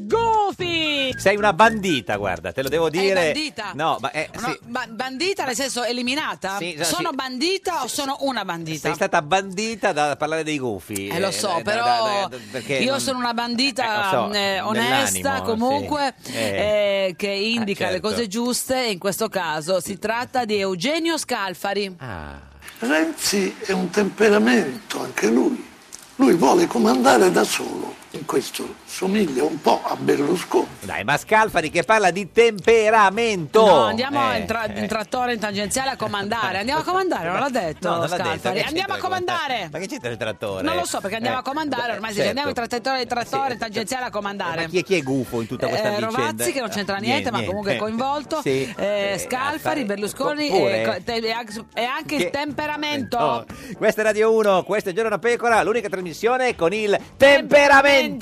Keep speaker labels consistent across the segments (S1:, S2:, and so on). S1: Goofy!
S2: Sei una bandita, guarda, te lo devo dire.
S1: È bandita?
S2: No, ma eh,
S1: No,
S2: sì,
S1: ba- bandita nel senso eliminata?
S2: Sì, sì.
S1: sono bandita o sono una bandita?
S2: sei stata bandita da parlare dei gufi.
S1: Eh, lo so,
S2: da- da-
S1: però
S2: da- da- perché
S1: io
S2: non-
S1: sono una
S2: Eh,
S1: bandita
S2: lo so,
S1: mh, onesta
S2: nell'animo,
S1: comunque
S2: sì.
S1: eh, che indica le
S2: certo.
S1: cose giuste e in questo caso si tratta di Eugenio Scalfari.
S2: Ah.
S3: Renzi è un temperamento, anche lui. Lui vuole comandare da solo. In questo somiglia un po' a Berlusconi.
S2: Dai, ma Scalfari che parla di temperamento.
S1: No, andiamo
S2: Eh,
S1: in, tra- in
S2: eh.
S1: trattore in tangenziale a comandare. Andiamo a comandare, non l'ha detto
S2: No, non l'ha detto,
S1: Scalfari.
S2: che c'entra
S1: andiamo a
S2: il
S1: comandare.
S2: Ma che c'entra il trattore?
S1: Non lo so perché andiamo
S2: Eh,
S1: a comandare, ormai si dice
S2: certo. Eh,
S1: andiamo in trattore in trattore in tangenziale a comandare.
S2: Ma chi è, chi è gufo in tutta questa
S1: Eh,
S2: vicenda?
S1: Rovazzi che non c'entra
S2: Ah,
S1: niente, ma comunque è coinvolto
S2: Sì.
S1: Eh,
S2: Eh,
S1: Scalfari,
S2: Alfare-
S1: Berlusconi
S2: Oppure-
S1: e, co- te- e anche- e anche
S2: Che-
S1: il temperamento
S2: Oh, Questa è Radio 1, questo è Giorno da Pecora, l'unica trasmissione con il temperamento.
S4: I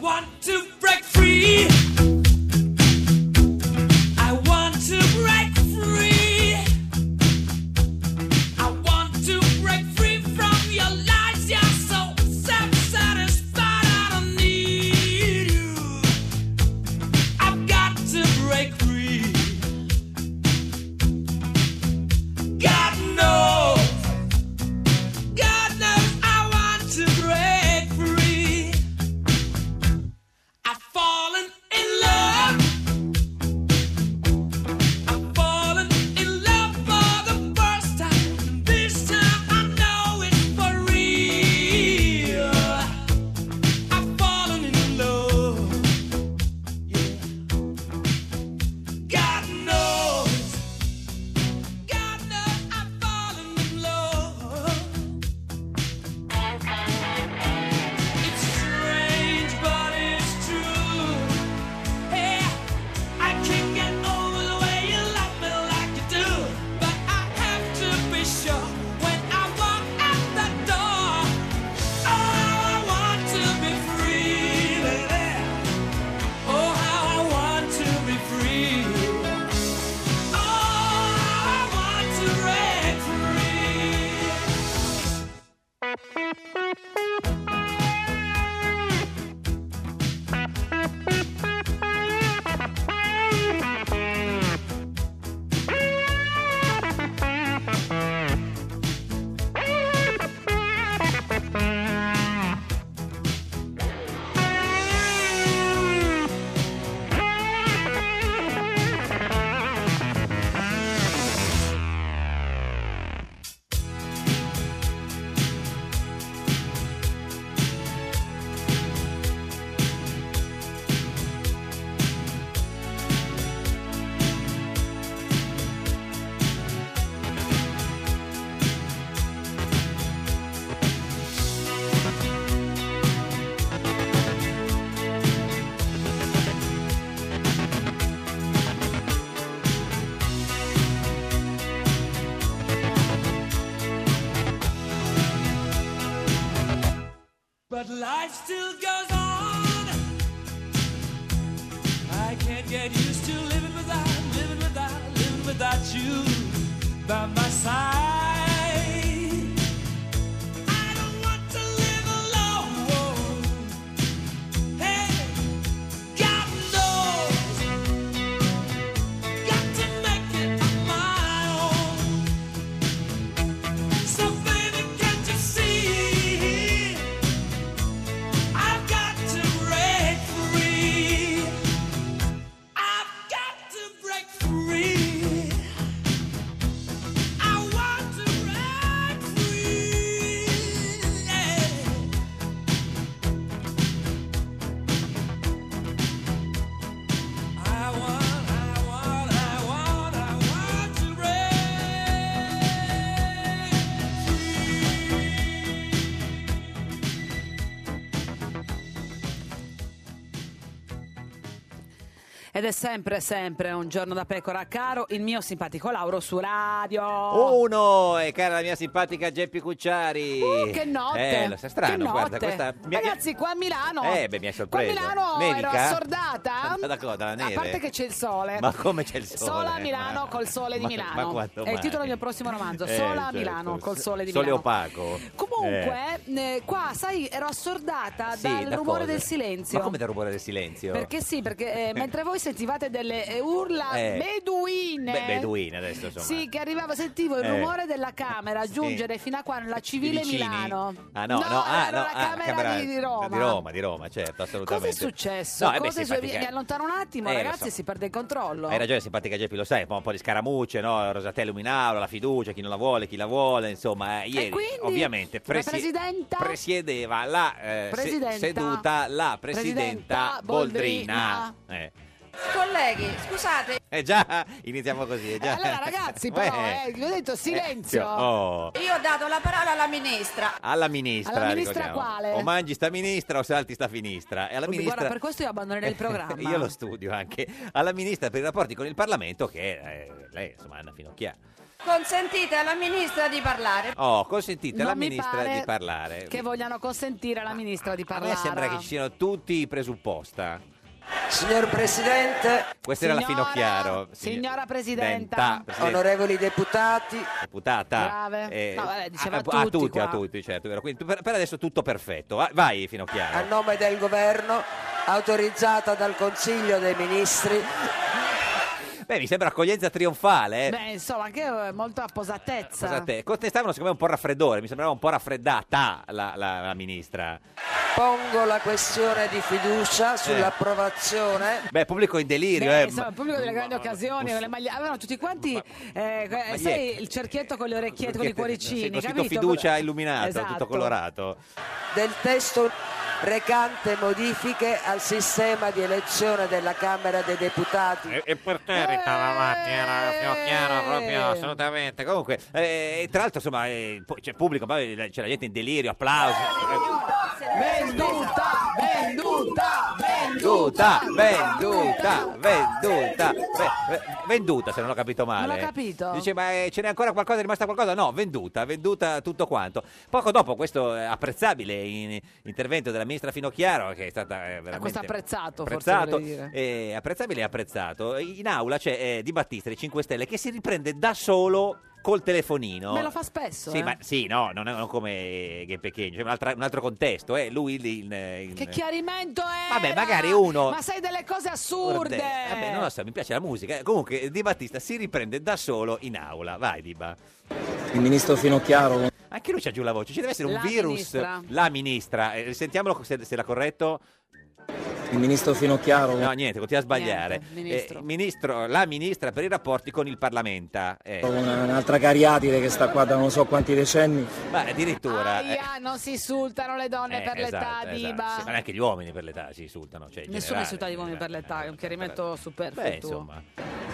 S4: want to break free. I want to break free. I want to break free from your lies. You're so self-satisfied. I don't need you. I've got to break free. God knows. God knows I want to break free. I've fallen in love. I've fallen in love for the first time. This time I know it's for real. I've fallen in love. Yeah. God knows. God knows I've fallen in love. It's strange, but it's true. Hey, I can't get over the way you love me like you do. But I have to be sure when I walk out the door. Oh, how I want to be free, baby. Oh, how I want to be free. Oh, how I want to break free. But life still goes on. I can't get used to living without, living without, living without you by my side. I don't want to live alone. Hey, God knows, got to make it on my own. So baby, can't you see? I've got to break free. I've got to break free. I want
S1: ed è sempre, sempre un giorno da pecora, caro il mio simpatico Lauro su radio.
S2: Oh, Uno, e cara la mia simpatica Geppi Cucciari.
S1: Uh, che notte!
S2: Eh, lo sa strano,
S1: Che notte.
S2: guarda, questa... mi ha-
S1: Ragazzi, qua a Milano.
S2: Eh, beh, mi hai sorpreso.
S1: Qua a Milano
S2: Nevica?
S1: ero assordata.
S2: Da cosa? Dalla neve?
S1: A parte che c'è il sole.
S2: Eh, Ma come c'è il sole?
S1: Sola a Milano
S2: Ma-
S1: col sole di
S2: ma-
S1: Milano.
S2: ma quanto
S1: È il
S2: mai?
S1: titolo del mio prossimo romanzo.
S2: Eh,
S1: Sola a
S2: certo.
S1: Milano col sole di
S2: sole
S1: Milano.
S2: opaco. Eh.
S1: Comunque, eh, qua, sai, ero assordata
S2: Sì,
S1: dal
S2: da
S1: rumore
S2: cosa?
S1: del silenzio.
S2: Ma come dal rumore del silenzio?
S1: Perché sì, perché eh, mentre voi sentivate delle eh, urla
S2: Eh.
S1: beduine.
S2: Beh, beduine adesso, insomma.
S1: Sì, che arrivava, sentivo il
S2: Eh.
S1: rumore della camera
S2: Sì.
S1: giungere fino a qua nella civile
S2: I vicini?
S1: Milano.
S2: Ah no, no, ah,
S1: era
S2: no,
S1: la
S2: ah,
S1: camera, di, di Roma.
S2: Di Roma, di Roma, certo,
S1: Cosa
S2: assolutamente.
S1: è successo?
S2: No, eh beh,
S1: Cosa è su-
S2: simpatica-
S1: Mi allontano un attimo,
S2: Eh, lo
S1: ragazzi,
S2: so.
S1: si perde il controllo.
S2: Hai ragione, simpatica Geppi, lo sai, un po', un po' di scaramucce, no? Rosatellum in aula, la fiducia, chi non la vuole, chi la vuole, insomma, eh, ieri
S1: quindi,
S2: ovviamente
S1: la
S2: presi-
S1: presidenta-
S2: presiedeva la eh, se-
S1: Presidenta-
S2: seduta la presidenta,
S1: Presidenta
S2: Boldrina. Eh.
S5: Colleghi, scusate.
S2: Eh, già, iniziamo così. eh, già.
S1: Allora, ragazzi, però,
S2: Eh,
S1: eh, vi ho detto silenzio.
S2: oh.
S5: Io ho dato la parola alla ministra.
S2: Alla ministra,
S1: Alla ministra
S2: ricordiamo.
S1: quale?
S2: O mangi sta ministra o salti sta finistra. E alla
S1: Quindi,
S2: ministra...
S1: Guarda, per questo io abbandonerei il programma.
S2: Io lo studio anche alla ministra per i rapporti con il Parlamento, che è eh, lei, insomma, Anna Finocchia.
S5: Consentite alla ministra di parlare.
S2: Oh, consentite alla
S1: Non mi
S2: ministra
S1: pare
S2: di parlare.
S1: Che vogliano consentire alla ministra di
S2: A
S1: parlare.
S2: me sembra che ci siano tutti i presupposta.
S6: Signor Presidente,
S2: Questa era la
S1: Signora-
S2: Finocchiaro. Sign-
S1: signora Presidenta.
S2: Denta, Presidente,
S6: onorevoli deputati,
S2: Deputata. eh,
S1: Brave. No, vabbè,
S2: a,
S1: diceva a
S2: a
S1: tutti
S2: tutti, a
S1: qua.
S2: tutti, certo. vero. Quindi per, per adesso tutto perfetto. Va- Vai, Finocchiaro.
S6: a
S7: Ecco.
S6: nome del governo, autorizzata dal Consiglio dei Ministri,
S2: Beh, mi sembra accoglienza trionfale. eh.
S1: Beh, insomma, anche eh, molto a posatezza.
S2: Scusate, contestavano secondo me un po' raffreddore, mi sembrava un po' raffreddata la, la- la ministra.
S6: pongo la questione di fiducia sull'approvazione
S2: Beh, pubblico in delirio,
S1: Beh,
S2: eh.
S1: insomma, il pubblico delle grandi occasioni, con le maglie- avevano tutti quanti eh,
S2: magliette.
S1: sai, il cerchietto con le orecchiette, con i cuoricini,
S2: Sì, con scritto
S1: capito?
S2: fiducia
S1: Quello-
S2: illuminato, tutto
S1: Esatto.
S2: colorato.
S6: del testo recante modifiche al sistema di elezione della Camera dei Deputati.
S7: E, e per
S1: Eh.
S7: te ritava avanti, era Finocchiaro proprio assolutamente.
S2: Esattamente, comunque, eh, tra l'altro, insomma, eh, poi c'è pubblico, poi c'è la gente in delirio, applausi.
S1: Venduta, venduta,
S2: Venduta,
S1: venduta,
S2: venduta, venduta, ve- eh, venduta se non ho capito male.
S1: Non ho capito.
S2: Dice, ma eh, ce n'è ancora qualcosa, è rimasta qualcosa? No, venduta, venduta tutto quanto. Poco dopo questo eh, apprezzabile in- intervento della ministra Finocchiaro, che è stata eh, veramente...
S1: questo apprezzato, forse
S2: apprezzato
S1: volevi dire.
S2: eh, apprezzabile e apprezzato. In aula c'è eh, Di Battista, dei 5 Stelle, che si riprende da solo col telefonino.
S1: Me lo fa spesso.
S2: Sì,
S1: eh.
S2: ma sì, no, non, è- non come Ghe Pechegno, c'è un'altra- un altro contesto, eh. lui lì in, in-
S1: Che chiarimento è!
S2: Vabbè, magari uno-
S1: Ma sai delle cose assurde!
S2: Vabbè, non lo so, mi piace la musica. Eh, Comunque, Di Battista si riprende da solo in aula. Vai, Diba.
S8: Il ministro Finocchiaro
S2: Anche lui c'ha giù la voce. Ci deve essere un
S1: La
S2: virus.
S1: ministra.
S2: La ministra. Eh, sentiamolo se, se l'ha corretto.
S8: il ministro Finocchiaro
S2: No, niente, continua a sbagliare.
S1: Niente, ministro.
S2: Eh, ministro- la ministra per i rapporti con il Parlamenta. Eh,
S8: una- un'altra cariatide che sta qua da non so quanti decenni
S2: Ma addirittura. eh,
S1: Aia, non si insultano le donne
S2: eh,
S1: per
S2: esatto,
S1: l'età,
S2: esatto.
S1: Diba.
S2: Sì, ma neanche gli uomini per l'età si insultano. Cioè, in
S1: Nessuno
S2: generale,
S1: insulta gli uomini per l'età, è un chiarimento superfluo.
S2: Beh, insomma,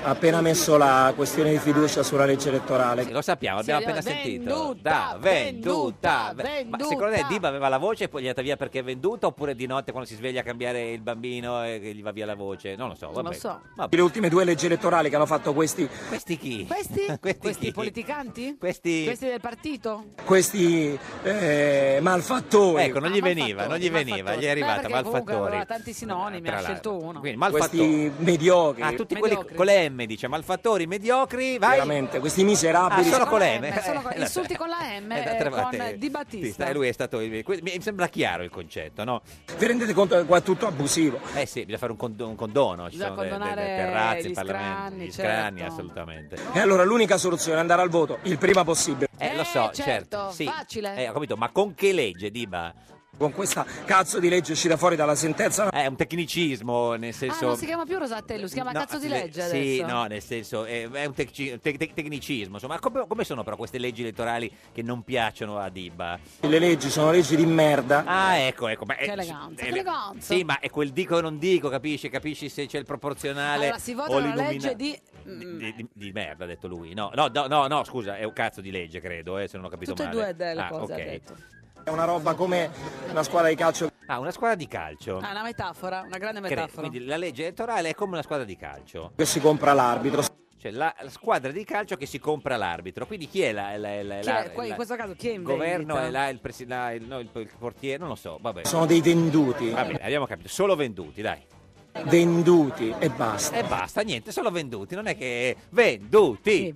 S8: ha appena messo la questione di fiducia sulla legge elettorale
S2: Sì, lo sappiamo,
S1: Sì,
S2: abbiamo appena
S1: abbiamo-
S2: sentito.
S1: venduta,
S2: Da, venduta,
S1: venduta,
S2: Ma secondo te
S1: venduta.
S2: Diba aveva la voce e poi gli è andata via perché è venduta oppure di notte quando si sveglia a cambiare il bambino e che gli va via la voce? Non lo so, vabbè.
S1: lo so.
S2: Ma
S8: le ultime due leggi elettorali che hanno fatto questi,
S2: questi chi?
S1: Questi?
S2: questi, chi?
S1: politicanti?
S2: Questi-
S1: Questi del partito?
S8: questi eh, malfattori
S2: Ecco, non gli
S1: Ah,
S2: veniva, non gli
S1: malfattori,
S2: veniva, gli
S1: malfattori.
S2: è
S1: Beh,
S2: arrivata
S1: perché comunque
S2: malfattori.
S1: aveva tanti sinonimi,
S2: Tra
S1: ha
S2: l'altro.
S1: scelto uno.
S2: Quindi
S8: questi
S2: malfattori.
S8: mediocri
S2: Ah, tutti quelli
S1: Mediocri.
S2: con le M, dice malfattori, mediocri, vai.
S8: veramente questi
S2: Ah,
S8: miserabili
S2: solo
S1: Con
S2: con
S1: la
S2: la M.
S1: M, solo con-
S2: Eh, lo so.
S1: insulti con la M,
S2: Eh, da
S1: eh,
S2: tre
S1: con
S2: volte.
S1: Di Battista.
S2: e lui è stato il- que- Mi mi sembra chiaro il concetto, no?
S8: vi rendete conto che qua è tutto abusivo
S2: Eh sì, bisogna fare un, condo- un condono, ci
S1: Bisogna
S2: sono delle, delle
S1: condonare
S2: terrazze,
S1: gli
S2: il Parlamento,
S1: scranni,
S2: gli scranni,
S1: certo.
S2: assolutamente.
S8: e allora l'unica soluzione è andare al voto il prima possibile
S2: Eh,
S1: Eh,
S2: lo so,
S1: certo,
S2: sì.
S1: facile.
S2: Eh, ho capito, ma con che legge, Diba?
S8: con questa cazzo di legge uscita fuori dalla sentenza
S2: È un tecnicismo, nel
S1: Ah,
S2: senso...
S1: non si chiama più Rosatello, si chiama
S2: No,
S1: cazzo di
S2: le-
S1: legge
S2: Sì,
S1: adesso.
S2: no, nel senso, eh, è un tecci- tec- tec- tecnicismo. Insomma, come, come sono però queste leggi elettorali che non piacciono a Diba?
S8: le leggi sono leggi
S9: Eh,
S8: di merda
S2: Ah, ecco, ecco. ma è-
S1: Che eleganza,
S2: eh,
S1: che eleganza.
S2: Sì, ma è quel dico o non dico, capisci? Capisci se c'è il proporzionale
S1: Allora, si vota
S2: o
S1: una
S2: l'illumina-
S1: legge di- Mm,
S2: Di, di- di merda, ha detto lui. No, no, no, no, no, scusa, è un cazzo di legge, credo, eh, se non ho capito
S1: Tutte e
S2: male.
S1: due delle
S2: Ah,
S1: cose ha
S2: ok.
S1: detto.
S8: È una roba come una squadra di calcio.
S2: Ah, una squadra di calcio.
S1: Ah, una metafora, una grande
S2: Cre-
S1: metafora.
S2: Quindi la legge elettorale è come una squadra di calcio.
S8: Che si compra l'arbitro.
S2: Cioè la, la squadra di calcio che si compra l'arbitro. Quindi chi è la... la- la-
S1: Chi
S2: la-
S1: è? Qua-
S2: la-
S1: in questo caso chi è in
S2: il governo
S1: vendita?
S2: è là, il, presi- là, il- no, il- il portiere, non lo so, vabbè.
S8: Sono dei venduti.
S2: Va bene, abbiamo capito, solo venduti, dai.
S8: Venduti e basta.
S2: E basta, niente, solo venduti, non è che venduti,
S8: Sì,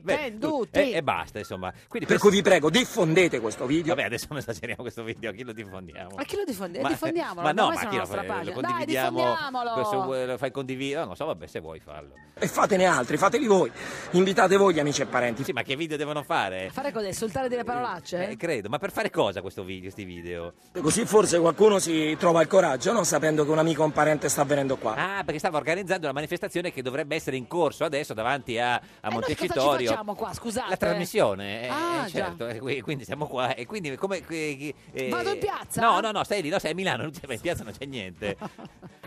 S8: venduti, venduti.
S2: E, e basta, insomma. Quindi
S8: Per cui vi prego, diffondete questo video.
S2: Vabbè, adesso non esageriamo questo video, a chi lo diffondiamo?
S1: Ma chi lo diffonde?
S2: Ma-
S1: Eh,
S2: eh,
S1: diffondiamolo,
S2: ma no,
S1: abbiamo
S2: ma
S1: messo
S2: chi
S1: la
S2: lo, fa-
S1: nostra
S2: Eh, lo
S1: pagina. Dai,
S2: condividiamo?
S1: diffondiamolo!
S2: questo- eh, lo fai condividere? Non lo so, vabbè, se vuoi farlo.
S8: E fatene altri, fateli voi. Invitate voi gli amici e parenti.
S2: Sì, ma che video devono fare?
S1: Fare cos'è? Soltare delle parolacce?
S2: Eh, credo, ma per fare cosa questo video, questi video?
S8: Così forse qualcuno si trova il coraggio, non sapendo che un amico o un parente sta venendo qua.
S2: Ah, perché stava organizzando una manifestazione che dovrebbe essere in corso adesso davanti
S1: Eh,
S2: a, a
S1: Noi Cosa ci
S2: Montecitorio.
S1: facciamo qua? Scusate.
S2: La trasmissione, eh,
S1: Esatto, Ah,
S2: eh,
S1: già.
S2: certo, eh, qui- quindi siamo qua. E quindi come, eh, eh,
S1: Vado in piazza?
S2: No, no, no, stai lì, no, sei a Milano, non c'è- in piazza non c'è niente.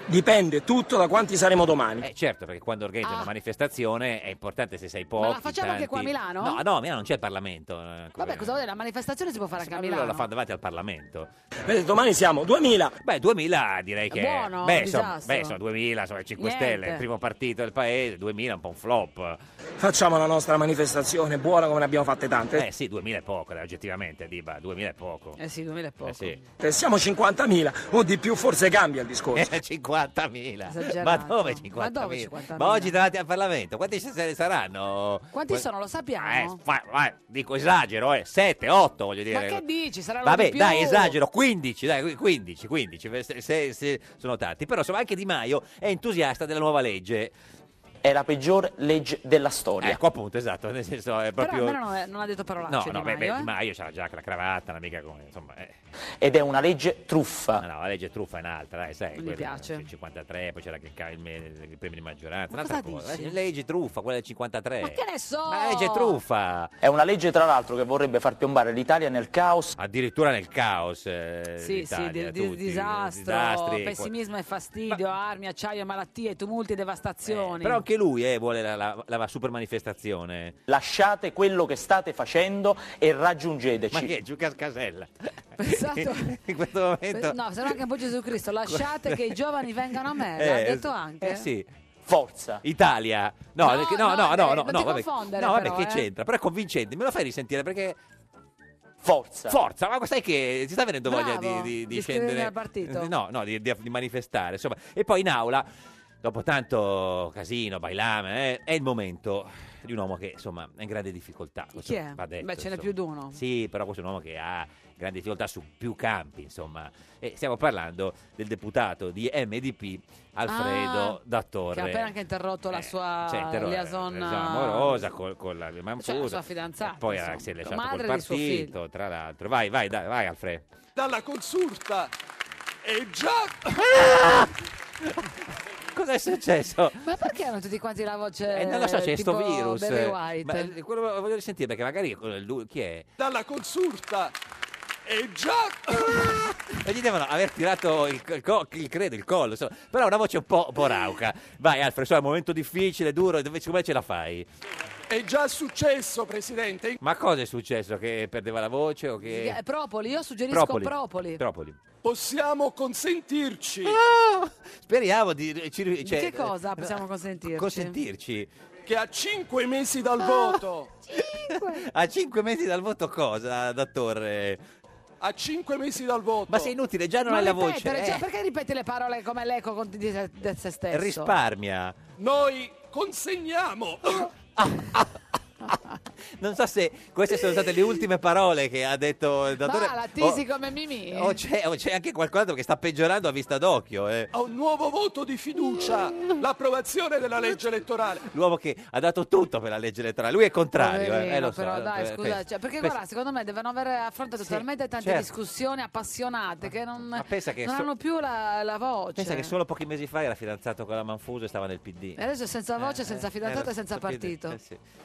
S8: Dipende tutto da quanti saremo domani.
S2: Eh, certo, perché quando organizzi una
S1: Ah.
S2: manifestazione è importante se sei pochi.
S1: la facciamo
S2: tanti.
S1: anche qua a Milano?
S2: No, no, a Milano non c'è il Parlamento. eh,
S1: Vabbè, cosa vuol dire? La manifestazione si può fare anche a
S2: Allora la
S1: Milano.
S2: fanno davanti al Parlamento.
S8: Vedete, domani siamo 2000.
S2: Beh, 2000 direi che...
S1: Buono,
S2: beh,
S1: un
S2: insomma,
S1: disastro.
S2: beh, insomma, 2000, insomma, 5
S1: Niente.
S2: Stelle, il primo partito del paese, 2000 è un po' un flop.
S8: Facciamo la nostra manifestazione, buona come ne abbiamo fatte tante.
S2: Eh sì, 2000 è poco, dai, oggettivamente, Diba, 2000 è poco.
S1: Eh sì, 2000 e poco.
S2: Eh sì.
S8: Eh, Siamo 50.000 o di più, forse cambia il discorso.
S2: 50.000.
S1: Esagerato.
S2: Eh, Ma dove 50.000?
S1: Ma
S2: Ma,
S1: dove 50.000?
S2: oggi davanti al Parlamento, quanti se ne saranno?
S1: Quanti sono? Lo sappiamo?
S2: Eh, fa- vai, dico esagero, eh, 7, 8 voglio dire.
S1: Ma che dici? Saranno
S2: eh. Vabbè,
S1: di più.
S2: dai, esagero, 15, dai, 15, 15, se, se- se sono tanti. Però insomma anche Di Maio è entusiasta della nuova legge.
S10: È la peggior legge della storia.
S2: Ecco appunto, esatto, nel senso è
S1: Però
S2: proprio...
S1: almeno non, è- non ha detto parolacce
S2: No,
S1: Di
S2: no, beh,
S1: Maio,
S2: beh,
S1: eh.
S2: Di Maio c'ha la giacca, la cravatta, una mica come, insomma... eh.
S10: Ed è una legge truffa.
S2: No, no, la legge truffa è un'altra, dai, sai.
S1: Non mi
S2: quella del
S1: piace.
S2: 53, poi c'era anche il, ca- il me- il premio di maggioranza.
S1: Ma
S2: un'altra
S1: cosa
S2: cosa.
S1: dici?
S2: La legge truffa, quella del 53.
S1: Ma che ne so?
S2: Ma la legge truffa!
S10: È una legge, tra l'altro, che vorrebbe far piombare l'Italia nel caos.
S2: Addirittura nel caos. eh,
S1: Sì, sì,
S2: l'Italia,
S1: di- di-
S2: tutti,
S1: disastro,
S2: disastri,
S1: pessimismo e fastidio, armi, acciaio, malattie, tumulti e
S2: qua-
S1: devastazioni.
S2: Però anche lui eh, vuole la, la, la super manifestazione.
S10: Lasciate quello che state facendo e raggiungeteci.
S2: Ma che è giù Cas- Casella?
S1: Pensato-
S2: In questo momento...
S1: Pe- Esatto. No, se no anche un po' Gesù Cristo, lasciate che i giovani vengano a me, l'ha
S2: Eh,
S1: detto anche.
S2: eh sì.
S10: Forza.
S2: Italia. No,
S1: No,
S2: perché- no,
S1: no,
S2: no,
S1: eh,
S2: no, no,
S1: non ti
S2: no, vabbè.
S1: confondere,
S2: No, vabbè,
S1: però,
S2: che
S1: eh.
S2: c'entra? Però è convincente, me lo fai risentire perché
S10: Forza.
S2: Forza, ma sai che ti sta venendo voglia di,
S1: Bravo,
S2: di- di
S1: di iscrivermi
S2: scendere Eh,
S1: al partito.
S2: No, no, di, di- di manifestare, insomma. E poi in aula, dopo tanto casino, bailame, eh, è il momento di un uomo che, insomma, è in grande difficoltà. Questo
S1: Chi è?
S2: va detto,
S1: Beh, ce n'è
S2: insomma.
S1: più di uno.
S2: Sì, però questo è un uomo che ha grande difficoltà su più campi, insomma. E stiamo parlando del deputato di MDP Alfredo
S1: Ah,
S2: da Torre.
S1: Che ha appena anche interrotto la sua
S2: Cioè, interro-
S1: liaison
S2: liaison amorosa col- con la Mancuso.
S1: Cioè, la sua fidanzata,
S2: E Poi
S1: insomma.
S2: eh, si è lasciato
S1: Madre
S2: col
S1: di suo
S2: partito, tra l'altro. Vai, vai, dai, vai Alfred.
S11: dalla consulta e già
S2: Cosa è successo?
S1: Ma perché hanno tutti quanti la voce
S2: Eh, non lo so, c'è
S1: tipo
S2: sto virus.
S1: Barry White?
S2: Ma, eh, quello voglio risentire perché magari eh, lui, chi è?
S11: dalla consulta e già
S2: E gli devono aver tirato il, co- il co- il- credo il collo, insomma. però una voce un po' borauca. Vai Alfred, so, è un momento difficile, duro, dove, come ce la fai?
S11: è già successo presidente
S2: Ma cosa è successo? Che perdeva la voce o che...
S1: Eh, Propoli, io suggerisco Propoli.
S2: Propoli.
S11: possiamo consentirci
S2: Ah, Speriamo di... ci-
S1: Di
S2: cioè, eh,
S1: che cosa possiamo consentirci? Ah.
S2: Consentirci.
S11: che a cinque mesi dal voto
S2: A cinque mesi dal voto cosa, da Torre?
S11: a cinque mesi dal voto
S2: Ma sei inutile, già non
S1: Ma
S2: hai la voce.
S1: ripetere, cioè,
S2: eh.
S1: perché ripeti le parole come l'eco con- di, di- di se stesso?
S2: Risparmia.
S11: noi consegniamo
S2: Non so se queste sono state le ultime parole che ha detto Datore.
S1: Ma la tisi come Mimì.
S2: o Oh, c'è, o c'è anche qualcun altro che sta peggiorando a vista d'occhio. eh.
S11: a un nuovo voto di fiducia
S2: Mm.
S11: l'approvazione della legge elettorale
S2: L'uomo che ha dato tutto per la legge elettorale. Lui è contrario.
S1: Poverino,
S2: eh. Eh, lo so,
S1: però
S2: eh,
S1: dai,
S2: eh,
S1: scusa,
S2: pensa-
S1: cioè, perché
S2: pensa-
S1: guarda, secondo me devono aver affrontato
S2: Sì,
S1: talmente tante
S2: certo.
S1: discussioni appassionate che non,
S2: ma pensa che
S1: non
S2: so-
S1: hanno più la, la voce.
S2: Pensa che solo pochi mesi fa era fidanzato con la Manfuso e stava nel PD.
S1: E adesso è
S2: Eh,
S1: senza voce, senza fidanzata e
S2: e
S1: senza
S2: eh,
S1: partito.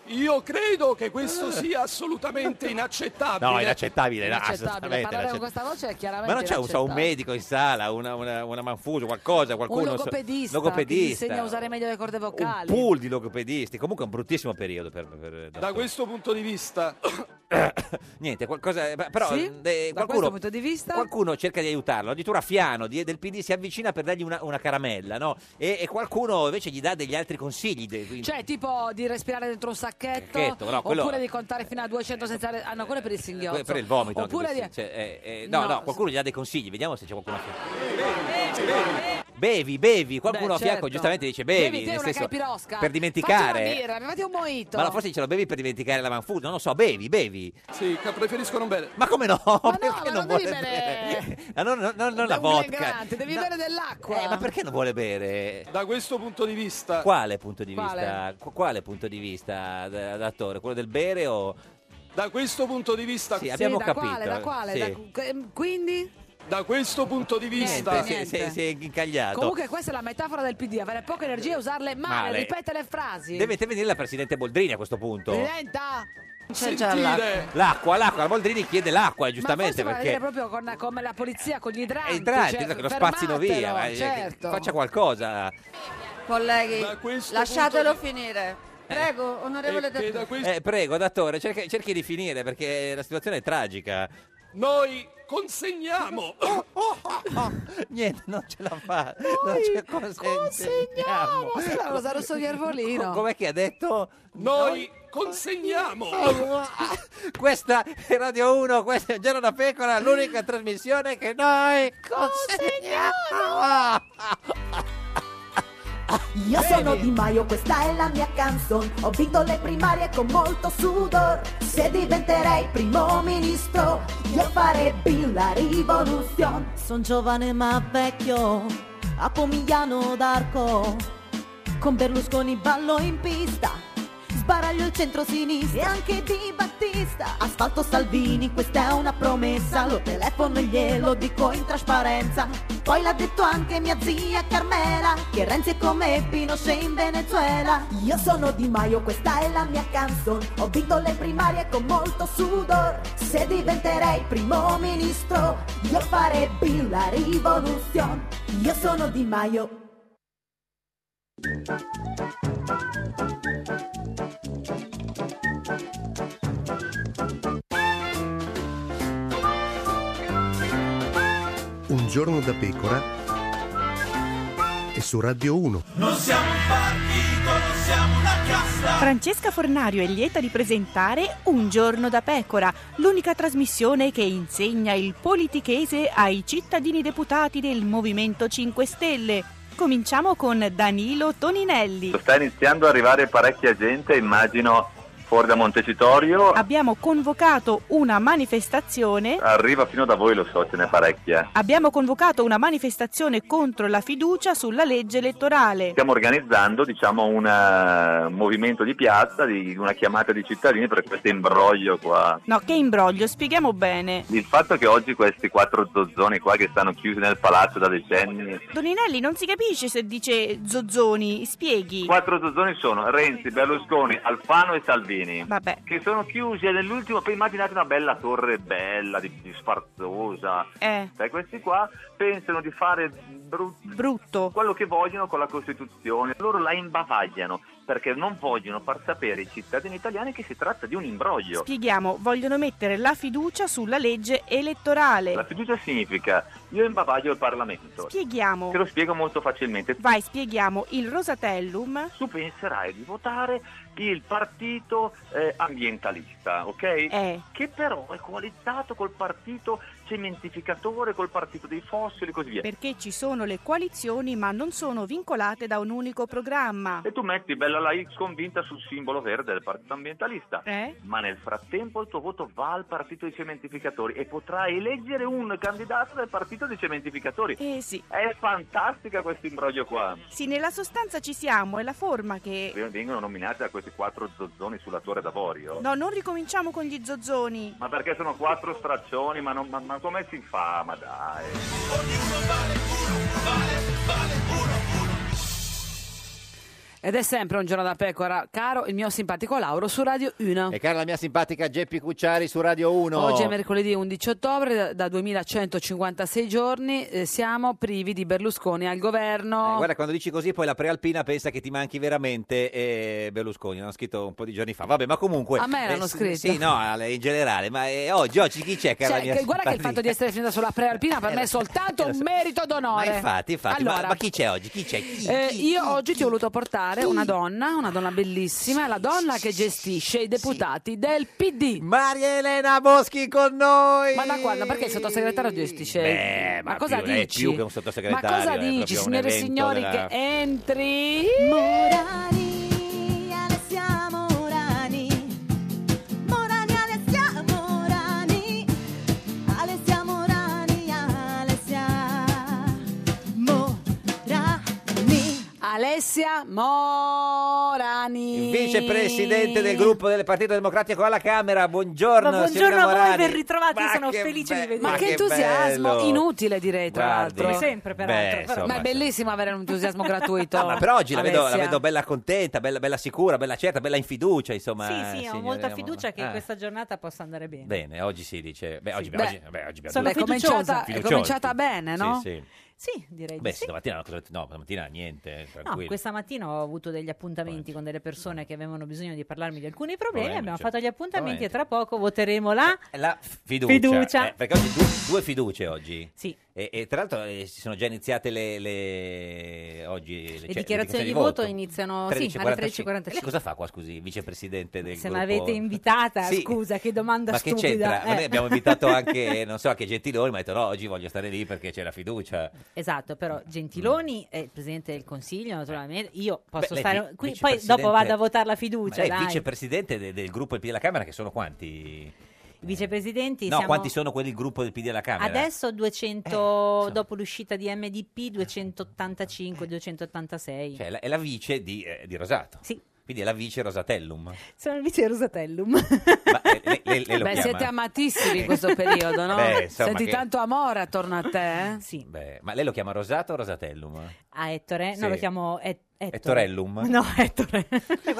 S11: io credo che questo sia assolutamente inaccettabile
S2: No, è inaccettabile, no,
S1: Inaccettabile,
S2: assolutamente
S1: parlare con
S2: inaccettabile.
S1: questa voce è
S2: certo.
S1: chiaramente
S2: Ma non c'è un, so, un
S1: inaccettabile.
S2: medico in sala, una, una, una manfuso, qualcosa, qualcuno.
S1: un
S2: so-
S1: logopedista, che gli
S2: logopedista,
S1: insegna a usare meglio le corde
S2: un
S1: vocali.
S2: pool di logopedisti. Comunque è un bruttissimo periodo per. per-
S11: da questo punto di vista
S2: Niente, qualcosa. eh, Però
S1: Sì?
S2: eh,
S1: da
S2: qualcuno,
S1: questo punto di vista
S2: qualcuno cerca di aiutarlo. Addirittura Fiano di- del PD si avvicina per dargli una, una caramella, no? E, e qualcuno invece gli dà degli altri consigli. de- quindi-
S1: cioè tipo di respirare dentro un sacchetto
S2: Sacchetto, no, quello-
S1: oppure di contare fino a 200 senza re- ah no quello è per il singhiozzo
S2: per il vomito, anche
S1: oppure
S2: per-
S1: di
S2: sì, cioè, eh, eh, no,
S1: No,
S2: no, qualcuno gli dà dei consigli, vediamo se c'è qualcuno a fianco. Bevi, bevi, qualcuno
S1: Beh,
S2: a fianco
S1: certo.
S2: giustamente dice bevi,
S1: Beviti
S2: nel
S1: una
S2: senso,
S1: caipirosca.
S2: per dimenticare.
S1: Fatti una birra, bevati un mojito.
S2: Ma no, forse ce lo bevi per dimenticare la manfood, non lo so, bevi, bevi.
S11: Sì, che preferisco non bere.
S2: Ma come no?
S1: ma
S2: perché
S1: non
S2: non vuole
S1: devi bere-
S2: bere? Ma non, non- non- non la
S1: Eh, un
S2: vodka.
S1: grande, devi bere dell'acqua
S2: Eh, ma perché non vuole bere?
S11: Da questo punto di vista.
S2: Quale punto di
S1: Quale?
S2: vista? Qu- Quale punto di vista d- d'attore? Quello del bere o
S11: Da questo punto di vista.
S2: Sì, abbiamo
S1: da
S2: capito.
S1: quale da quale
S2: sì.
S1: Da- eh, quindi
S11: Da questo punto di vista.
S2: Niente, si- si- si è incagliato.
S1: comunque questa è la metafora del PD avere poca energia e usarle male,
S2: Male.
S1: ripete le frasi
S2: Deve intervenire la presidente Boldrini a questo punto.
S1: diventa c'è già
S11: Sentire.
S1: l'acqua
S2: L'acqua, l'acqua, la Boldrini chiede l'acqua, giustamente,
S1: ma forse
S2: perché
S1: vuole dire proprio con, come la polizia con gli idranti,
S2: è entrante,
S1: cioè,
S2: che lo spazzino
S1: fermatelo,
S2: via, ma, eh, che-
S1: certo.
S2: faccia qualcosa.
S5: Colleghi,
S11: Da questo
S5: lasciatelo
S11: punto
S5: finire. Prego, onorevole
S11: Perché da
S5: Del-
S11: questo-
S2: Eh, prego, datore, cerchi, cerchi di finire perché la situazione è tragica.
S11: Noi consegniamo.
S2: Niente, non ce la fa. Non ce consegniamo.
S1: Sembra Rosa Rosso di Arvolino.
S2: Com'è che ha detto?
S11: Noi consegniamo.
S2: Ah, Questa è Radio 1, questa è Giorno da Pecora, l'unica trasmissione che noi consegniamo.
S12: Io sono Di Maio, questa è la mia canzone. Ho vinto le primarie con molto sudor. Se diventerei primo ministro, io farebbe la rivoluzione. Sono giovane ma vecchio, a Pomigliano d'Arco. Con Berlusconi ballo in pista, sbaraglio il centro-sinistra e anche Di Battista. Asfalto Salvini, questa è una promessa, lo telefono e glielo dico in trasparenza. Poi l'ha detto anche mia zia Carmela, che Renzi è come Pinochet in Venezuela. Io sono Di Maio, questa è la mia canzone, ho vinto le primarie con molto sudor. Se diventerei primo ministro, io farebbe la rivoluzione. Io sono Di Maio.
S13: Un giorno da pecora e su Radio 1.
S4: Non siamo un partito, non siamo una casta.
S14: Francesca Fornario è lieta di presentare Un giorno da pecora, l'unica trasmissione che insegna il politichese ai cittadini deputati del Movimento 5 Stelle. Cominciamo con Danilo Toninelli.
S15: Sta iniziando ad arrivare parecchia gente, immagino, fuori da Montecitorio.
S14: Abbiamo convocato una manifestazione.
S15: Arriva fino da voi, lo so, ce n'è parecchia.
S14: Abbiamo convocato una manifestazione contro la fiducia sulla legge elettorale.
S15: Stiamo organizzando diciamo, una- un eh, movimento di piazza, di una chiamata di cittadini per questo imbroglio qua.
S14: No, che imbroglio, spieghiamo bene.
S15: Il fatto che oggi questi quattro zozzoni qua che stanno chiusi nel palazzo da decenni...
S14: Toninelli non si capisce se dice zozzoni, spieghi.
S15: Quattro zozzoni sono Renzi, Berlusconi, Alfano e Salvini.
S14: Vabbè.
S15: Che sono chiusi e nell'ultimo, poi immaginate una bella torre bella, di, di sfarzosa,
S14: Eh.
S15: Cioè, questi qua pensano di fare brut-
S14: brutto
S15: quello che vogliono con la Costituzione. Loro la imbavagliano perché non vogliono far sapere ai cittadini italiani che si tratta di un imbroglio.
S14: Spieghiamo, vogliono mettere la fiducia sulla legge elettorale.
S15: La fiducia significa io imbavaglio il Parlamento.
S14: Spieghiamo.
S15: Te lo spiego molto facilmente.
S14: Vai, spieghiamo il Rosatellum.
S15: Tu penserai di votare il partito eh, ambientalista, ok?
S14: Eh.
S15: Che però è coalizzato col partito cementificatore, col partito dei fossili e così via.
S14: Perché ci sono le coalizioni ma non sono vincolate da un unico programma.
S15: E tu metti bella la X convinta sul simbolo verde del partito ambientalista.
S14: Eh?
S15: Ma nel frattempo il tuo voto va al partito dei cementificatori e potrai eleggere un candidato del partito dei cementificatori.
S14: Eh sì.
S15: È fantastica questo imbroglio qua.
S14: Sì, nella sostanza ci siamo, è la forma che...
S15: Vengono nominati da questi quattro zozzoni sulla torre d'avorio.
S14: No, non ricominciamo con gli zozzoni.
S15: Ma perché sono quattro straccioni? Ma, non- ma- ma come si fa? Ma dai.
S1: Eh, Ed è sempre un giorno da pecora, caro il mio simpatico Lauro su Radio 1.
S16: E cara la mia simpatica Geppi Cucciari su Radio 1.
S1: Oggi è mercoledì 11 ottobre, da- da 2156 giorni eh, siamo privi di Berlusconi al governo.
S2: Eh, Guarda, quando dici così, poi la prealpina pensa che ti manchi veramente eh, Berlusconi. L'hanno scritto un po' di giorni fa. Vabbè, ma comunque. eh,
S1: A me l'hanno
S2: sì-
S1: scritto.
S2: Sì, no, alle- in generale. Ma eh, oggi, oggi chi c'è, cara
S1: Cioè,
S2: mia
S1: che- guarda che il
S2: simpatica?
S1: fatto di essere finita sulla prealpina per me è soltanto un merito d'onore.
S2: Ma infatti, infatti. ma-
S1: Allora,
S2: Ma, chi c'è oggi? Chi c'è? Chi?
S1: eh, io oggi ti ho voluto portare una donna, una donna bellissima, la donna che gestisce i deputati del PD.
S16: Maria Elena Boschi con noi!
S1: Ma da quando? Perché il sottosegretario gestisce?
S2: Beh,
S1: ma,
S2: ma
S1: cosa
S2: più- è
S1: dici?
S2: più che un sottosegretario,
S1: Ma cosa
S2: è
S1: dici,
S2: proprio un
S1: signore
S2: evento
S1: e signori,
S2: della-
S1: che entri?
S12: Morani, Alessia Morani. Morani, Alessia Morani. Ah, Alessia Morani, Alessia Morani.
S1: Alessia Morani.
S2: Vicepresidente del gruppo del Partito Democratico alla Camera, buongiorno.
S1: Ma buongiorno
S2: signorina
S1: a voi,
S2: Morani.
S1: ben ritrovati,
S2: Ma
S1: sono
S2: che
S1: felice
S2: be-
S1: di vedervi.
S2: ma
S1: Ma che
S2: che
S1: entusiasmo,
S2: bello.
S1: inutile direi tra
S2: Guardi.
S1: l'altro.
S2: Come sempre, peraltro, Beh, però- insomma, cioè.
S1: ma è bellissimo avere un entusiasmo gratuito.
S2: Ah, ma per oggi la vedo, la
S1: Alessia.
S2: vedo bella contenta, bella, bella sicura, bella certa, bella in fiducia, insomma.
S17: Sì, sì, ho
S2: signorina
S17: molta
S2: Morani.
S17: fiducia che
S2: Ah,
S17: questa giornata possa andare bene.
S2: Bene, oggi si dice. Beh, oggi,
S17: Beh,
S2: oggi- beh, oggi abbiamo
S17: sono
S2: due-
S1: È cominciata, è
S2: Fiduciosi.
S1: cominciata bene, no?
S2: Sì, sì.
S17: Sì, direi
S2: Beh,
S17: di sì.
S2: stamattina, cosa- no, stamattina niente, eh,
S17: No,
S2: tranquillo.
S17: questa mattina ho avuto degli appuntamenti con delle persone che avevano bisogno di parlarmi di alcuni problemi,
S2: Ovviamente,
S17: abbiamo
S2: certo.
S17: fatto gli appuntamenti e
S2: Ovviamente.
S17: tra poco voteremo la...
S2: La f- fiducia.
S17: Fiducia.
S2: eh, perché oggi due, due fiducie oggi.
S17: Sì.
S2: E, e tra l'altro eh, si sono già iniziate le, le- oggi, le- cioè,
S17: Le
S2: le
S17: dichiarazioni di voto iniziano sì, alle
S2: 13.45. E lei
S17: 13.45.
S2: cosa fa qua, scusi, vicepresidente del
S17: Se mi
S2: eh, gruppo?
S17: avete invitata,
S2: Sì.
S17: scusa, che domanda
S2: Ma che
S17: stupida.
S2: c'entra? Ma
S17: eh.
S2: noi abbiamo invitato anche, non so, anche Gentiloni, ma ha detto no, oggi voglio stare lì perché c'è la fiducia.
S17: Esatto, però
S2: Mm.
S17: Gentiloni è il Presidente del Consiglio, naturalmente. Io posso
S2: Eh. Beh, lei
S17: stare
S2: vi-
S17: qui, poi
S2: vicepresidente-
S17: dopo vado a votare la
S2: Ma
S17: fiducia.
S2: lei è
S17: dai.
S2: vicepresidente de- del gruppo del PD della Camera, che sono quanti?
S17: I vicepresidenti
S2: no,
S17: siamo
S2: quanti sono Eh, quelli del gruppo del PD della Camera?
S17: adesso 200, dopo l'uscita di MDP,
S2: Eh,
S17: 285, 286.
S2: Cioè, è la- è la vice di, eh, di Rosato.
S17: Sì.
S2: Quindi è la vice Rosatellum.
S17: Sono il vice Rosatellum.
S2: Lei, lei- lei lo
S1: Beh,
S2: chiama?
S1: siete amatissimi in questo periodo, no?
S2: Beh, insomma,
S1: Senti
S2: che-
S1: tanto amore attorno a te, eh?
S17: Sì.
S2: Beh, ma lei lo chiama Rosato o Rosatellum?
S17: A Ettore?
S2: Sì.
S17: No, lo chiamo Et- Ettore.
S2: Ettorellum?
S17: No, Ettore.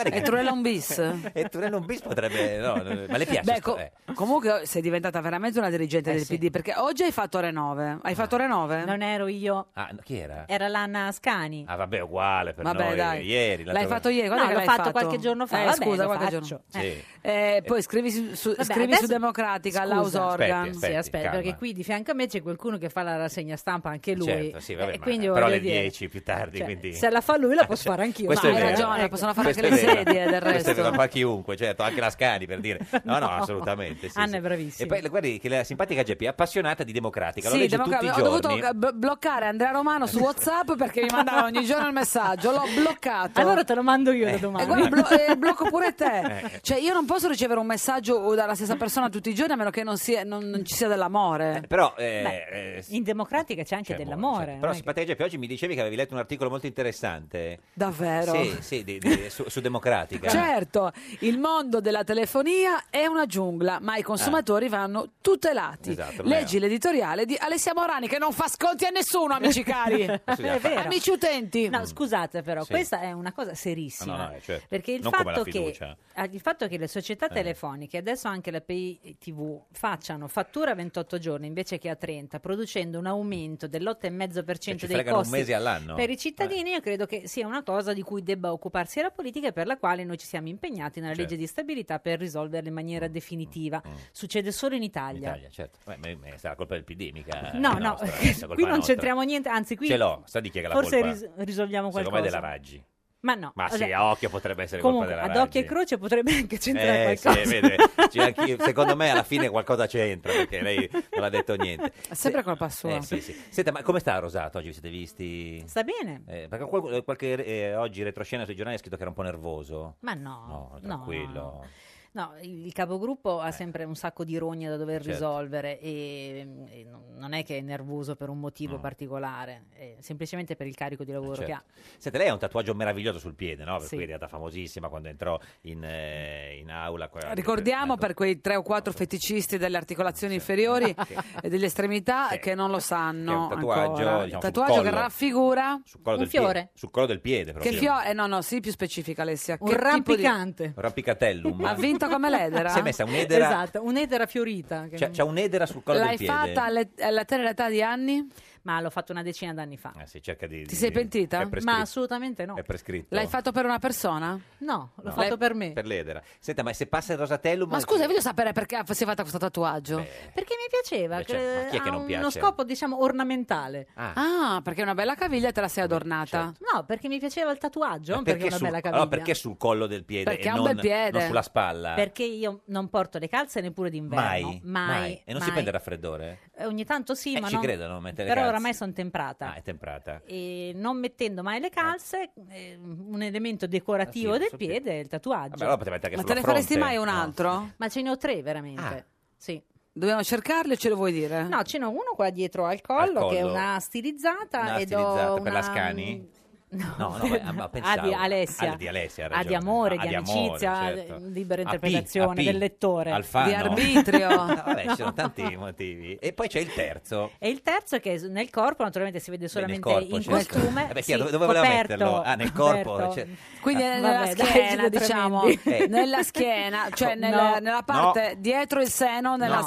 S1: E Truellon bis?
S2: E Torellum bis Eh, potrebbe... No, no, ma le piace?
S1: Beh,
S2: sto-
S1: co-
S2: eh.
S1: comunque sei diventata veramente una dirigente del PD perché oggi hai fatto ore 9. Hai fatto ore 9?
S17: Eh, Non ero io,
S2: Ah, no, chi era?
S17: era l'Anna Scani.
S2: Ah, vabbè, uguale per
S1: Vabbè,
S2: noi.
S1: dai.
S2: Ieri. l'altro-
S1: L'hai fatto ieri? Quando
S17: No,
S1: è che
S17: l'ho
S1: l'hai
S17: fatto qualche giorno fa.
S1: Eh,
S17: Vabbè,
S1: scusa,
S17: lo
S1: qualche
S17: faccio.
S1: giorno.
S2: Sì.
S1: Eh, poi scrivi su, su-
S17: Vabbè,
S1: scrivi su
S17: adesso-
S1: Democratica,
S17: Scusa.
S1: Laus Organ.
S2: Aspetti, aspetti,
S17: sì, aspetta,
S2: calma.
S17: perché qui di fianco a me c'è qualcuno che fa la rassegna stampa, anche lui.
S2: Certo, sì, vabbè,
S17: E
S2: ma-
S17: quindi
S2: però
S17: voglio
S2: alle
S17: dire,
S2: 10 più tardi,
S17: cioè,
S2: quindi...
S17: Se la fa lui la posso fare anch'io.
S2: questo è
S17: Ma hai
S2: vero.
S17: ragione,
S1: Eh, possono fare
S2: Questo
S1: anche le
S2: è vero.
S1: sedie, del
S2: Questo è vero,
S1: resto.
S2: fa chiunque, certo, anche la Scani per dire. No, no, assolutamente. sì,
S17: Anna
S2: sì.
S17: è
S2: E
S17: bravissima.
S2: poi guardi che la simpatica Geppi è appassionata di democratica, lo
S1: Sì,
S2: legge
S1: Democra-
S2: tutti
S1: ho
S2: i giorni.
S1: dovuto eh, b- bloccare Andrea Romano su WhatsApp perché mi mandava ogni giorno il messaggio. L'ho bloccato.
S17: Allora te lo mando io da domani.
S1: E guarda, blo- eh, blocco pure
S2: Eh.
S1: te. Cioè, io non posso ricevere un messaggio dalla stessa persona tutti i giorni a meno che non, sia- non- non ci sia dell'amore.
S2: Però, eh, eh, Cioè, boh,
S17: In democratica c'è anche dell'amore.
S2: certo, però
S17: non è che-
S2: simpatica Geppi, oggi mi dicevi che avevi letto un articolo molto interessante.
S1: Davvero?
S2: Sì, sì, di- di- su, su Democratica.
S17: Cioè,
S1: Certo, il mondo della telefonia è una giungla, ma i consumatori vanno tutelati.
S2: Eh. Esatto, ma-
S1: Leggi l'editoriale di Alessia Morani che non fa sconti a nessuno, amici cari.
S17: Questo bisogna È fare. vero.
S1: Amici utenti.
S17: No, scusate però,
S1: Sì.
S17: questa è una cosa serissima.
S2: Mm. No, no, no, certo.
S17: Perché il
S2: Non come
S17: fatto,
S2: la
S17: che,
S2: fiducia.
S17: eh, il fatto che le società telefoniche, adesso anche le PI TV, facciano fattura a 28 giorni invece che a 30, producendo un aumento
S2: Cioè,
S17: dell'8,5%
S2: ci
S17: dei
S2: fregano un
S17: costi
S2: mese all'anno. Eh.
S17: per i cittadini, io credo che sia una cosa di cui debba occuparsi la politica e per la quale noi ci siamo impegnati nella
S2: Certo. Mm,
S17: legge di stabilità per risolverla in maniera definitiva. Succede solo in Italia.
S2: Italia, certo. Beh, ma- ma sarà colpa del PD, mica.
S17: No, no,
S2: nostra, eh, sarà colpa
S17: qui non
S2: nostra.
S17: c'entriamo niente, anzi qui
S2: Ce l'ho, sa di chi è che la
S17: forse
S2: colpa?
S17: ris- risolviamo
S2: Secondo
S17: qualcosa.
S2: me è della Raggi.
S17: Ma no. cioè,
S2: Ma sì,
S17: vabbè.
S2: a occhio potrebbe essere
S17: Comunque,
S2: colpa della
S17: ad
S2: Raggi.
S17: occhio e croce potrebbe anche c'entrare
S2: Eh, sì,
S17: qualcosa.
S2: vede, c'è anche- secondo me alla fine qualcosa c'entra perché lei non ha detto niente.
S1: È sempre colpa sua.
S2: Eh, sì, sì. Senta, ma come sta Rosato oggi? Vi siete visti?
S17: Sta bene.
S2: Eh, perché qual- qualche eh, oggi retroscena sui giornali ha scritto che era un po' nervoso.
S17: Ma no,
S2: No,
S17: no.
S2: tranquillo.
S17: No, il il capogruppo
S2: Eh.
S17: ha sempre un sacco di rogne da dover
S9: Certo.
S17: risolvere e, e non- non è che è nervoso per un motivo particolare, è semplicemente per il carico di lavoro che ha.
S2: Certo. Senta, lei ha un tataggio meraviglioso sul piede, no? Per
S17: Sì.
S2: cui è diventata famosissima quando entrò in, eh, in aula. qua-
S1: Ricordiamo
S2: Esatto.
S1: per quei tre o quattro feticisti delle articolazioni inferiori e delle estremità che non lo
S2: Che è
S1: sanno
S2: un tatuaggio,
S1: ancora.
S2: diciamo,
S1: tatuaggio
S2: sul
S1: che
S2: collo.
S1: raffigura
S2: sul collo del Piede, sul collo del piede,
S1: Che
S2: proprio.
S1: fiore? Eh, no, no, sì, più specifica Alessia.
S17: Un
S1: Che tipo di-
S17: rampicante.
S2: Un Rampicatellum.
S1: Ha vinto come l'edera?
S2: Si è messa un'edera.
S17: Esatto, un'edera fiorita. che-
S2: C'è, c'è un'edera sul collo Cioè,
S1: L'hai
S2: del piede.
S1: fatta alle- alla tenera età di anni?
S17: Ma l'ho fatto una decina d'anni fa.
S2: Eh, si cerca di,
S1: Ti sei pentita?
S2: È prescritto.
S17: Ma assolutamente no.
S2: È prescritto.
S1: L'hai fatto per una persona?
S17: No, l'ho
S2: No.
S17: fatto
S2: Lei-
S17: per me.
S2: Per l'edera. Senta, ma se passa il Rosatellum.
S1: Ma scusa, voglio sapere perché si è fatta questo tatuaggio.
S17: Perché mi piaceva,
S2: Beh, certo, ma chi è
S17: ha
S2: che non
S17: uno
S2: piace?
S17: scopo diciamo ornamentale.
S1: Ah, perché è una bella caviglia e te la sei adornata.
S17: No, perché mi piaceva il tatuaggio, non perché,
S2: perché,
S17: è una
S2: sul,
S17: bella caviglia.
S2: allora, perché sul collo del piede
S17: Perché
S2: e
S17: ha un
S2: non,
S17: bel piede.
S2: non sulla spalla?
S17: Perché io non porto le calze neppure d'inverno.
S2: mai,
S17: Mai.
S2: E non si
S17: mai.
S2: prende il raffreddore?
S17: Eh, Ogni tanto sì,
S2: Eh,
S17: ma
S2: ci
S17: non...
S2: credo, non mette le
S17: Però
S2: calze.
S17: oramai Eh, sono temprata.
S2: Ah, è temprata.
S17: E non mettendo mai le calze, eh, un elemento decorativo
S2: Ah, sì,
S17: del
S2: sul
S17: piede è il tatuaggio.
S2: Vabbè, allora poteva mettere anche
S1: Ma te
S2: sulla
S1: ne faresti
S2: fronte,
S1: mai un
S2: no? Ah.
S1: altro?
S17: Ma ce ne ho tre veramente. Sì.
S1: Dobbiamo cercarli o ce lo vuoi dire?
S17: No, ce n'ho uno qua dietro al collo,
S1: collo.
S17: che è una stilizzata
S2: Una
S17: ed
S2: stilizzata
S17: ho
S2: per
S17: una...
S2: la Scani? No, no, ma- ma, pensavo.
S17: di Alessia.
S2: Ah, di Alessia, ha
S17: Ah, di
S2: ragione.
S17: amore,
S2: Ah,
S17: di amicizia,
S2: certo.
S17: di libera
S2: A P,
S17: interpretazione
S2: a P,
S17: del lettore.
S2: Alfano.
S17: Di arbitrio.
S2: No, vabbè, ci sono tanti motivi. E poi c'è il terzo.
S17: E il terzo è che nel corpo, naturalmente si vede
S2: Beh, nel
S17: solamente
S2: corpo,
S17: in
S2: certo.
S17: costume.
S2: Eh beh, sì,
S17: sì,
S2: dove, dove voleva
S17: coperto,
S2: metterlo? Ah, nel corpo.
S17: coperto.
S2: cioè-
S1: Quindi
S2: Ah,
S1: nella
S17: Vabbè, dai,
S1: schiena,
S17: siete
S1: diciamo,
S17: tremendi. Eh.
S1: nella schiena, cioè
S17: No.
S1: nella, nella parte
S17: No.
S1: dietro il seno, nella
S17: No.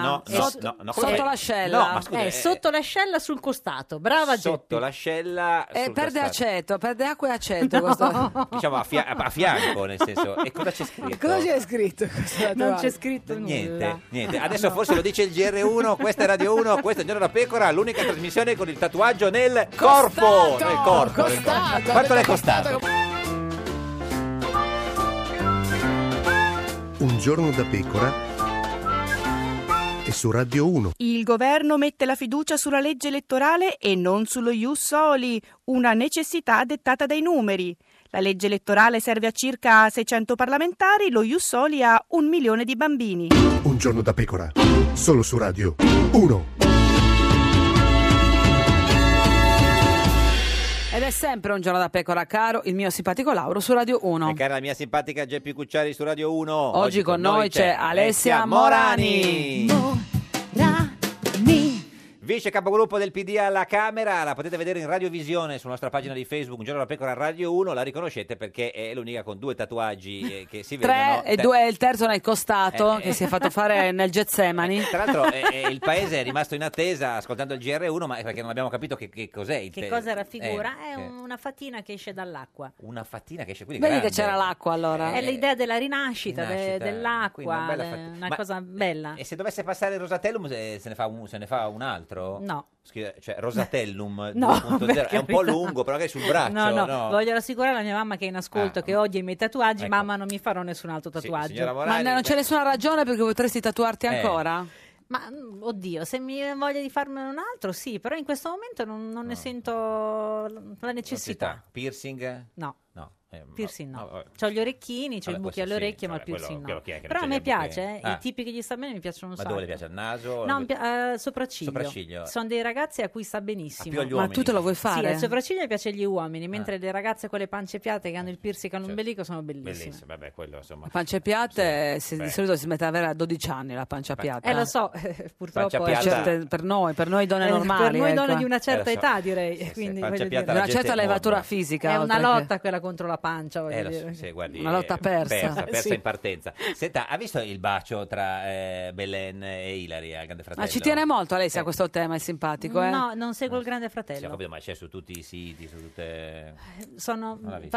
S2: No, no, no,
S1: sotto,
S2: no, no,
S1: sotto
S2: come-
S1: l'ascella.
S2: No, ma scusa,
S17: Eh,
S2: eh,
S17: sotto l'ascella sul costato. Brava Geppi.
S2: sotto l'ascella
S17: Eh,
S1: E
S2: sul
S1: Eh, perde
S2: versato.
S1: aceto, perde acqua e aceto. questo-
S2: diciamo a, fia- a fianco nel senso e cosa c'è scritto?
S1: Cosa c'è scritto? questo
S17: Non
S1: tatuaggio?
S17: c'è scritto nulla.
S2: Niente, niente. Adesso forse lo dice il GR1, questa è Radio 1, questa è Giorno da Pecora, l'unica trasmissione con il tatuaggio nel corpo. Nel corpo. nel corpo.
S4: costato,
S2: Quanto le è
S4: avete
S2: costato?
S13: Un giorno da pecora e su Radio 1.
S14: Il governo mette la fiducia sulla legge elettorale e non sullo Ius Soli, una necessità dettata dai numeri. La legge elettorale serve a circa 600 parlamentari, lo Ius Soli ha un milione di bambini.
S13: Un giorno da pecora. Solo su Radio 1.
S1: Ed è sempre un giorno da pecora, caro il mio simpatico Lauro su Radio 1.
S2: E cara la mia simpatica Geppi Cucciari su Radio 1. Oggi,
S1: con noi c'è Alessia Morani.
S2: Vice capogruppo del PD alla Camera, la potete vedere in radiovisione sulla nostra pagina di Facebook, Un giorno la pecora Radio 1, la riconoscete perché è l'unica con due tatuaggi eh, che si vedono.
S1: Tre e
S2: Te-
S1: due, il terzo nel costato
S2: Eh, eh.
S1: che si è fatto fare nel Getsemani.
S2: Tra l'altro eh, eh, il paese è rimasto in attesa ascoltando il GR1, ma è perché non abbiamo capito che, che cos'è il
S17: Che
S2: te-
S17: cosa raffigura?
S2: eh,
S17: è
S2: eh,
S17: una fatina che esce dall'acqua.
S2: una fattina che esce quindi
S1: Vedi che
S2: grande.
S1: c'era l'acqua allora.
S17: È l'idea della rinascita, de-
S2: Eh, Rinascita, quindi
S17: dell'acqua,
S2: una
S17: de- una,
S2: bella fatica. Ma- eh,
S17: cosa bella.
S2: E se dovesse passare il Rosatellum se, se ne, fa un, se ne fa un altro?
S17: No.
S2: Scrive- cioè Rosatellum
S17: No,
S2: 2.0 è un po'
S17: per carità.
S2: lungo, però magari sul braccio.
S17: no, no,
S2: no? Ah, ecco.
S17: voglio rassicurare la mia mamma che è in ascolto, che odia i miei tatuaggi. Mamma, non mi farò nessun altro tatuaggio.
S2: signora
S1: Ma non c'è nessuna ragione perché potresti tatuarti
S2: Eh.
S1: ancora?
S17: Ma mm, oddio, se mi viene voglia di farmene un altro, sì, però in questo momento non, non ne sento l- la necessità.
S2: Necessità. Piercing?
S17: No.
S2: No. eh, ma-
S17: Piercing no.
S2: vabbè.
S17: C'ho gli orecchini, c'ho
S2: Vabbè,
S17: i buchi
S2: questo
S17: alle
S2: sì,
S17: orecchie, ma il
S2: vabbè, quello-
S17: piercing
S2: quello
S17: no.
S2: chi è che non
S17: Però a
S2: c'ha
S17: me
S2: gli buchi?
S17: piace, eh,
S2: Ah.
S17: i tipi che gli sta bene mi piacciono un
S2: Ma
S17: sacco.
S2: dove le piace? Al naso? Ah,
S17: No, mi pia- eh, sopracciglio.
S2: Sopracciglio. Ah,
S17: Sono dei ragazzi a cui sta benissimo.
S2: più agli uomini. Ah. Ma tu te
S1: lo vuoi
S17: Sì,
S1: fare?
S17: al sopracciglio piace agli uomini, mentre le ragazze con le pance piatte che hanno il piercing all'ombelico sono bellissime.
S2: Bellissimo, vabbè, quello insomma.
S1: Pancia piatte, eh, si-
S2: beh.
S1: di solito si mette ad avere a 12 anni la pancia piatta.
S17: Eh, lo so, purtroppo
S1: Per,
S17: è-
S1: eh, certe- per noi, per noi donne
S17: Eh,
S1: normali.
S17: per noi donne
S1: ecco.
S17: di
S2: Eh,
S17: una certa età, direi. quindi,
S2: pancia
S17: voglio
S2: piatta
S17: dire.
S2: la Una gente certa è levatura morta.
S1: fisica,
S17: È una
S1: oltre
S17: lotta quella contro la pancia, voglio
S2: Eh, lo so,
S17: dire.
S2: sì, guardi,
S1: Una lotta
S2: eh,
S1: persa.
S2: persa, persa
S1: Sì.
S2: in partenza. Senta, ha visto il bacio tra eh, Belen e Ilari al Grande Fratello? Eh,
S1: Ma ci tiene molto Alessia a questo tema, è simpatico. Eh?
S17: No, non seguo il Grande
S2: Sì, ho
S17: Fratello.
S2: capito, ma c'è su tutti i siti, su tutte...
S17: Sono,
S2: Non l'ha visto. Non ne ha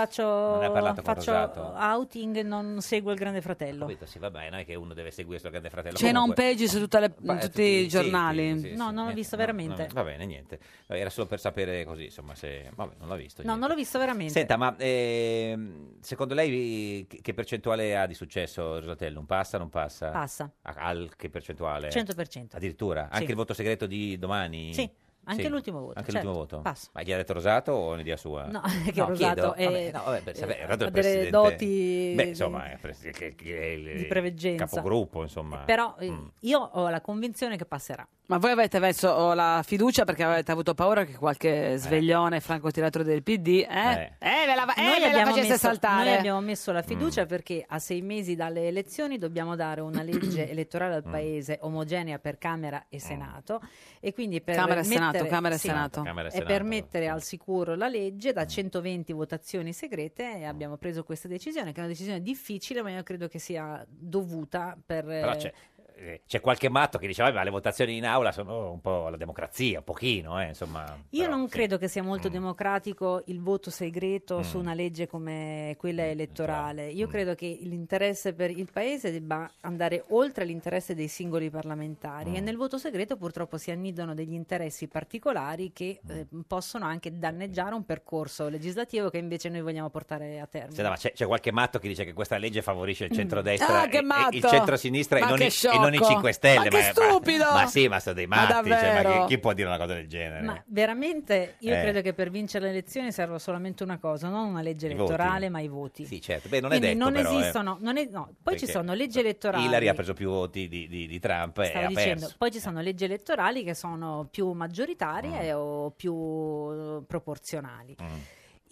S17: faccio
S2: parlato con
S17: faccio
S2: Rosato.
S17: outing, non seguo il Grande Fratello.
S2: Capito, sì, vabbè, non è che uno deve seguire sto Grande Fratello.
S17: Cioè,
S1: C'è in home
S2: Comunque-
S1: page su tutte le-
S2: Pa-
S1: tutti i
S2: siti,
S1: giornali.
S2: sì, sì,
S17: No,
S2: sì,
S17: non l'ho
S2: eh,
S17: visto
S2: no,
S17: veramente.
S2: no, va bene, niente. Era solo per sapere così, insomma, se... Vabbè, non l'ha visto.
S17: No,
S2: niente.
S17: non l'ho visto veramente.
S2: Senta, ma ehm, secondo lei che che percentuale ha di successo Rosatellum? Passa o non passa?
S17: Passa.
S2: A- Al che percentuale?
S17: 100%.
S2: Addirittura? Anche
S17: Sì.
S2: il voto segreto di domani?
S17: Sì. Anche
S2: Sì,
S17: l'ultimo voto.
S2: Anche
S17: certo.
S2: l'ultimo voto?
S17: Passo.
S2: Ma gli ha detto Rosato o un'idea sua?
S17: No, che
S2: chiedo.
S17: Rosato è-
S2: Vabbè, no, vabbè, per
S17: eh,
S2: sapere, Rosato è
S17: ha delle
S2: il presidente-
S17: doti
S2: Beh, insomma, è pres- che- che è il-
S17: di preveggenza.
S2: Capogruppo, insomma. Mm.
S17: Però eh, io ho la convinzione che passerà.
S1: Ma voi avete messo oh, la fiducia perché avete avuto paura che
S2: Eh.
S1: qualche sveglione francotiratore del PD eh, eh, ve la, eh,
S17: Noi
S1: ve la
S17: abbiamo
S1: facesse
S17: messo-
S1: saltare.
S17: Noi abbiamo messo la
S1: Mm.
S17: fiducia perché a sei mesi dalle elezioni dobbiamo dare una legge elettorale
S1: Mm.
S17: al Paese omogenea per Camera e Senato e quindi per
S1: Camera e
S17: mettere,
S1: Senato, Camera e
S17: sì,
S1: Senato. Camera e
S17: e per
S1: Senato. Mm.
S17: mettere al sicuro la legge da 120 votazioni segrete e abbiamo preso questa decisione che è una decisione difficile ma io credo che sia dovuta per...
S2: Però c'è, eh, c'è qualche matto che dice, "Vabbè, ma le votazioni in aula sono un po' la democrazia, un pochino, eh, insomma.
S17: Io non credo che sia molto democratico il voto segreto
S2: Mm.
S17: su una legge come quella elettorale. Io credo che l'interesse per il Paese debba andare oltre l'interesse dei singoli parlamentari e
S2: Mm.
S17: nel voto segreto purtroppo si annidano degli interessi particolari che
S2: Mm.
S17: eh, possono anche danneggiare un percorso legislativo che invece noi vogliamo portare a termine.
S2: Senta, ma c'è, c'è qualche matto che dice che questa legge favorisce il centrodestra
S17: Ah, che
S2: e- e il
S17: matto!
S2: centrosinistra e
S17: Ma
S2: non,
S17: che
S2: i, e non i
S17: sciocco!
S2: 5 Stelle.
S17: Ma che stupido!
S2: Ma, sì, ma sono dei
S17: Ma
S2: matti. cioè, ma
S17: davvero?
S2: chi, chi può dire una cosa del genere?
S17: Ma veramente io
S2: Eh.
S17: credo che per vincere le elezioni serva solamente una cosa, non una legge
S2: I voti.
S17: elettorale, ma i voti.
S2: Sì, certo. Beh, non
S17: Quindi
S2: è detto
S17: non
S2: però, eh.
S17: esistono, non è- no. poi ci
S2: Perché
S17: sono leggi elettorali.
S2: Hillary ha preso più voti di, di- di Trump e
S17: Stavo
S2: ha
S17: dicendo,
S2: perso.
S17: poi ci sono leggi elettorali che sono più
S2: Mm.
S17: maggioritarie o più eh, proporzionali.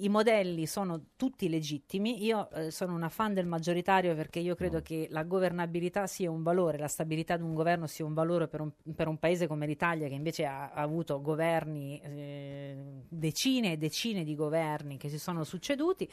S17: I modelli sono tutti legittimi. Io eh, sono una fan del maggioritario perché io
S2: Mm.
S17: credo che la governabilità sia un valore, la stabilità di un governo sia un valore per un, per un paese come l'Italia, che invece ha, ha avuto governi, eh, decine e decine di governi che si sono succeduti.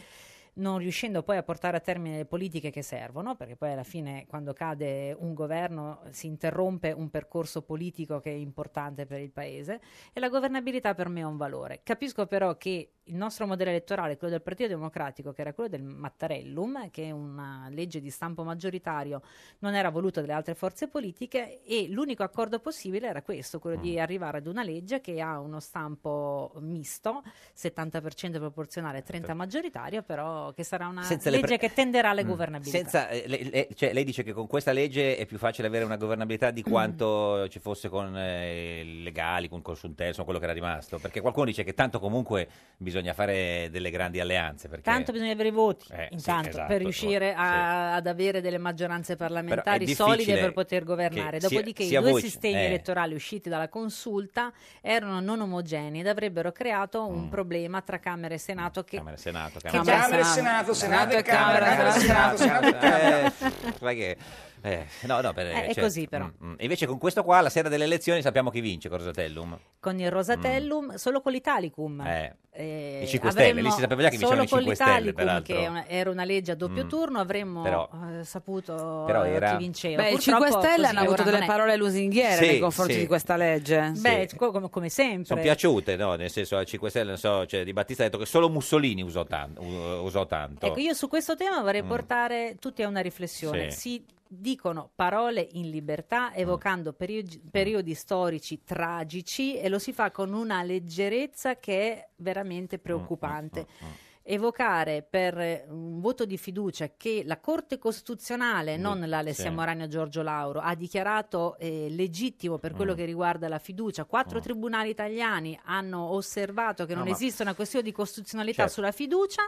S17: Non riuscendo poi a portare a termine le politiche che servono, perché poi alla fine, quando cade un governo, si interrompe un percorso politico che è importante per il paese e la governabilità per me è un valore. Capisco però che il nostro modello elettorale, quello del Partito Democratico, che era quello del Mattarellum, che è una legge di stampo maggioritario, non era voluto dalle altre forze politiche e l'unico accordo possibile era questo, quello
S2: Mm.
S17: di arrivare ad una legge che ha uno stampo misto, 70% proporzionale, 30% maggioritario, però che sarà una
S2: Certo. Senza le
S17: legge
S2: pre-
S17: che tenderà alla
S2: Mm.
S17: governabilità.
S2: Senza, eh, le- le- cioè, lei dice che con questa legge è più facile avere una governabilità di quanto ci fosse con eh, i legali, con Consultel, insomma quello che era rimasto. Perché qualcuno dice che tanto comunque bisogna fare delle grandi alleanze. Perché...
S17: Tanto bisogna avere i voti,
S2: Eh, sì,
S17: intanto,
S2: esatto,
S17: per riuscire a- ad avere delle maggioranze parlamentari
S2: difficile
S17: solide per poter governare.
S2: che sia-
S17: Dopodiché
S2: sia
S17: i due
S2: voi-
S17: sistemi
S2: eh.
S17: elettorali usciti dalla consulta erano non omogenei ed avrebbero creato un problema tra Camera e Senato che...
S2: Mm. Camera e Senato,
S17: Che
S2: Camera,
S17: già- Camera e Senato, Senato e Camera, Senato, Senato e Camera.
S2: Eh, sai che- eh, no, no, per-
S17: Eh, è
S2: certo.
S17: così, però.
S2: Mm, mm. Invece con questo qua, la sera delle elezioni, sappiamo chi vince con Rosatellum.
S17: con il Rosatellum, solo con l'Italicum.
S2: Mm. Eh.
S17: Eh,
S2: I 5 Stelle,
S17: avremmo-
S2: lì si sapeva già che
S17: solo eh,
S2: vincevano i
S17: con
S2: 5 Stelle,
S17: l'Italicum,
S2: peraltro.
S17: che è una- era una legge a doppio
S2: Mm.
S17: turno, avremmo
S2: Però-
S17: eh, saputo
S2: però
S17: eh,
S2: era-
S17: chi vinceva.
S1: Beh, i
S17: Purtroppo
S1: 5 Stelle
S17: così
S1: hanno
S17: ora
S1: avuto
S17: non
S1: delle
S17: è.
S1: parole lusinghiere
S2: Sì,
S1: nei confronti
S2: sì.
S1: di questa legge.
S17: Beh, co- come, come sempre.
S2: Sono piaciute, no? Nel senso, al 5 Stelle, non so, cioè, Di Battista ha detto che solo Mussolini usò, tan- u- usò tanto.
S17: Ecco, io su questo tema vorrei
S2: Mm.
S17: portare tutti a una riflessione.
S2: Sì.
S17: Si dicono parole in
S14: Mm.
S17: libertà evocando periodi, periodi storici tragici e lo si fa con una leggerezza che è veramente
S14: Mm,
S17: preoccupante. Evocare per eh, un voto di fiducia che la Corte Costituzionale, non l'Alessia
S14: Mm, sì.
S17: Moragno Giorgio Lauro, ha dichiarato eh, legittimo per quello
S14: Mm.
S17: che riguarda la fiducia, quattro tribunali italiani hanno osservato che
S14: No,
S17: non
S14: Ah, ma-
S17: esiste una questione di costituzionalità
S14: Certo.
S17: sulla fiducia,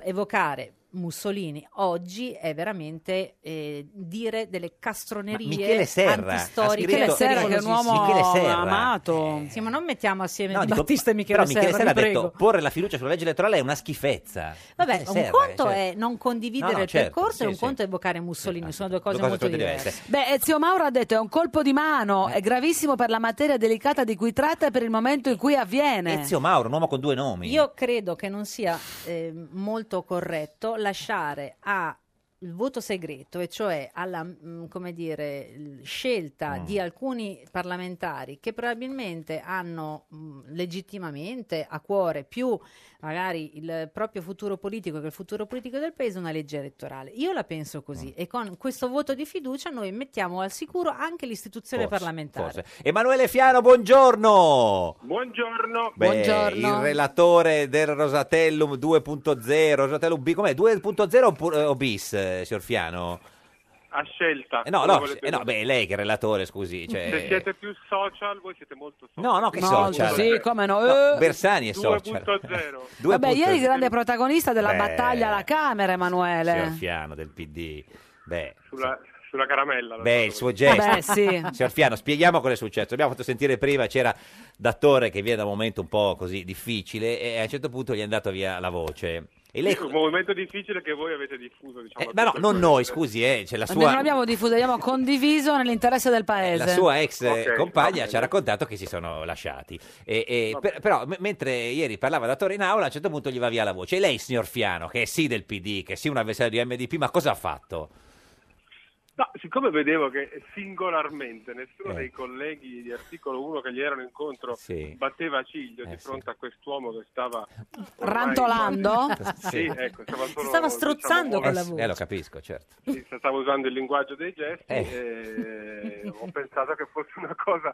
S17: evocare Mussolini oggi è veramente eh, dire delle castronerie
S2: Michele Serra ha
S17: antistoriche.
S2: scritto- Michele Serra, che è un uomo Michele Serra.
S17: amato. Sì, ma non mettiamo assieme
S2: No,
S17: Di
S2: dico-
S17: Battista e Michele,
S2: però Michele Serra
S17: Serra,
S2: ha
S17: vi prego.
S2: detto porre la fiducia sulla legge elettorale è una schifezza.
S17: Vabbè,
S2: Michele
S17: un
S2: Serra,
S17: conto
S2: cioè-
S17: è non condividere
S2: No, no,
S17: il
S2: certo,
S17: percorso e
S2: sì,
S17: un
S2: sì. ah,
S17: conto è evocare Mussolini, sono due cose,
S2: due cose
S17: molto
S2: proprio
S17: diverse.
S2: diverse. Eh.
S1: Beh, Ezio Mauro ha detto è un colpo di mano, è gravissimo per la materia delicata di cui tratta e per il momento in cui avviene.
S2: Ezio Mauro, un uomo con due nomi.
S17: Io credo che non sia eh, molto corretto lasciare a il voto segreto, e cioè alla mm, come dire, l-
S2: Mm.
S17: scelta di alcuni parlamentari che probabilmente hanno mm, legittimamente a cuore più magari il proprio futuro politico che il futuro politico del paese una legge elettorale. Io la penso così
S2: Mm.
S17: e con questo voto di fiducia noi mettiamo al sicuro anche l'istituzione
S2: Forse,
S17: parlamentare.
S2: forse. Emanuele Fiano, buongiorno.
S9: Buongiorno.
S2: Beh,
S17: Buongiorno.
S2: Il relatore del Rosatellum 2.0, Rosatellum B, com'è? 2.0 oppure- o bis, eh, signor Fiano?
S18: a scelta.
S2: Eh, no,
S18: Ah, come
S2: no,
S18: volete
S2: eh, no,
S18: voi.
S2: beh, lei che è relatore, scusi. Cioè...
S18: Se siete più social, voi siete molto social.
S2: No, no, che
S1: No,
S2: social?
S1: sì, come no, eh.
S2: Bersani è social.
S18: 2.0.
S1: Vabbè, ieri grande eh. protagonista della
S2: Beh,
S1: battaglia alla Camera,
S2: Signor
S1: Emanuele.
S2: Fiano del PD. Beh,
S18: Sulla, sulla caramella. lo
S2: Beh,
S18: so.
S2: il suo gesto.
S1: Vabbè, sì.
S2: Signor Fiano, spieghiamo cosa è successo. Abbiamo fatto sentire prima, c'era Dattore che viene da un momento un po' così difficile e a un certo punto gli è andata via la voce. E lei...
S18: Sì, un movimento difficile che voi avete diffuso, diciamo.
S2: Eh, ma no, non noi, scusi, eh, c'è la
S1: Non
S2: sua...
S1: abbiamo diffuso, abbiamo condiviso nell'interesse del paese.
S2: La sua ex eh,
S1: Ok,
S2: compagna ci ha raccontato che si sono lasciati. E- e
S1: Va
S2: per- però, m- mentre ieri parlava da Torre in aula, a un certo punto gli va via la voce. E lei, signor Fiano, che è sì del PD, che è sì un avversario di MDP, ma cosa ha fatto?
S18: No, siccome vedevo che singolarmente nessuno dei colleghi di articolo 1 che gli erano incontro
S2: Eh. Sì.
S18: batteva ciglio
S2: Eh,
S18: di
S2: sì.
S18: fronte a quest'uomo che stava ormai-
S1: Rantolando?
S18: Sì, ecco, stava
S1: Si
S18: solo,
S1: stava
S18: diciamo,
S1: strozzando con la voce.
S2: Eh, lo capisco, certo.
S18: Sì, stavo usando il linguaggio dei gesti
S2: Eh.
S18: e ho pensato che fosse una cosa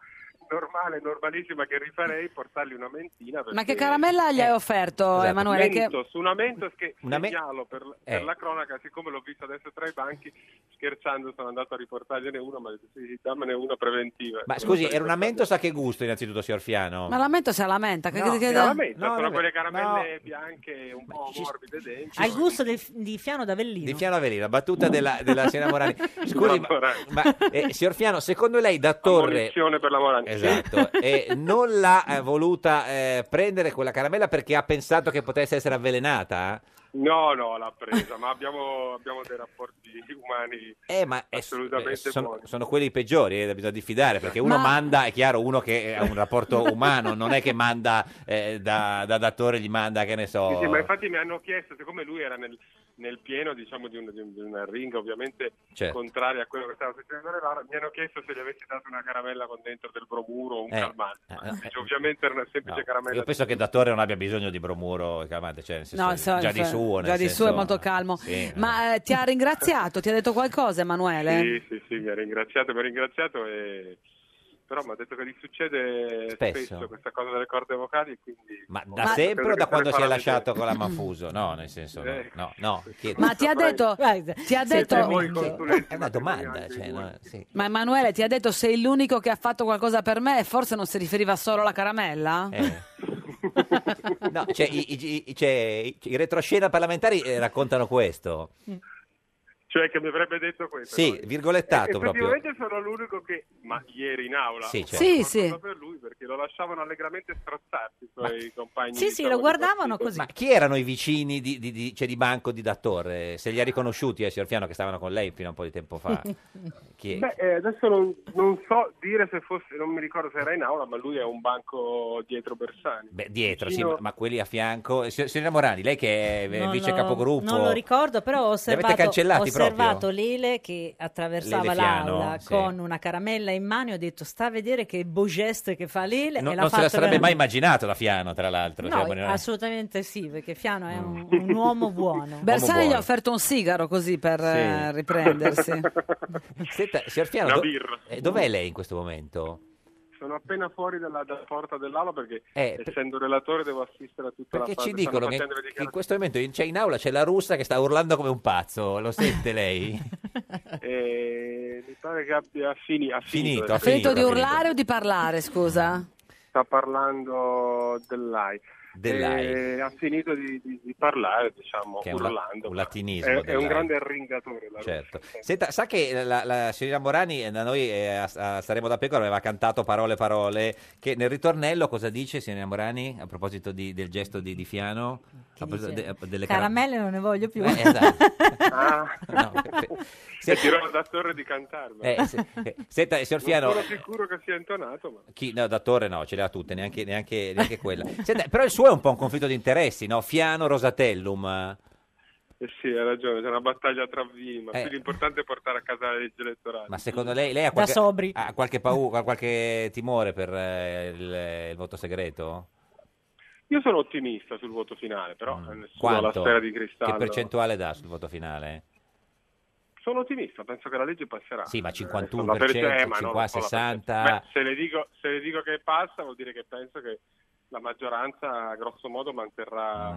S18: normale, normalissima che rifarei, portargli una mentina.
S1: Ma che
S18: perché-
S1: caramella gli
S2: Eh,
S1: hai offerto,
S18: Esatto.
S1: Emanuele? Che...
S18: Mentos, una Mentos che
S2: Una me-
S18: segnalo per,
S2: Eh.
S18: per la cronaca, siccome l'ho visto adesso tra i banchi, scherzando sono andato a riportargliene una, ma ho detto, sì, dammene una preventiva.
S2: Ma scusi, era una mentosa che gusto, innanzitutto, signor Fiano?
S1: Ma la menta se lamenta. Che,
S18: No,
S1: che-
S18: era la Mentos,
S2: No,
S18: sono
S2: vabbè,
S18: quelle caramelle bianche un po' morbide dentro.
S17: Al gusto del- di Fiano d'Avellino.
S2: Di Fiano Avellino, la battuta della, della signora Morani. Scusi, ma, ma, eh, signor Fiano, secondo lei da Torre
S18: Ammonizione per la Morani.
S2: esatto, eh, non l'ha eh, voluta eh, prendere quella caramella perché ha pensato che potesse essere avvelenata?
S18: No, no, l'ha presa, ma abbiamo, abbiamo dei rapporti umani
S2: Eh, ma è-
S18: assolutamente
S2: eh, sono,
S18: buoni.
S2: sono quelli peggiori, eh, bisogna diffidare perché uno
S18: Ma-
S2: manda, è chiaro, uno che ha un rapporto umano, non è che manda eh, da, da datore, gli manda che ne so.
S18: Sì, sì, ma infatti mi hanno chiesto, siccome lui era nel, nel pieno diciamo, di, un- di un- di una ringa ovviamente
S2: Certo.
S18: contraria a quello che stava succedendo a Novara, mi hanno chiesto se gli avessi dato una caramella con dentro del bromuro o un
S2: Eh,
S18: calmante.
S2: eh,
S18: Ma
S2: no,
S18: dice, ovviamente era una semplice caramella.
S2: Io penso che Dattore non abbia bisogno di bromuro e calmante, cioè, nel senso,
S1: No, so-
S2: già di suo. nel
S1: già di suo è
S2: senso-
S1: molto calmo.
S2: Sì,
S1: Ma eh, ti ha ringraziato? Ti ha detto qualcosa, Emanuele?
S18: Sì, sì, sì, mi ha ringraziato, mi ha ringraziato e... Però mi ha detto che gli succede
S2: Spesso.
S18: spesso, questa cosa delle corde vocali, quindi...
S2: Ma da
S18: Ma-
S2: sempre o
S18: credo
S2: da
S18: che
S2: quando
S18: se
S2: si
S18: ne
S2: è
S18: farà
S2: lasciato con la Manfuso? No, nel senso, no,
S18: Eh.
S2: no, no, chiedo.
S1: Ma ti ha detto, ti ha detto-
S2: È una domanda, cioè, no, sì.
S1: ma Emanuele ti ha detto sei l'unico che ha fatto qualcosa per me e forse non si riferiva solo alla caramella?
S2: Eh. No, cioè, i, i- i- cioè, i- i retroscena parlamentari eh, raccontano questo.
S18: Cioè che mi avrebbe detto questo.
S2: Sì, virgolettato proprio.
S18: Eh, Effettivamente sono l'unico che, ma ieri in aula,
S2: Sì,
S18: ho
S2: certo.
S18: fatto
S2: Sì, sì.
S18: qualcosa per lui perché lo lasciavano allegramente strozzarsi i suoi compagni.
S17: Sì, sì,
S18: diciamo,
S17: lo
S18: di
S17: guardavano
S18: partito.
S17: così.
S2: Ma eh, chi erano i vicini di, di, di- cioè, di banco di Dattore? Se li ha riconosciuti, eh, signor Fiano, che stavano con lei fino a un po' di tempo fa. Chi è?
S18: Beh, eh, adesso non, non so dire se fosse, non mi ricordo se era in aula, ma lui è un banco dietro Bersani.
S2: Beh, dietro, sì,
S18: vicino-
S2: ma, ma quelli a fianco. Eh, sig- Signorina Morani, lei che è eh,
S17: Non
S2: vice
S17: lo-
S2: capogruppo.
S17: Non lo ricordo, però ho osservato,
S2: cancellati
S17: ho osservato
S2: proprio?
S17: Lele che attraversava
S2: Lele Fiano,
S17: l'aula
S2: sì.
S17: con una caramella in mano e ho detto sta a vedere che beau gesto che fa Lele.
S2: Non,
S17: e l'ha
S2: non se la
S17: fatto
S2: sarebbe mai
S17: veramente-
S2: immaginato cioè, Mm. da Fiano, tra l'altro.
S17: No,
S2: signora Morani.
S17: assolutamente sì, perché Fiano è un, un uomo buono.
S2: Uomo
S1: Bersani gli
S2: buono.
S1: ha offerto un sigaro così per eh, riprendersi.
S2: Senta, eh, signor Fiano,
S18: Una
S2: do-
S18: birra.
S2: eh, dov'è lei in questo momento?
S18: Sono appena fuori dalla, dalla porta dell'aula perché,
S2: Eh, per-
S18: essendo relatore, devo assistere a tutta
S2: Perché
S18: la fase.
S2: ci dicono
S18: stanno
S2: che,
S18: facendo le
S2: che in questo momento in, c'è in aula c'è la russa che sta urlando come un pazzo. Lo sente lei?
S18: Eh, mi pare che abbia fini- ha finito.
S2: Finito, ha
S18: eh.
S1: Ha finito di urlare o di parlare, scusa?
S18: Sta parlando dell'AI.
S2: Dell'AI.
S18: Eh, ha finito di, di- di parlare, diciamo,
S2: Che è un la-
S18: urlando.
S2: un latinismo
S18: È, è
S2: dell'AI.
S18: un grande arringatore. la
S2: Certo.
S18: Russia.
S2: Senta, sa che la, la signorina Morani eh, da noi eh, a, a Saremo da Pecora aveva cantato parole parole che nel ritornello cosa dice signorina Morani a proposito di- del gesto di, di Fiano? A proposito
S17: dice?
S2: de- delle caram-
S17: Caramelle non ne voglio più.
S2: Eh, esatto.
S18: Ah.
S2: No, per-
S18: E
S2: senta-
S18: dirò al dattore di cantarlo.
S2: eh, se- eh, senta, signor Fiano,
S18: Non sono sicuro che sia intonato, ma...
S2: Chi, no, Dattore no, ce le ha tutte, neanche, neanche, neanche quella. Senta, però il suo è un po' un conflitto di interessi, no? Fiano Rosatellum.
S18: Eh sì, hai ragione, c'è una battaglia tra vini, ma
S2: Eh.
S18: più l'importante è portare a casa la legge elettorale.
S2: Ma secondo lei, lei ha qualche, ha qualche paura, qualche timore per eh, il, il voto segreto?
S18: Io sono ottimista sul voto finale, però eh, nessuno ha la
S2: Mm. Quanto?
S18: sfera di
S2: Che
S18: cristallo.
S2: percentuale dà sul voto finale?
S18: Sono ottimista, penso che la legge passerà.
S2: Sì, ma
S18: Eh,
S2: 51%,
S18: la percentuale- eh, ma
S2: 50,
S18: no, non so la percentuale.
S2: 60.
S18: Beh, se, le dico, se le dico che passa vuol dire che penso che la maggioranza, grosso modo, manterrà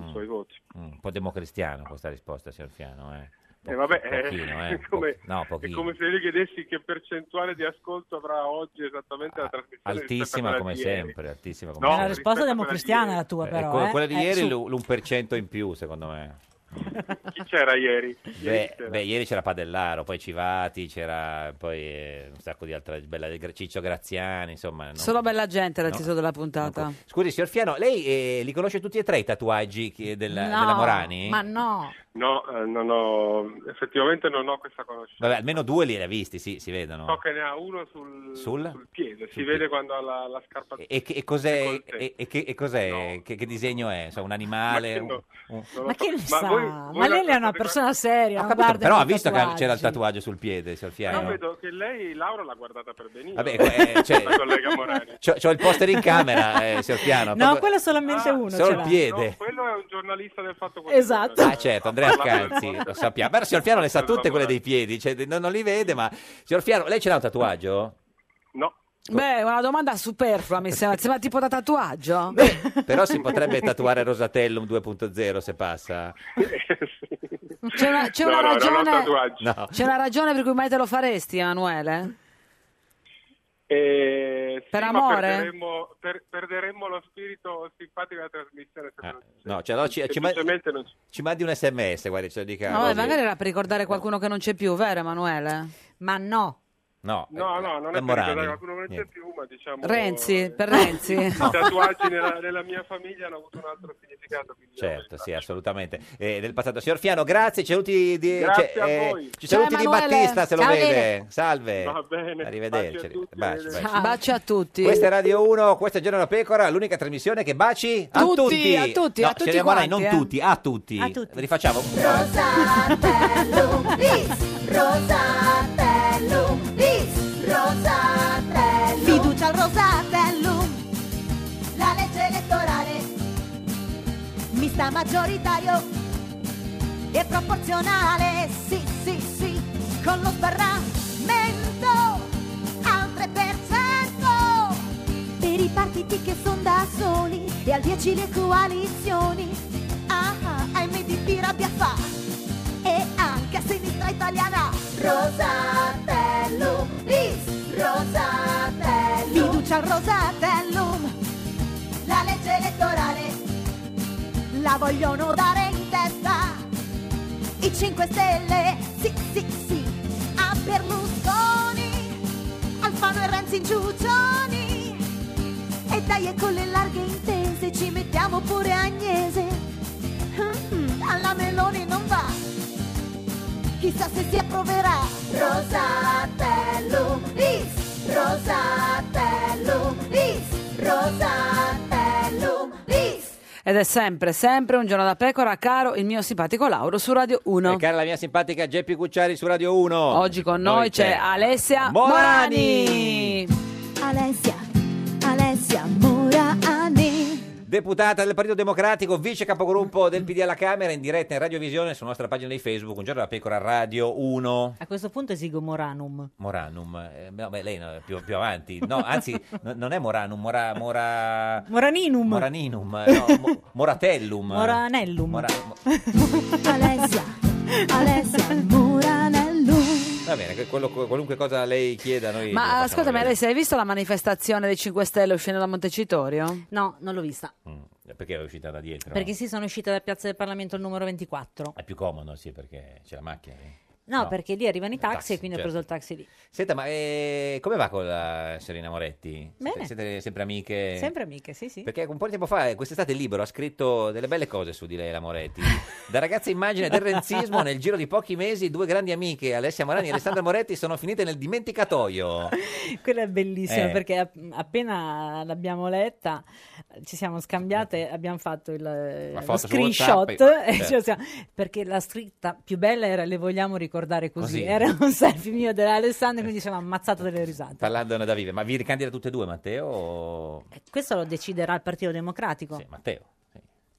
S18: i Ah, suoi voti.
S2: Mm, un po' democristiano questa risposta, signor Fiano. eh.
S9: Eh, vabbè, eh,
S2: pochino, eh,
S9: è, come,
S2: po- no,
S9: è
S2: pochino.
S9: come se io chiedessi che percentuale di ascolto avrà oggi esattamente la trasmissione. rispetto a
S2: Ah, Altissima
S9: quella
S2: come
S9: di ieri.
S2: sempre, altissima come
S9: No,
S2: sempre.
S9: la risposta democristiana
S17: la tua,
S2: Eh,
S17: però.
S2: que-
S17: eh.
S2: quella di
S17: Eh,
S2: ieri
S17: su.
S2: l- l'1% in più, secondo me.
S9: Chi c'era ieri?
S2: Beh, beh, ieri c'era Padellaro, poi Civati, c'era poi eh, un sacco di altra bella Ciccio Graziani, insomma. non-
S1: Solo bella gente era il
S2: No.
S1: titolo della puntata.
S2: Scusi, signor Fiano, lei eh, li conosce tutti e tre i tatuaggi che- della,
S17: No,
S2: eh, della Morani?
S17: Ma no,
S9: No, eh, non ho, effettivamente non ho questa conoscenza.
S2: Vabbè, almeno due li ha visti, sì, si
S9: So
S2: vedono.
S9: che ne ha uno sul,
S2: Sul?
S9: sul piede, si
S2: Sul
S9: vede quando ha la, la scarpa.
S2: E, che- e cos'è? E, e che, e cos'è? Che, che disegno è? Insomma, un animale?
S9: Ma che no,
S2: un- un-
S17: ma chi lo sa?
S9: voi-
S17: Ah, ma
S9: voi
S17: lei è una persona seria, non guarda
S2: Però
S17: i
S2: ha visto che
S17: tatuaggi.
S2: c'era il tatuaggio sul piede, signor Fiano.
S9: Però vedo che lei, Laura, l'ha guardata per benissimo.
S2: Vabbè, eh, cioè,
S9: La collega Morani.
S2: c'ho, c'ho il poster in camera, eh, signor Fiano.
S17: No,
S2: proprio- Ah,
S17: quello è solamente uno.
S2: solo
S17: ce
S2: il
S17: l'ha.
S2: piede.
S9: Quello è un giornalista del fatto quotidiano.
S17: Esatto.
S2: Ah, certo, Andrea Scanzi, lo sappiamo. Però signor Fiano le sa tutte quelle dei piedi, cioè, non, non li vede, ma... Signor Fiano, lei ce l'ha un tatuaggio?
S1: Beh, è una domanda superflua, mi sembra. Sembra tipo da tatuaggio.
S2: Però si potrebbe tatuare Rosatellum 2.0 se passa.
S1: C'è una, c'è una
S9: No, no, no, non
S1: ragione.
S9: tatuaggi.
S2: No.
S1: c'è una ragione per cui mai te lo faresti, Emanuele?
S9: Eh, sì,
S1: Per
S9: ma
S1: amore?
S9: Perderemmo, per- perderemmo lo spirito simpatico della trasmissione. se non-
S2: No, cioè, allora ci, ci ma-
S9: Semplicemente non ci-
S2: ci mandi un sms, guarda, ce lo dica.
S1: No, Eh, vabbè,
S2: così.
S1: magari era per ricordare qualcuno che non c'è più, vero Emanuele?
S17: Ma no.
S2: No,
S9: No, no, non è
S2: la Morani.
S9: pericoloso, qualcuno non c'è
S2: Niente.
S9: più, ma diciamo...
S1: Renzi, per Renzi.
S9: I tatuaggi nella, nella mia famiglia hanno avuto un altro significato. quindi-
S2: Certo, sì, assolutamente. Eh, del passato. Signor Fiano, grazie, ci saluti di,
S9: Grazie
S2: cioè,
S9: a
S2: eh,
S9: voi.
S2: ci
S1: Ciao,
S2: saluti di
S1: Emanuele.
S2: Battista, se lo
S1: Ciao,
S2: vede.
S1: bene.
S2: Salve.
S9: Va bene,
S2: Arrivederci.
S9: baci a tutti,
S2: Baci,
S9: arrivederci.
S2: baci.
S1: Baci a tutti.
S2: Questa è Radio 1, questa è Giorno da Pecora, l'unica trasmissione che baci a
S1: Tutti,
S2: tutti.
S1: a tutti,
S2: No,
S1: a tutti
S2: Silvia Morani,
S1: quanti,
S2: non
S1: eh.
S2: tutti, a tutti.
S1: A tutti.
S2: Rifacciamo.
S12: Rosatellum bis, Rosatellum bis, Rosatellum. Fiducia al Rosatellum. La legge elettorale mista maggioritario e proporzionale. Sì, sì, sì, con lo sbarramento al 3%. Per i partiti che sono da soli e al 10 le coalizioni. Ah, ah, MDP rabbia fa e anche a sinistra italiana. Rosatellum, is Rosatellum. Fiducia al Rosatellum. La legge elettorale la vogliono dare in testa. I 5 Stelle, sì, sì, sì, a Berlusconi, Alfano e Renzi in giugioni. E dai, e con le larghe intese ci mettiamo pure Agnese. Mm, Alla Meloni non va chissà se si approverà. Rosatellum is, Rosatellum is, Rosatellum is.
S1: Ed è sempre, sempre un giorno da pecora, caro il mio simpatico Lauro su Radio 1.
S2: E cara la mia simpatica Geppi Cucciari su Radio 1.
S1: Oggi con noi, c'è Alessia
S2: Morani.
S1: Morani.
S12: Alessia, Alessia Morani.
S2: Deputata del Partito Democratico, vice capogruppo del PD alla Camera, in diretta in radiovisione sulla nostra pagina di Facebook, un giorno da pecora Radio 1.
S17: A questo punto esigo Moranum.
S2: Moranum, eh, no, beh, lei no, è più, più avanti, no, anzi, no- non è Moranum, Mora, Mora-
S17: Moraninum.
S2: Moraninum, eh, no, Mo- Moratellum.
S17: Moranellum.
S2: Mora-
S12: Alessia, Alessia Moranello.
S2: Va bene, que- quello- qualunque cosa lei chieda, noi. glielo
S1: Ma
S2: facciamo
S1: ascoltami,
S2: vedere.
S1: Alessia, hai visto la manifestazione dei 5 Stelle uscendo da Montecitorio?
S17: No, non l'ho vista.
S2: Mm. Perché è uscita da dietro?
S17: Perché sì, sono uscita da Piazza del Parlamento il numero 24.
S2: È più comodo, sì, perché c'è la macchina. eh.
S17: No,
S2: No.
S17: perché lì arrivano i taxi, e quindi
S2: certo.
S17: ho preso il taxi lì.
S2: Senta, ma eh, come va con la Serena Moretti? Siete,
S17: Bene.
S2: siete sempre amiche?
S17: Sempre amiche, sì, sì.
S2: Perché un po' di tempo fa, eh, quest'estate libero, ha scritto delle belle cose su di lei, la Moretti. Da ragazza immagine del renzismo, nel giro di pochi mesi, due grandi amiche, Alessia Morani e Alessandra Moretti, sono finite nel dimenticatoio.
S17: Quella è bellissima
S2: Eh.
S17: perché app- appena l'abbiamo letta ci siamo scambiate, abbiamo fatto il eh,
S2: La
S17: lo
S2: foto su
S17: screenshot
S2: WhatsApp,
S17: e
S2: eh.
S17: ci siamo- perché la scritta più bella era le vogliamo ricordare così.
S2: Così. Eh.
S17: Era un selfie mio dell'Alessandro e quindi siamo ammazzato dalle risate.
S2: Parlandone da vive. Ma vi
S17: Eh,
S2: ricandida tutte e due, Matteo? o-
S17: Questo lo deciderà il Partito Democratico.
S2: Matteo.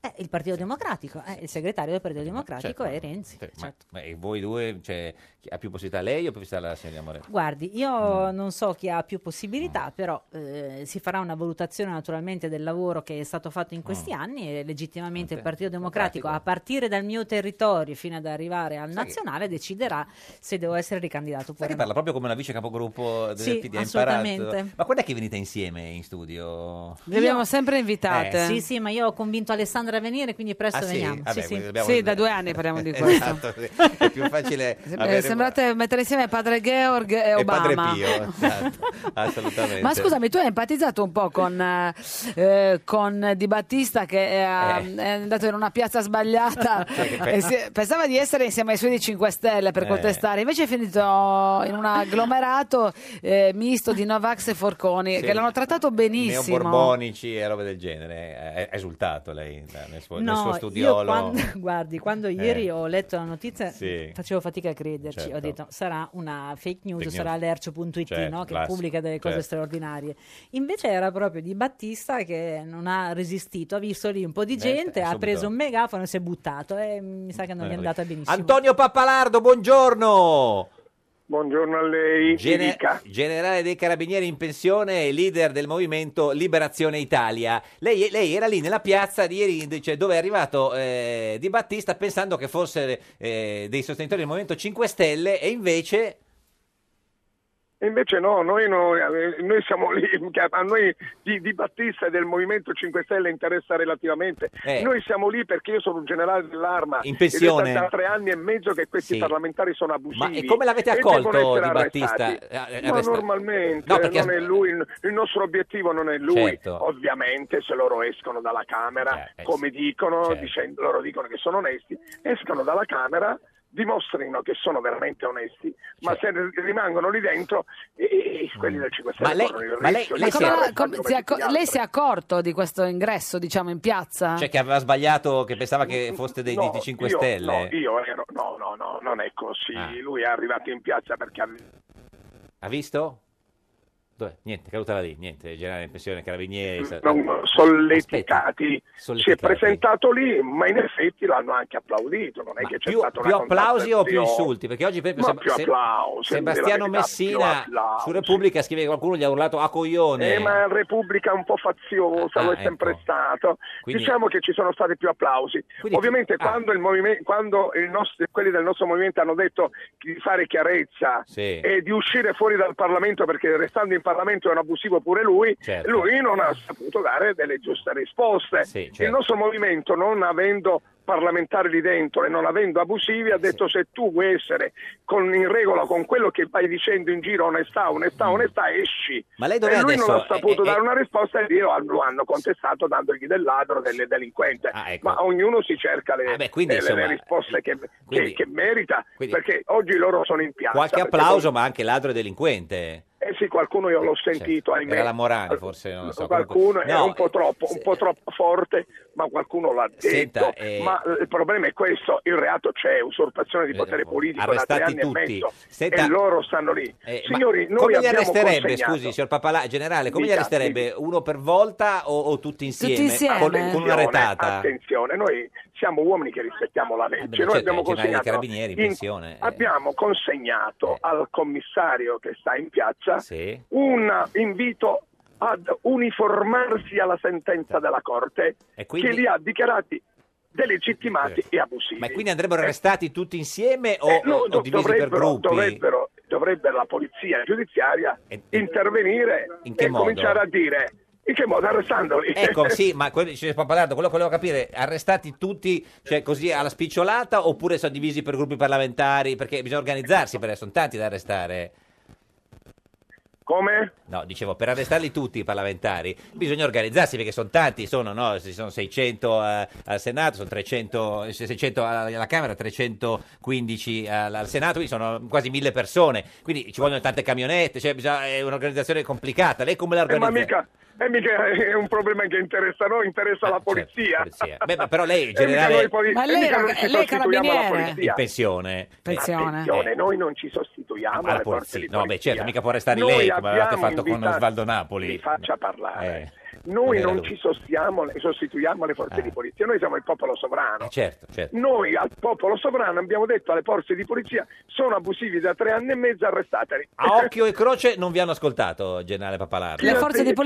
S17: Eh, il Partito Democratico, eh, il segretario del Partito Democratico è Renzi. certo.
S2: Sì, Certo, ma- ma e voi due, cioè, chi- ha più possibilità lei o più possibilità la signora Moretti?
S17: Guardi, io non so chi ha più possibilità, però eh, si farà una valutazione naturalmente del lavoro che è stato fatto in questi
S2: Mm.
S17: anni e legittimamente il
S14: Ok,
S17: Partito Democratico, a partire dal mio territorio fino ad arrivare al nazionale, deciderà se devo essere ricandidato
S2: Sai
S17: oppure
S2: che
S17: no.
S2: parla proprio come una vice capogruppo del
S17: Sì,
S2: PD, ha imparato.
S17: assolutamente.
S2: Ma quando è che venite insieme in studio?
S1: Vi abbiamo sempre invitate.
S2: Eh.
S17: Sì, sì, ma io ho convinto Alessandra a venire, quindi presto
S2: Ah, sì?
S17: veniamo.
S2: Vabbè,
S17: sì, sì.
S2: quindi dobbiamo- Sì, da
S1: due anni parliamo di questo.
S2: Esatto, sì. è più facile
S1: Eh,
S2: avere
S1: sembrate mettere insieme padre Georg e
S2: e
S1: Obama.
S2: padre Pio, esatto, assolutamente.
S1: Ma scusami, tu hai empatizzato un po' con, eh, eh, con Di Battista che è, a-
S2: Eh.
S1: è andato in una piazza sbagliata.
S2: Cioè, che pe-
S1: e si- pensava di essere insieme ai suoi di 5 Stelle per
S2: Eh.
S1: contestare, invece è finito in un agglomerato eh, misto di Novax e Forconi
S2: Sì.
S1: che l'hanno trattato benissimo.
S2: neoborbonici e robe del genere. È è esultato lei da- nel suo, nel
S17: No,
S2: suo
S17: io
S2: studiolo. Eh.
S17: quando- guardi, quando ieri ho letto la notizia
S2: Sì.
S17: facevo fatica a crederci,
S2: Certo.
S17: ho detto sarà una fake news,
S2: Fake
S17: sarà
S2: news.
S17: l'ercio.it
S2: Certo,
S17: no? che
S2: classico,
S17: pubblica delle cose
S2: certo.
S17: straordinarie. Invece era proprio di Battista che non ha resistito, ha visto lì un po' di
S2: Eh,
S17: gente, ha
S2: subito. Eh,
S17: preso un megafono e si è buttato e mi sa che non gli è andata benissimo.
S2: Antonio Pappalardo, buongiorno.
S9: Buongiorno a lei,
S2: Gene-
S9: dica.
S2: generale dei carabinieri in pensione e leader del movimento Liberazione Italia. Lei, lei era lì nella piazza di ieri cioè, dove è arrivato eh, Di Battista pensando che fosse eh, dei sostenitori del Movimento 5 Stelle e invece...
S9: E invece no, noi, no- eh, noi siamo lì, a noi di, di Battista e del Movimento 5 Stelle interessa relativamente.
S2: Eh.
S9: Noi siamo lì perché io sono un generale dell'arma.
S2: In pensione.
S9: Ed è da tre anni e mezzo che questi
S2: Sì.
S9: parlamentari sono abusivi.
S2: Ma e come l'avete
S9: e
S2: accolto
S9: devono essere
S2: Di Battista?
S9: arrestati.
S2: Eh, eh,
S9: Ma
S2: arrestato.
S9: normalmente,
S2: No, perché-
S9: non è lui, il il nostro obiettivo non è lui.
S2: Certo.
S9: Ovviamente se loro escono dalla Camera,
S2: Eh,
S9: come dicono,
S2: Certo.
S9: dicendo, loro dicono che sono onesti, escono dalla Camera dimostrino che sono veramente onesti, ma se rimangono lì dentro, i- i- i- quelli del 5 Stelle
S2: Certo. Mm. Ma lei-
S9: corrono il
S2: ma lei-
S9: rischio di
S1: Ecco, Ma
S9: essere
S1: come la-
S9: arrestati
S1: com-
S9: come
S1: si è
S9: tutti gli
S1: acco- lei si è accorto di questo ingresso, diciamo, in piazza?
S2: Cioè che aveva sbagliato, che pensava che foste dei,
S9: No,
S2: 5
S9: io-
S2: Stelle.
S9: No, io ero- no, no, no, non è così.
S2: Ah.
S9: Lui è arrivato in piazza perché ha
S2: Ha visto? Dov'è? Niente, caduta la lì, niente, generale in pensione, carabinieri. sa-
S9: non- solleticati. Si è
S2: solleticati.
S9: presentato lì, ma in effetti l'hanno anche applaudito. Non è che c'è
S2: Più,
S9: stata
S2: più
S9: una
S2: applausi o più
S9: contestazione.
S2: insulti? Perché oggi per esempio
S9: Ma più applausi,
S2: Sebastiano
S9: devo dire la verità, più
S2: Messina su Repubblica scrive che qualcuno gli ha urlato a coglione.
S9: Eh, ma Repubblica è un po' faziosa,
S2: Ah,
S9: lo è
S2: ecco.
S9: sempre stato.
S2: Quindi- ah.
S9: Diciamo che ci sono stati più applausi. Ovviamente quando, il movime- quando il nostro- quelli del nostro movimento hanno detto di fare chiarezza
S2: Sì.
S9: e di uscire fuori dal Parlamento perché restando in Parlamento è un abusivo pure lui,
S2: Certo.
S9: lui non ha saputo dare delle giuste risposte. Il
S2: certo.
S9: nostro movimento non avendo parlamentari lì dentro e non avendo abusivi ha detto se tu vuoi essere con- in regola con quello che vai dicendo in giro onestà,
S2: Mm.
S9: onestà, onestà, esci.
S2: Ma lei dov'è
S9: E lui non
S2: adesso?
S9: ha saputo
S2: Eh, eh,
S9: dare una risposta e lì lo, lo hanno contestato dandogli del ladro, del delinquente.
S2: Ah,
S9: Ma ognuno si cerca le,
S2: ecco. quindi,
S9: le- le- le
S2: insomma, eh,
S9: risposte che,
S2: quindi-
S9: che- che merita,
S2: quindi-
S9: perché oggi loro sono in piazza.
S2: Qualche
S9: perché
S2: applauso, ma anche ladro e delinquente. Cioè,
S9: poi- eh sì, qualcuno io l'ho sentito, ahimè.
S2: Era la Morani, forse, non lo so.
S9: Qualcuno
S2: comunque.
S9: era
S2: No, eh,
S9: un po' troppo, un po' troppo forte, ma qualcuno l'ha detto.
S2: Senta, eh,
S9: Ma il problema è questo: il reato c'è, usurpazione di potere politico da tre
S2: boh, arrestati
S9: anni
S2: tutti.
S9: e mezzo,
S2: Senta-
S9: e loro stanno lì.
S2: eh, ma
S9: Signori, noi
S2: come li
S9: abbiamo
S2: arresterebbe,
S9: consegnato-
S2: scusi, signor Papalà, generale, come li
S9: Dica,
S2: arresterebbe? Uno per volta o, o tutti insieme? Con, con una
S9: Attenzione,
S2: retata?
S9: Attenzione, noi siamo uomini che rispettiamo la legge.
S2: beh,
S9: noi
S2: certo,
S9: abbiamo
S2: il generale dei
S9: consegnato,
S2: carabinieri in pensione, eh.
S9: abbiamo consegnato al commissario che sta in piazza un invito ad uniformarsi alla sentenza della Corte
S2: Esatto. quindi-
S9: che li ha dichiarati delegittimati e abusivi.
S2: Ma quindi andrebbero arrestati tutti insieme o,
S9: Eh, no,
S2: o- o
S9: do-
S2: divisi per
S9: dovrebbero,
S2: gruppi?
S9: dovrebbero- dovrebbe la polizia giudiziaria intervenire
S2: in che
S9: e
S2: modo?
S9: cominciare a dire in che modo arrestandoli.
S2: Ecco, sì, ma quello, cioè, Pappalardo, quello che volevo capire, arrestati tutti, cioè così alla spicciolata, oppure sono divisi per gruppi parlamentari? Perché bisogna organizzarsi, perché sono tanti da arrestare.
S9: Come?
S2: No, dicevo, per arrestarli tutti i parlamentari bisogna organizzarsi perché sono tanti, sono, no, ci sono 600 a- al Senato, sono 300, eh, 600 alla, alla Camera, 315 al, al Senato, quindi sono quasi mille persone, quindi ci vogliono tante camionette, cioè bisogna- è un'organizzazione complicata. Lei come la
S9: Eh, ma
S2: organizza?
S9: mica, eh, mica è un problema che interessa noi, interessa la
S2: Eh,
S9: polizia.
S2: certo, Beh, ma però lei,
S9: Eh,
S2: generale-
S9: mica noi poli-
S1: Ma
S9: eh,
S1: lei
S9: mica
S1: era-
S9: noi ci
S1: lei è
S9: sostituiamo alla
S1: carabiniere.
S9: polizia.
S2: In pensione.
S1: Pensione.
S9: Attenzione, noi non ci sostituiamo
S2: Alla
S9: alle forze
S2: polizia.
S9: di
S2: No, beh, certo, mica può arrestare
S9: Noi
S2: lei come avevate
S9: abbiamo
S2: fatto con
S9: invitato-
S2: Osvaldo Napoli. Eh,
S9: Vi faccia parlare. Noi
S2: Era
S9: non
S2: lui.
S9: ci sostiamo, le- sostituiamo le forze di polizia, noi siamo il popolo sovrano.
S2: Eh, certo, certo.
S9: Noi al popolo sovrano abbiamo detto alle forze di polizia sono abusivi da tre anni e mezzo, arrestateli.
S2: A occhio e croce non vi hanno ascoltato, generale Papalardo.
S9: Gliel'ha de- gliel'ha detto,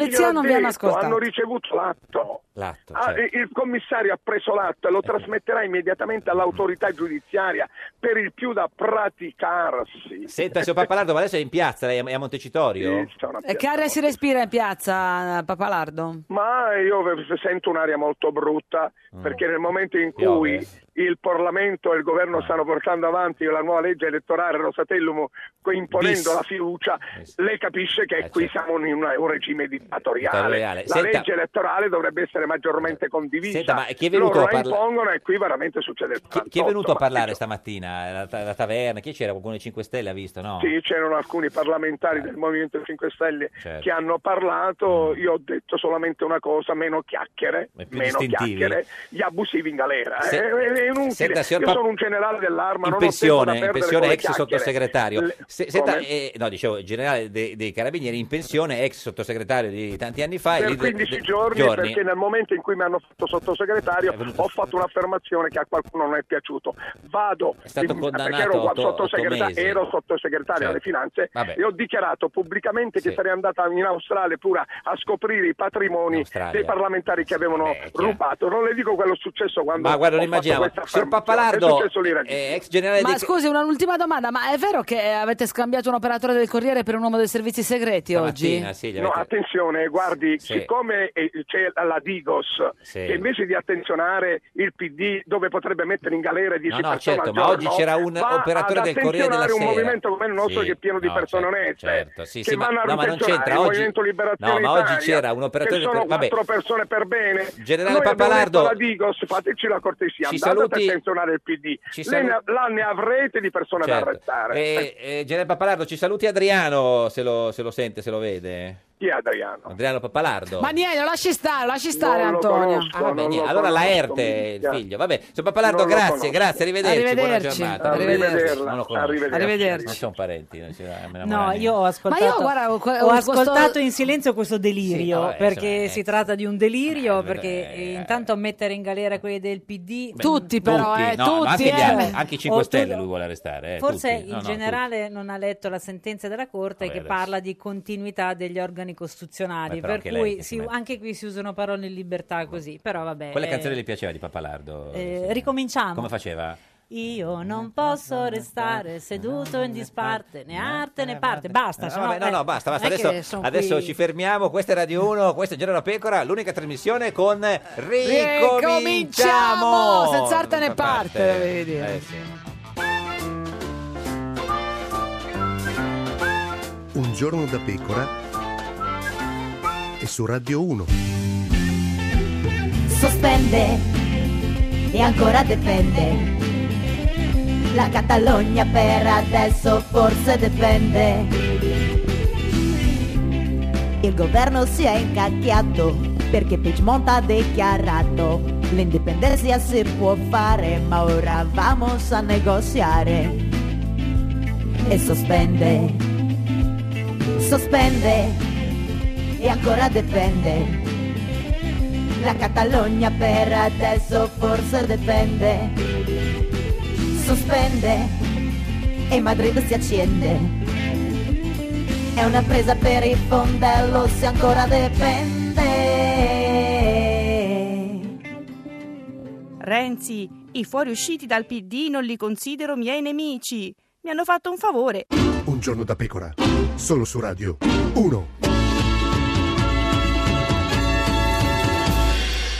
S2: ricevuto
S9: Hanno ricevuto l'atto.
S2: L'atto,
S9: Ah,
S2: certo. Eh.
S9: e- il commissario ha preso l'atto e lo trasmetterà immediatamente all'autorità giudiziaria per il più da praticarsi.
S2: Senta, signor Pappalardo, ma Eh, adesso è in piazza, lei è a Montecitorio?
S1: E che aria Eh, si respira in piazza, eh, Papalardo?
S9: Ma io ve- sento un'aria molto brutta
S2: Mm.
S9: perché nel momento in cui il Parlamento e il governo
S2: Eh.
S9: stanno portando avanti la nuova legge elettorale Rosatellum co- imponendo
S2: Bis. Eh, certo.
S9: la fiducia, lei capisce che qui siamo in una- un regime dittatoriale.
S2: Dittatoriale.
S9: La
S2: Senta-
S9: legge elettorale dovrebbe essere maggiormente condivisa.
S2: Senta, ma chi è venuto
S9: Loro
S2: a
S9: la
S2: parla-
S9: impongono e qui veramente succede il
S2: Chi, chi è
S9: 48,
S2: venuto a
S9: ma-
S2: parlare stamattina? La, ta- la taverna? Chi c'era? Qualcuno dei 5 Stelle ha visto, no?
S9: Sì, c'erano alcuni parlamentari del Movimento 5 Stelle
S2: Certo. Mm.
S9: che hanno parlato, io ho detto solamente una cosa, meno chiacchiere,
S2: Ma più
S9: meno
S2: distintivi.
S9: chiacchiere, gli abusivi in galera.
S2: Se-
S9: è, è inutile,
S2: Senta,
S9: io
S2: signor Pap-
S9: sono un generale dell'arma,
S2: in
S9: non ho tempo da
S2: pensione, in
S9: perdere
S2: pensione
S9: con le
S2: ex
S9: chiacchiere.
S2: sottosegretario.
S9: Le-
S2: Se- senta,
S9: Come?
S2: eh, no, dicevo, il generale de- dei Carabinieri in pensione, ex sottosegretario di tanti anni fa. e
S9: per
S2: leader-
S9: 15
S2: de-
S9: giorni, perché nel momento in cui mi hanno fatto
S2: Eh,
S9: sottosegretario ho fatto un'affermazione che a qualcuno non è piaciuto vado
S2: stato
S9: in-
S2: condannato
S9: perché ero,
S2: a otto-
S9: sottosegretario,
S2: otto mesi.
S9: ero sottosegretario
S2: Certo.
S9: alle finanze
S2: Vabbè.
S9: e ho dichiarato pubblicamente che
S2: Sì.
S9: sarei andata in Australia pure a scoprire i patrimoni dei parlamentari che avevano rubato non le dico quello successo quando
S2: Ma guarda,
S9: ho
S2: lo
S9: fatto
S2: immaginiamo.
S9: questa
S2: Signor
S9: affermazione.
S2: Pappalardo,
S9: è successo lì, ragazzi.
S2: ex generale
S1: Ma
S2: dei-
S1: scusi, una- un'ultima domanda, ma è vero che eh, avete scambiato un operatore del Corriere per un uomo dei servizi segreti oggi?
S2: Stamattina, sì, gli
S9: No,
S2: avete-
S9: attenzione, guardi,
S2: Sì.
S9: siccome eh, c'è la Digos
S2: Sì.
S9: che invece di attenzionare il PD dove potrebbe mettere in galera 10
S2: No, no,
S9: persone
S2: certo,
S9: al
S2: ma oggi
S9: giorno,
S2: c'era un
S9: va
S2: operatore
S9: ad
S2: del Corriere della
S9: attenzionare un
S2: Sera.
S9: movimento come il nostro
S2: Sì,
S9: che è pieno di
S2: no,
S9: persone
S2: certo,
S9: oneste
S2: certo, sì,
S9: che
S2: sì, ma-
S9: vanno a
S2: no, ma non
S9: attenzionare
S2: c'entra,
S9: il
S2: oggi-
S9: Movimento Liberazione
S2: no, ma oggi
S9: Italia,
S2: c'era un operatore
S9: che
S2: del
S9: sono
S2: Corriere- vabbè.
S9: quattro persone per bene.
S2: Generale
S9: Noi abbiamo
S2: Papalardo-
S9: detto alla Digos, fateci la cortesia,
S2: Ci
S9: andate
S2: saluti-
S9: ad attenzionare il PD.
S2: Ci
S9: Lei ne-
S2: saluti-
S9: là ne avrete di persone da
S2: Certo.
S9: arrestare.
S2: Eh, eh, generale Papalardo, ci saluti Adriano, se lo, se lo sente, se lo vede.
S9: Chi è Adriano?
S2: Adriano Papalardo.
S1: Ma niente, lo lasci stare, lasci stare
S2: Non lo
S1: Antonio.
S2: Ah, vabbè,
S9: non
S2: niente,
S9: lo
S2: allora
S9: conosco,
S2: Laerte
S9: mi
S2: è il
S9: dispiace.
S2: figlio. Vabbè, signor Pappalardo,
S9: Non lo
S2: grazie,
S9: conosco.
S2: grazie, arrivederci,
S1: Arrivederci,
S2: buona giornata.
S1: arrivederci.
S2: Non lo conosco.
S1: Arrivederci. Arrivederci.
S2: Non sono parenti, non ci- me la
S17: No,
S2: mano.
S17: io ho ascoltato,
S1: Ma io, guarda, ho-
S17: ho
S1: ho
S17: ascoltato
S1: questo-
S17: in silenzio questo delirio,
S2: vabbè,
S17: perché
S2: Eh, insomma,
S17: si tratta di un delirio,
S2: eh,
S17: perché eh, intanto mettere in galera quelli del PD...
S1: Tutti però, eh,
S2: no, ma anche,
S1: tutti,
S2: gli altri,
S1: eh.
S2: anche i
S17: Oh,
S2: 5
S17: tu-
S2: Stelle lui vuole arrestare. eh,
S17: Forse
S2: tutti. No,
S17: il
S2: no,
S17: generale non ha letto la sentenza della Corte
S2: Vabbè,
S17: che
S2: adesso.
S17: parla di continuità degli organi costituzionali,
S2: Beh, però
S17: per
S2: anche lei
S17: cui
S2: che si
S17: si-
S2: mette.
S17: anche qui si usano parole in libertà così, però vabbè.
S2: tutti. Quelle
S17: eh,
S2: canzoni le piaceva di Papalardo?
S17: eh, ricominciamo.
S2: Come faceva?
S17: Io non posso restare seduto in disparte, né arte né parte. Basta,
S2: Eh,
S17: sennò,
S2: vabbè, no,
S17: eh,
S2: no, basta, basta.
S17: non è che
S2: Adesso,
S17: sono
S2: adesso
S17: qui-
S2: ci fermiamo. Questa è Radio 1, questa è Giorno della Pecora, l'unica trasmissione con Ricominciamo!
S1: Ricominciamo! Senza arte né parte, devi dire.
S2: Eh, sì.
S13: Un giorno da pecora e su Radio 1.
S12: sospende e ancora difende. La Catalogna per adesso forse dipende. Il governo si è incacchiato perché Piedmont ha dichiarato l'indipendenza si può fare ma ora vamos a negoziare. E sospende, sospende e ancora dipende. La Catalogna per adesso forse dipende. Sospende e Madrid si accende. È una presa per il fondello se ancora dipende.
S14: Renzi, i fuoriusciti dal PD non li considero miei nemici. Mi hanno fatto un favore.
S13: Un giorno da pecora, solo su Radio 1.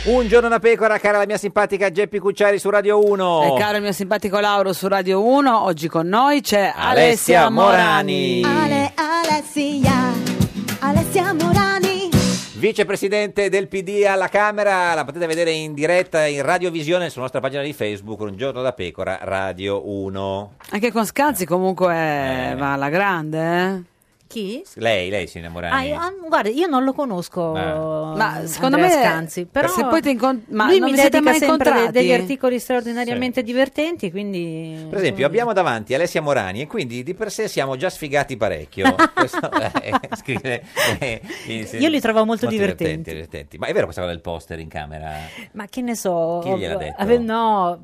S2: Un giorno da pecora, cara la mia simpatica Geppi Cucciari su Radio 1.
S17: Eh,
S1: E Eh, caro il mio simpatico Lauro su Radio 1, oggi con noi c'è
S2: Alessia
S1: Alessia,
S2: Morani.
S1: Morani.
S17: Ah,
S12: Ale, Alessia, Alessia Morani.
S2: Vicepresidente del PD alla Camera, la potete vedere in diretta in radiovisione sulla nostra pagina di Facebook, Un giorno da pecora, Radio 1. Eh.
S1: Anche con Scanzi comunque va alla grande, eh?
S17: Chi?
S2: Lei, lei Ah. si innamorava.
S17: Ah, io- ah, guarda, io non lo conosco.
S2: Ma-
S1: Ma secondo
S17: Andrea
S1: me,
S17: Scanzi, però
S1: se poi ti incont- ma
S17: lui
S1: non
S17: mi
S1: vi siete
S17: dedica
S1: mai
S17: sempre
S1: incontrati?
S17: degli articoli straordinariamente divertenti, quindi
S2: Per esempio, abbiamo davanti Alessia Morani e quindi di per sé siamo già sfigati parecchio. Questo, eh, scrive, eh, eh, sì,
S17: Io li trovo molto divertenti.
S2: divertenti. Ma è vero questa cosa del poster in camera?
S17: Ma che ne so,
S2: Chi gliel'ha detto?
S17: ave- no,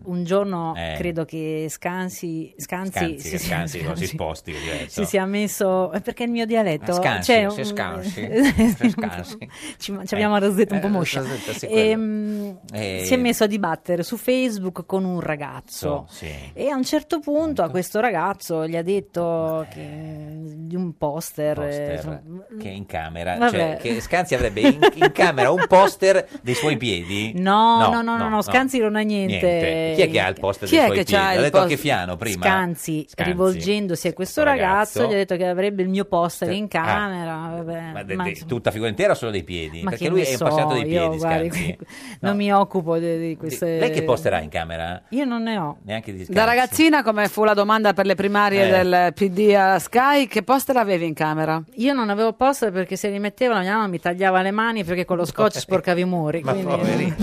S17: un giorno
S2: Eh.
S17: credo che Scansi, Scanzi,
S2: Scanzi,
S17: si
S2: che
S17: sia-
S2: Scanzi, non si sposti. certo. che è diverso.
S17: si sia messo eh, perché il mio dialetto
S2: Ah, Scansi,
S17: c'è
S2: si
S17: un-
S2: scansi, si scansi.
S17: ci, ci abbiamo arrosetto un po'
S2: eh,
S17: moscia
S2: rosetta, sì, quello.
S17: Ehm,
S2: Eh.
S17: si è messo a dibattere su Facebook con un ragazzo
S2: So, sì.
S17: e a un certo punto
S2: Ecco.
S17: a questo ragazzo gli ha detto che, di un poster, eh,
S2: Poster
S17: insomma,
S2: che è in camera, cioè
S17: Vabbè.
S2: che Scanzi avrebbe in, in camera un poster dei suoi piedi?
S17: No, no, no, no, no, Scanzi non ha niente.
S2: Chi è che ha il poster
S17: Chi
S2: dei
S17: è
S2: suoi
S17: che c'ha
S2: piedi? L'ha
S17: il
S2: detto anche
S17: post-
S2: Fiano prima.
S17: Scanzi,
S2: Scanzi.
S17: rivolgendosi a questo
S2: Questo
S17: ragazzo,
S2: ragazzo.
S17: gli ha detto che avrebbe il mio poster
S2: Te-
S17: in
S2: ah.
S17: camera. vabbè,
S2: Ma de-
S17: ma-
S2: de- tutta figura intera o solo dei piedi?
S17: ma
S2: Perché
S17: che
S2: lui
S17: ne
S2: è un
S17: so,
S2: appassionato dei
S17: io,
S2: piedi,
S17: guardi, eh,
S2: Scanzi.
S17: Non mi occupo di, di queste.
S2: Lei che poster ha in camera?
S17: Io non ne ho.
S2: Neanche di Scanzi.
S1: Da ragazzina, come fu la domanda per le primarie
S2: Eh.
S1: del PD a Sky, che poster avevi in camera?
S17: Io non avevo poster perché se li metteva la mia mamma mi tagliava le mani perché con lo scotch sporcavi i muri.
S2: Ma
S17: quindi-
S2: poveri.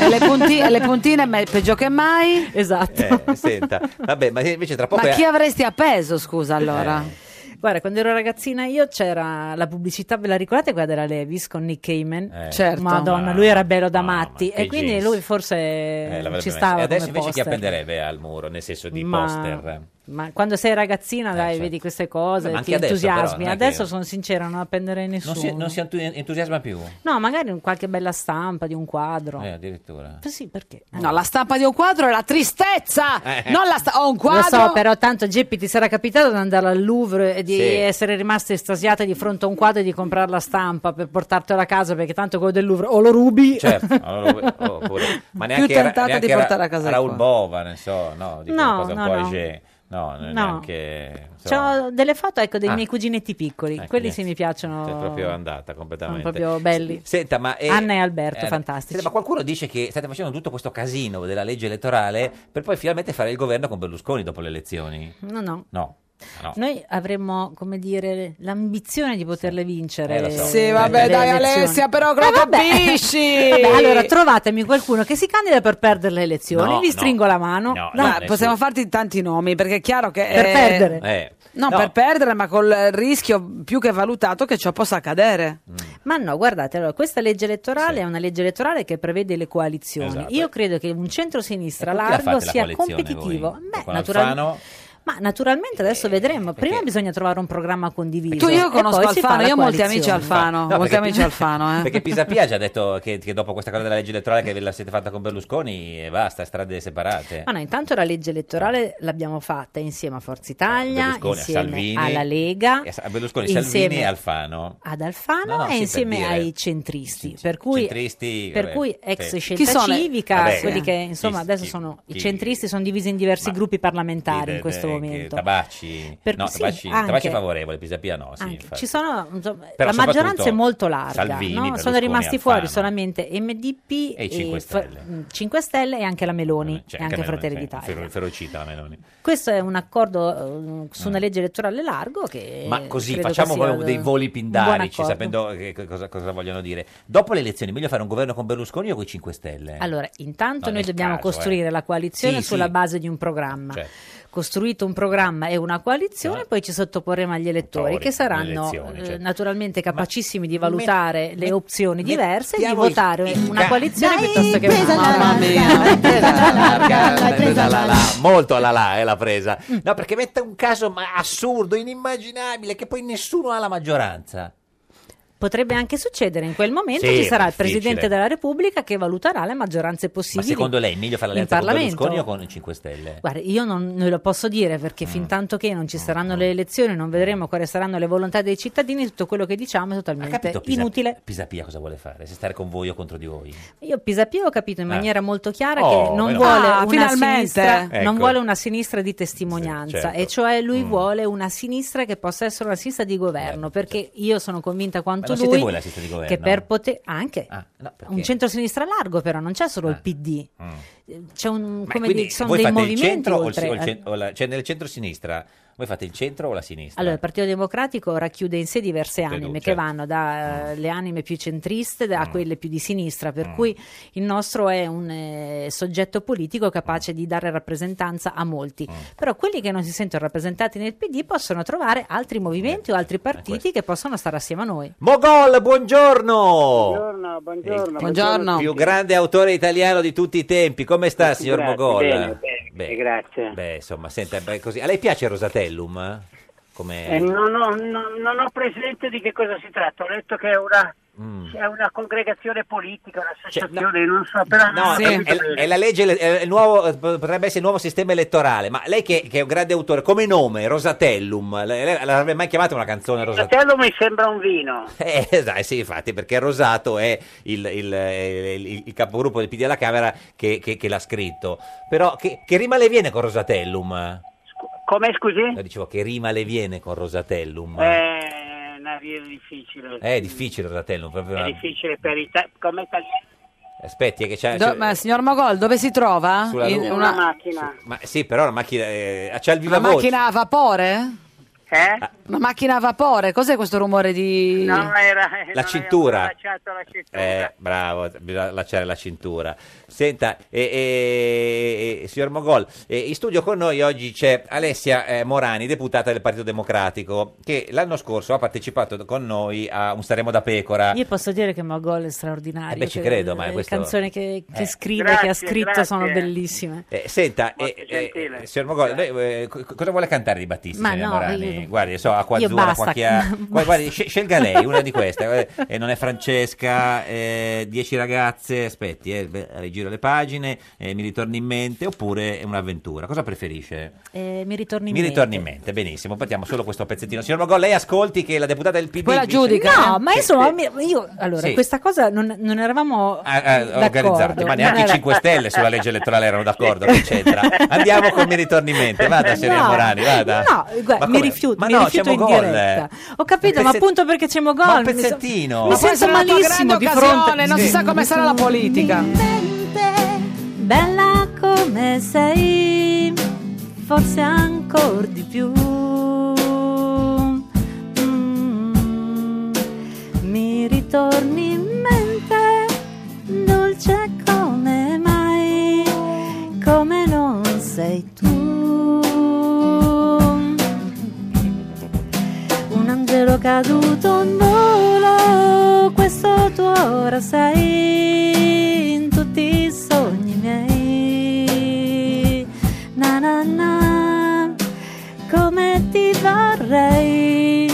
S1: e, le punti- e le puntine, me- peggio che mai?
S17: Esatto.
S2: Eh, senta, vabbè, ma invece tra poco...
S1: Ma
S2: è-
S1: chi avresti appeso, scusa, allora?
S17: Eh. Guarda, quando ero ragazzina io c'era la pubblicità, ve la ricordate quella della Levis con Nick Cayman?
S2: Eh.
S1: Certo.
S17: Madonna,
S2: Ma-
S17: lui era bello da matti
S2: che
S17: e quindi
S2: jeans.
S17: lui forse
S2: Eh, l'avrebbe
S17: ci
S2: messo.
S17: stava
S2: E adesso
S17: come
S2: invece
S17: poster.
S2: chi appenderebbe al muro, nel senso di
S17: Ma-
S2: poster?
S17: Ma quando sei ragazzina, dai,
S2: certo.
S17: vedi queste cose,
S2: Beh, ma
S17: ti
S2: anche adesso, però,
S17: entusiasmi.
S2: non è che-
S17: Adesso sono sincera, non appenderei
S2: Non
S17: nessuno.
S2: si, non si entu- entusiasma più?
S17: No, magari un qualche bella stampa di un quadro.
S2: Eh, addirittura.
S17: Eh Sì, perché?
S1: No, la stampa di un quadro è la tristezza!
S2: Eh.
S1: Non la sta- ho un quadro!
S17: Lo so, però tanto Geppi ti sarà capitato di andare al Louvre e di
S2: Sì.
S17: essere rimasta estasiata di fronte a un quadro e di comprare la stampa per portartelo a casa perché tanto quello del Louvre o lo rubi.
S2: Certo, allora, oppure- ma
S17: Più
S2: neanche,
S17: tentata di
S2: neanche Ra-
S17: portare a casa il
S2: Raoul
S17: qua.
S2: Bova, ne so, no, dico
S17: No,
S2: una cosa un
S17: no,
S2: po'
S17: no.
S2: egé. No, non è
S17: No.
S2: neanche... insomma,
S17: C'ho delle foto, ecco, dei
S2: Ah.
S17: miei cuginetti piccoli.
S2: Ecco,
S17: Quelli
S2: niente.
S17: sì mi piacciono.
S2: cioè, è proprio andata completamente.
S17: Sono proprio belli.
S2: Senta, ma eh,
S17: Anna e Alberto,
S2: eh,
S17: fantastici.
S2: senta, ma qualcuno dice che state facendo tutto questo casino della legge elettorale per poi finalmente fare il governo con Berlusconi dopo le elezioni.
S17: No, no.
S2: No. no.
S17: Noi avremmo, come dire, l'ambizione di poterle vincere.
S2: Eh, lo so.
S1: Sì, vabbè,
S17: le
S1: dai,
S17: elezioni.
S1: Alessia, però che
S17: Eh,
S1: lo
S17: vabbè.
S1: capisci?
S17: Vabbè, allora trovatemi qualcuno che si candida per perdere le elezioni,
S1: No,
S17: gli
S1: no.
S17: stringo la mano.
S1: No,
S17: Dai.
S1: possiamo farti tanti nomi perché è chiaro che
S17: Per
S1: eh,
S17: perdere.
S2: Eh,
S1: No, per perdere, ma col rischio più che valutato che ciò possa accadere.
S17: Ma no, guardate, allora, questa legge elettorale è una legge elettorale che prevede le coalizioni.
S1: Esatto.
S17: Io credo che un centro-sinistra
S2: E con chi la
S17: largo
S2: fate la
S17: sia
S2: coalizione
S17: competitivo.
S2: voi?
S17: Beh,
S2: Con
S17: natural-
S2: Alfano? Eh,
S17: Ma naturalmente adesso vedremo. Prima bisogna trovare un programma condiviso.
S1: Tu, io
S17: e
S1: conosco
S17: poi si fa
S1: Alfano,
S17: la
S1: io ho molti
S17: coalizione.
S1: amici Alfano,
S2: No,
S1: molti
S2: perché-
S1: amici Alfano, eh.
S2: Perché Pisapia ci ha detto che, che dopo questa cosa della legge elettorale che ve la siete fatta con Berlusconi e basta, strade separate.
S17: Ma no, intanto la legge elettorale l'abbiamo fatta insieme a Forza Italia,
S2: Berlusconi, a
S17: insieme
S2: Salvini,
S17: alla Lega,
S2: E a Sa- Berlusconi, Salvini
S17: insieme
S2: e Alfano.
S17: ad Alfano
S2: No, no, sì,
S17: e
S2: per
S17: insieme
S2: dire.
S17: ai centristi, per cui,
S2: Centristi,
S17: per
S2: vabbè,
S17: cui ex
S2: sì.
S1: Chi
S17: scelta
S1: sono?
S17: civica,
S2: Vabbè,
S17: quelli
S2: eh.
S17: che insomma
S2: Chi-
S17: adesso
S2: chi-
S17: sono i
S2: chi-
S17: centristi sono divisi in diversi gruppi parlamentari
S2: Di-
S17: in questo
S2: de- che-
S17: momento.
S2: Tabacci,
S17: Per-
S2: no,
S17: sì,
S2: Tabacci,
S17: anche.
S2: Tabacci è favorevole, Pisapia no. Sì,
S17: Anche.
S2: infatti.
S17: Ci sono, insomma,
S2: Però
S17: la maggioranza è
S2: soprattutto
S17: molto larga,
S2: Salvini,
S17: no? sono
S2: Berlusconi,
S17: rimasti
S2: Alfano.
S17: fuori solamente MDP
S2: E i Cinque
S17: F-
S2: Stelle.
S17: mh, Cinque Stelle e anche la Meloni
S2: Cioè,
S17: e anche
S2: Meloni,
S17: Fratelli
S2: sì,
S17: d'Italia.
S2: fero- ferocita la Meloni.
S17: Questo è un accordo eh, su una legge elettorale largo che
S2: Mm. Ma così
S17: Eh, credo che
S2: facciamo
S17: sia
S2: proprio dei
S17: un
S2: voli
S17: buon
S2: pindarici,
S17: accordo.
S2: sapendo che- che cosa, cosa vogliono dire. Dopo le elezioni, meglio fare un governo con Berlusconi o con i 5 Stelle?
S17: Allora, intanto
S2: No,
S17: noi
S2: nel
S17: dobbiamo
S2: caso,
S17: costruire
S2: eh.
S17: la coalizione
S2: Sì,
S17: sulla
S2: sì.
S17: base di un programma.
S2: Certo.
S17: Costruito un programma e una coalizione, poi ci sottoporremo agli elettori
S2: Cioè. Elettori,
S17: che saranno
S2: elezioni,
S17: eh,
S2: certo.
S17: naturalmente capacissimi di valutare le opzioni diverse e di
S2: mettiamo il-
S17: votare una coalizione
S4: Dai,
S17: piuttosto che
S4: presa
S17: un'altra.
S4: alla Mamma
S2: Larga, presa la la, molto la la è la presa. No, perché mette un caso ma assurdo, inimmaginabile, che poi nessuno ha la maggioranza.
S17: Potrebbe anche succedere in quel momento
S2: Sì,
S17: ci sarà il
S2: difficile.
S17: Presidente della Repubblica che valuterà le maggioranze
S2: Ma
S17: possibili.
S2: secondo lei è meglio fare
S17: in
S2: l'alleanza con
S17: Parlamento.
S2: Berlusconi o con i 5 Stelle?
S17: Guarda, io non, non lo posso dire perché
S2: Mm.
S17: fin tanto che non ci saranno le elezioni, non vedremo quali saranno le volontà dei cittadini, tutto quello che diciamo è totalmente
S2: Capito, Pisa-
S17: inutile.
S2: Pisapia cosa vuole fare? Se stare con voi o contro di voi?
S17: Io Pisapia ho capito in
S2: Ah.
S17: maniera molto chiara
S2: Oh,
S17: che non
S2: meno
S17: vuole,
S1: male. Ah,
S17: una
S1: finalmente.
S17: sinistra,
S2: Ecco. Mm.
S17: non vuole una sinistra di testimonianza,
S1: Sì, certo.
S17: e cioè lui vuole una sinistra che possa essere una sinistra di governo, perché io sono convinta
S2: Eh, certo. Ma
S17: quanto
S2: non
S17: lui
S2: siete voi la sinistra di governo? Ah,
S17: che per poter anche
S2: no, perché? Eh. Mm.
S17: un centro-sinistra largo però non c'è solo il PD. c'è un,
S2: Ma
S17: come
S2: quindi
S17: dire, ci sono
S2: voi
S17: dei
S2: fate il
S17: movimenti
S2: centro o il,
S17: oltre eh.
S2: o il
S17: al-
S2: cen- o la- cioè nel centro-sinistra, voi fate il centro o la sinistra?
S17: Allora, il Partito Democratico racchiude in sé diverse anime
S2: Credo, certo. Mm.
S17: che vanno dalle anime più centriste a quelle più di sinistra, per cui il nostro è un eh, soggetto politico capace di dare rappresentanza a molti.
S2: Mm.
S17: Però quelli che non si sentono rappresentati nel PD possono trovare altri
S2: Eh,
S17: movimenti o altri partiti che possono stare assieme a noi.
S2: Mogol, buongiorno! Eh,
S19: Buongiorno, buongiorno.
S2: Il più grande autore italiano di tutti i tempi. Come sta, signor
S19: Grazie,
S2: Mogol? Eh.
S19: bene, bene, grazie.
S2: Beh, insomma, senta, beh, così. A lei piace Rosatellum? eh? Come...
S19: Eh, non, ho, non- non ho presente di che cosa si tratta, ho letto che è una,
S2: Mm. Cioè,
S19: è una congregazione politica, un'associazione, non so, però non
S2: No,
S1: Ah,
S19: ho
S2: è,
S19: capito
S2: è-
S19: bene.
S2: è la legge, è il nuovo- potrebbe essere il nuovo sistema elettorale, ma lei che, che è un grande autore, come nome, Rosatellum, lei- lei l'avrebbe mai chiamata una canzone Rosatellum?
S19: Fratello mi sembra un vino.
S2: Eh, esatto, sì, infatti, perché Rosato è il, il- eh, il- il capogruppo del PD alla Camera che, che- che l'ha scritto. Però che, che rima le viene con Rosatellum?
S19: Come scusi? Eh.
S2: No, dicevo che rima le viene con Rosatellum.
S19: È una via difficile.
S2: Eh, è difficile eh. Rosatellum, proprio
S19: È
S2: una-
S19: difficile per i ta- come italiani.
S2: Aspetti, eh, che c'è...
S1: Do-
S2: c'è-
S1: ma signor Mogol, dove si trova?
S2: Sulla
S1: In
S2: Luna.
S1: una,
S19: macchina.
S2: ma sì, però la macchina... eh, c'è il viva
S1: una
S2: voce.
S1: macchina a vapore?
S19: Eh?
S1: Una macchina a vapore? Cos'è questo rumore di...
S19: No, era...
S2: La cintura.
S19: Lasciato la citt-
S2: Eh, bravo, bisogna lasciare la cintura. Senta, eh, eh, eh, signor Mogol, eh, in studio con noi oggi c'è Alessia eh, Morani, deputata del Partito Democratico, che l'anno scorso ha partecipato con noi a un Saremo da Pecora.
S17: Io posso dire che Mogol è straordinario.
S2: Eh beh, ci
S17: che
S2: credo, ma
S17: le
S2: questo-
S17: canzoni che, che
S2: Eh.
S17: scrive, che
S19: Grazie,
S17: ha scritto,
S19: grazie.
S17: sono bellissime.
S2: Eh, senta, eh, eh, signor Mogol, lei, eh, co- cosa vuole cantare di Battisti?
S17: Ma
S2: signora
S17: no,
S2: Morani?
S17: io-
S2: Guardi, so, acqua
S17: io
S2: azzurra,
S17: basta,
S2: acqua chiara.
S17: basta.
S2: Guardi, guardi, sce- scelga lei una di queste. guarda, eh, non è Francesca, eh, dieci ragazze, aspetti, eh, beh, rigiro le pagine, eh, mi ritorni in mente, oppure è un'avventura. Cosa preferisce?
S17: Eh, mi ritorni in
S2: Mi
S17: mente.
S2: ritorni in mente, benissimo, partiamo solo questo pezzettino. Signor Mogol, lei ascolti che la deputata del PD... dice-
S17: No, ma io sono. mi- Io, allora,
S2: Sì.
S17: questa cosa non, non eravamo
S2: Ah, ah,
S17: d'accordo.
S2: organizzate, ma neanche i
S17: Non era-
S2: 5 Stelle sulla legge elettorale erano d'accordo, che c'entra. Andiamo con mi ritorni in mente, Eh, vada Serena
S17: No,
S2: Morani, vada.
S17: No, guarda,
S2: Ma
S17: mi
S2: come?
S17: rifiuto,
S2: Ma
S17: mi
S2: no,
S17: rifiuto
S2: c'è
S17: in
S2: Mogol.
S17: diretta. Ho capito,
S2: Un
S17: ma
S2: pezze-
S17: appunto perché c'è Mogol.
S2: Ma un
S17: mi so-
S2: pezzettino.
S17: Mi
S2: Ma
S17: sento
S1: questa è una tua
S17: malissimo
S1: grande
S17: di fronte.
S1: occasione, non si sa come sarà la politica.
S4: Bella come sei, forse ancora di più. Mm, mi ritorni in mente, dolce come mai, come non sei tu. Un angelo caduto in volo, questo tu ora sei in tutti i sogni miei. Na na na, come ti vorrei,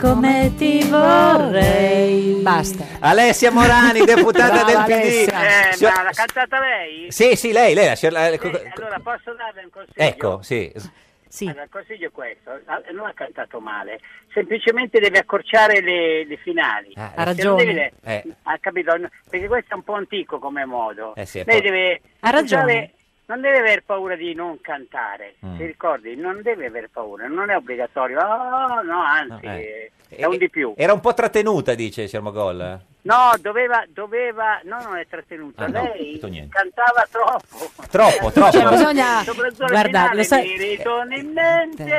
S4: come ti vorrei. Basta.
S2: Alessia Morani, deputata del
S4: Brava
S2: PD.
S4: Alessia.
S19: Eh,
S2: Signor-
S19: ma l'ha cantata lei?
S2: Sì, sì, lei, lei. la signora- la- co-
S19: Eh, allora posso darle un consiglio?
S2: Ecco, sì.
S19: Allora, il consiglio è questo, ah, non ha cantato male, semplicemente deve accorciare le, le finali.
S2: Ah, ha
S19: Se non
S2: ragione.
S19: deve-
S2: Eh.
S19: Ha capito? No, Perché questo è un po' antico come modo.
S2: Eh sì, è
S19: Lei
S2: po-
S19: deve
S17: Ha ragione.
S19: usare- non deve aver paura di non cantare,
S2: Mm.
S19: ti ricordi? Non deve aver paura, non è obbligatorio. Oh, no, anzi,
S2: No, eh.
S19: è un di più.
S2: Era un po' trattenuta, dice Siamo Gol.
S19: No, doveva, doveva, no, non è trattenuta.
S2: Ah, no, ho
S19: Cioè, Lei
S2: detto niente.
S19: cantava troppo.
S2: Troppo, troppo.
S19: Cioè,
S17: bisogna-
S19: Soprattutto
S17: guarda,
S19: guarda,
S17: lo sai-
S19: Mi ritorna in mente.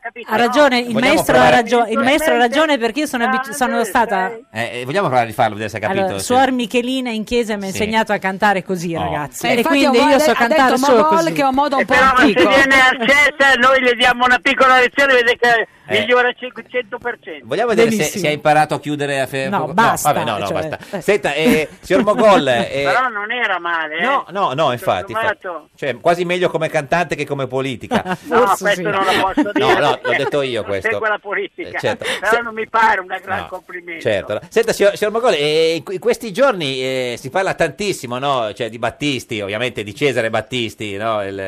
S19: Capito?
S17: Ha ragione, il
S2: Vogliamo
S17: maestro ha
S2: provare?
S17: ragione, il maestro ha ragione perché io sono,
S19: Ah,
S17: abitu- sono stata.
S2: Eh, eh, vogliamo provare a rifarlo, vedere se ha capito.
S17: Allora,
S2: se-
S17: Suor Michelina in chiesa mi ha
S2: Sì.
S17: insegnato a cantare così,
S2: Oh.
S17: ragazzi.
S1: Eh,
S17: e
S1: infatti
S17: quindi
S1: ho-
S17: io
S1: ha
S17: so
S1: detto
S17: cantare solo
S1: Mogol
S17: così.
S1: che è un modo un
S19: E
S1: po'
S19: però se
S1: antico.
S19: viene a CETA noi le diamo una piccola lezione vede che
S2: Eh.
S19: migliora al 500%.
S2: Vogliamo vedere se,
S19: Benissimo.
S2: se ha imparato a chiudere a fe-
S19: No, basta,
S2: vabbè, no, no,
S19: cioè,
S2: basta. Senta, eh, signor Mogol, eh,
S19: Però non era male, eh.
S2: No, no, no, infatti, infatti.
S19: sommato.
S2: Cioè, quasi meglio come cantante che come politica.
S19: No, questo non lo posso dire.
S2: No, no, l'ho
S19: perché
S2: detto io
S19: non
S2: questo.
S19: Seguo la politica.
S2: Eh, certo.
S19: Però
S2: Se-
S19: non mi pare un gran
S2: No,
S19: complimento.
S2: Certo. Senta, signor, signor Mogol, eh, in que- in questi giorni eh, si parla tantissimo no? cioè, di Battisti, ovviamente di Cesare Battisti, no? Il,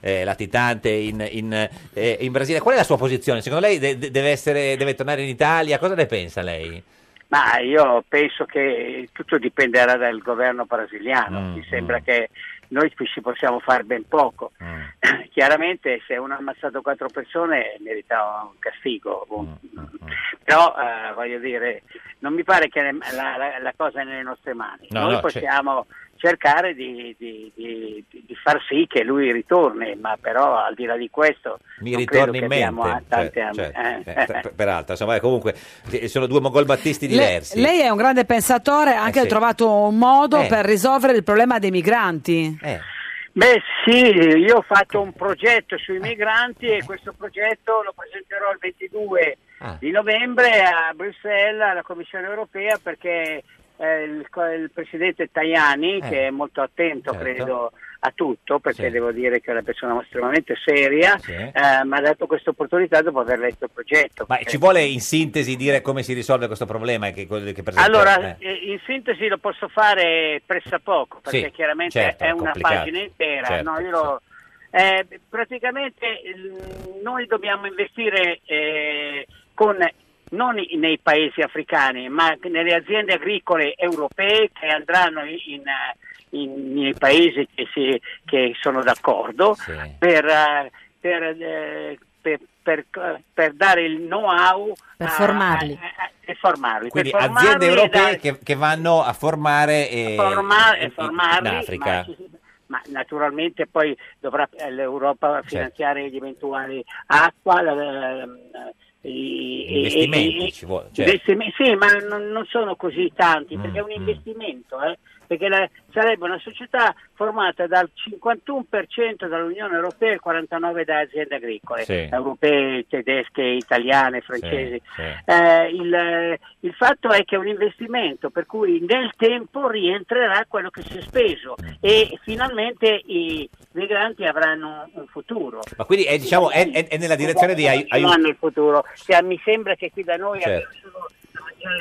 S2: eh, latitante in, in, eh, in Brasile. Qual è la sua posizione? Secondo lei de- de- deve, essere, deve tornare in Italia? Cosa ne pensa lei?
S19: Ma io penso che tutto dipenderà dal governo brasiliano.
S2: Mm,
S4: Mm.
S19: Mi sembra che noi qui ci possiamo fare ben poco. chiaramente se uno ha ammazzato quattro persone merita un castigo,
S4: Mm,
S19: un- però eh, voglio dire, non mi pare che ne- la, la- la cosa è nelle nostre mani.
S4: No,
S19: Noi
S4: no, c'è-
S19: possiamo cercare di, di- di- di far sì che lui ritorni, ma però al di là di questo
S2: Mi
S19: non
S2: ritorna
S19: credo che
S2: in
S19: abbiamo
S2: mente,
S19: tante
S2: cioè-
S19: am-
S2: cioè,
S19: eh,
S2: eh, tra- per- peraltro, insomma, eh, comunque eh, sono due mogol battisti
S1: Lei,
S2: diversi.
S1: lei è un grande pensatore, anche ha
S2: sì.
S1: trovato un modo
S2: Eh.
S1: per risolvere il problema dei migranti.
S19: Beh sì, io ho fatto un progetto
S4: Eh.
S19: sui migranti e questo progetto lo presenterò il 22
S4: Ah.
S19: di novembre a Bruxelles alla Commissione europea perché eh, il, co- il presidente Tajani,
S4: Eh.
S19: che è molto attento
S4: Certo.
S19: credo a tutto, perché
S4: Sì.
S19: devo dire che è una persona estremamente seria,
S2: Sì.
S19: eh, mi ha dato questa opportunità dopo aver letto il progetto.
S2: Ma ci vuole in sintesi dire come si risolve questo problema? Che, quello che per esempio-
S19: Allora,
S2: eh,
S19: eh, in sintesi lo posso fare pressappoco, perché
S2: Sì,
S19: chiaramente
S2: certo,
S19: è una
S2: complicato.
S19: pagina intera.
S2: Certo,
S19: no? Io lo- eh, praticamente il- noi dobbiamo investire eh, con, non i- nei paesi africani, ma nelle aziende agricole europee che andranno in- in, eh, in- nei paesi che, si- che sono d'accordo per, eh, per, eh, per- per- per dare il know-how
S17: Per
S19: a-
S17: formarli.
S19: a- a- e formarli.
S2: quindi
S19: per formarli
S2: aziende
S19: e
S2: europee
S19: dare-
S2: che, che vanno a formare eh,
S19: Formar-
S2: in- in-
S19: formarli,
S2: in Africa.
S19: ma ci- Ma naturalmente poi dovrà eh, l'Europa
S2: Certo.
S19: finanziare gli eventuali acqua, la- la- la- i- i-
S2: Investimenti
S19: i-
S2: ci vuole, certo. Mm,
S19: investime- sì, ma non, non sono così tanti perché è un investimento, eh, perché la- sarebbe una società formata dal 51% dall'Unione Europea e il 49% da aziende agricole,
S4: Sì.
S19: europee, tedesche, italiane, francesi.
S4: Sì, sì.
S19: Eh, il, il fatto è che è un investimento, per cui nel tempo rientrerà quello che si è speso e finalmente i migranti avranno un futuro.
S2: Ma quindi è, diciamo, è, è- è nella direzione di ai-
S19: Non hanno
S2: aiutare.
S19: il futuro. Cioè, mi sembra che qui da noi
S2: Certo.
S19: adesso sono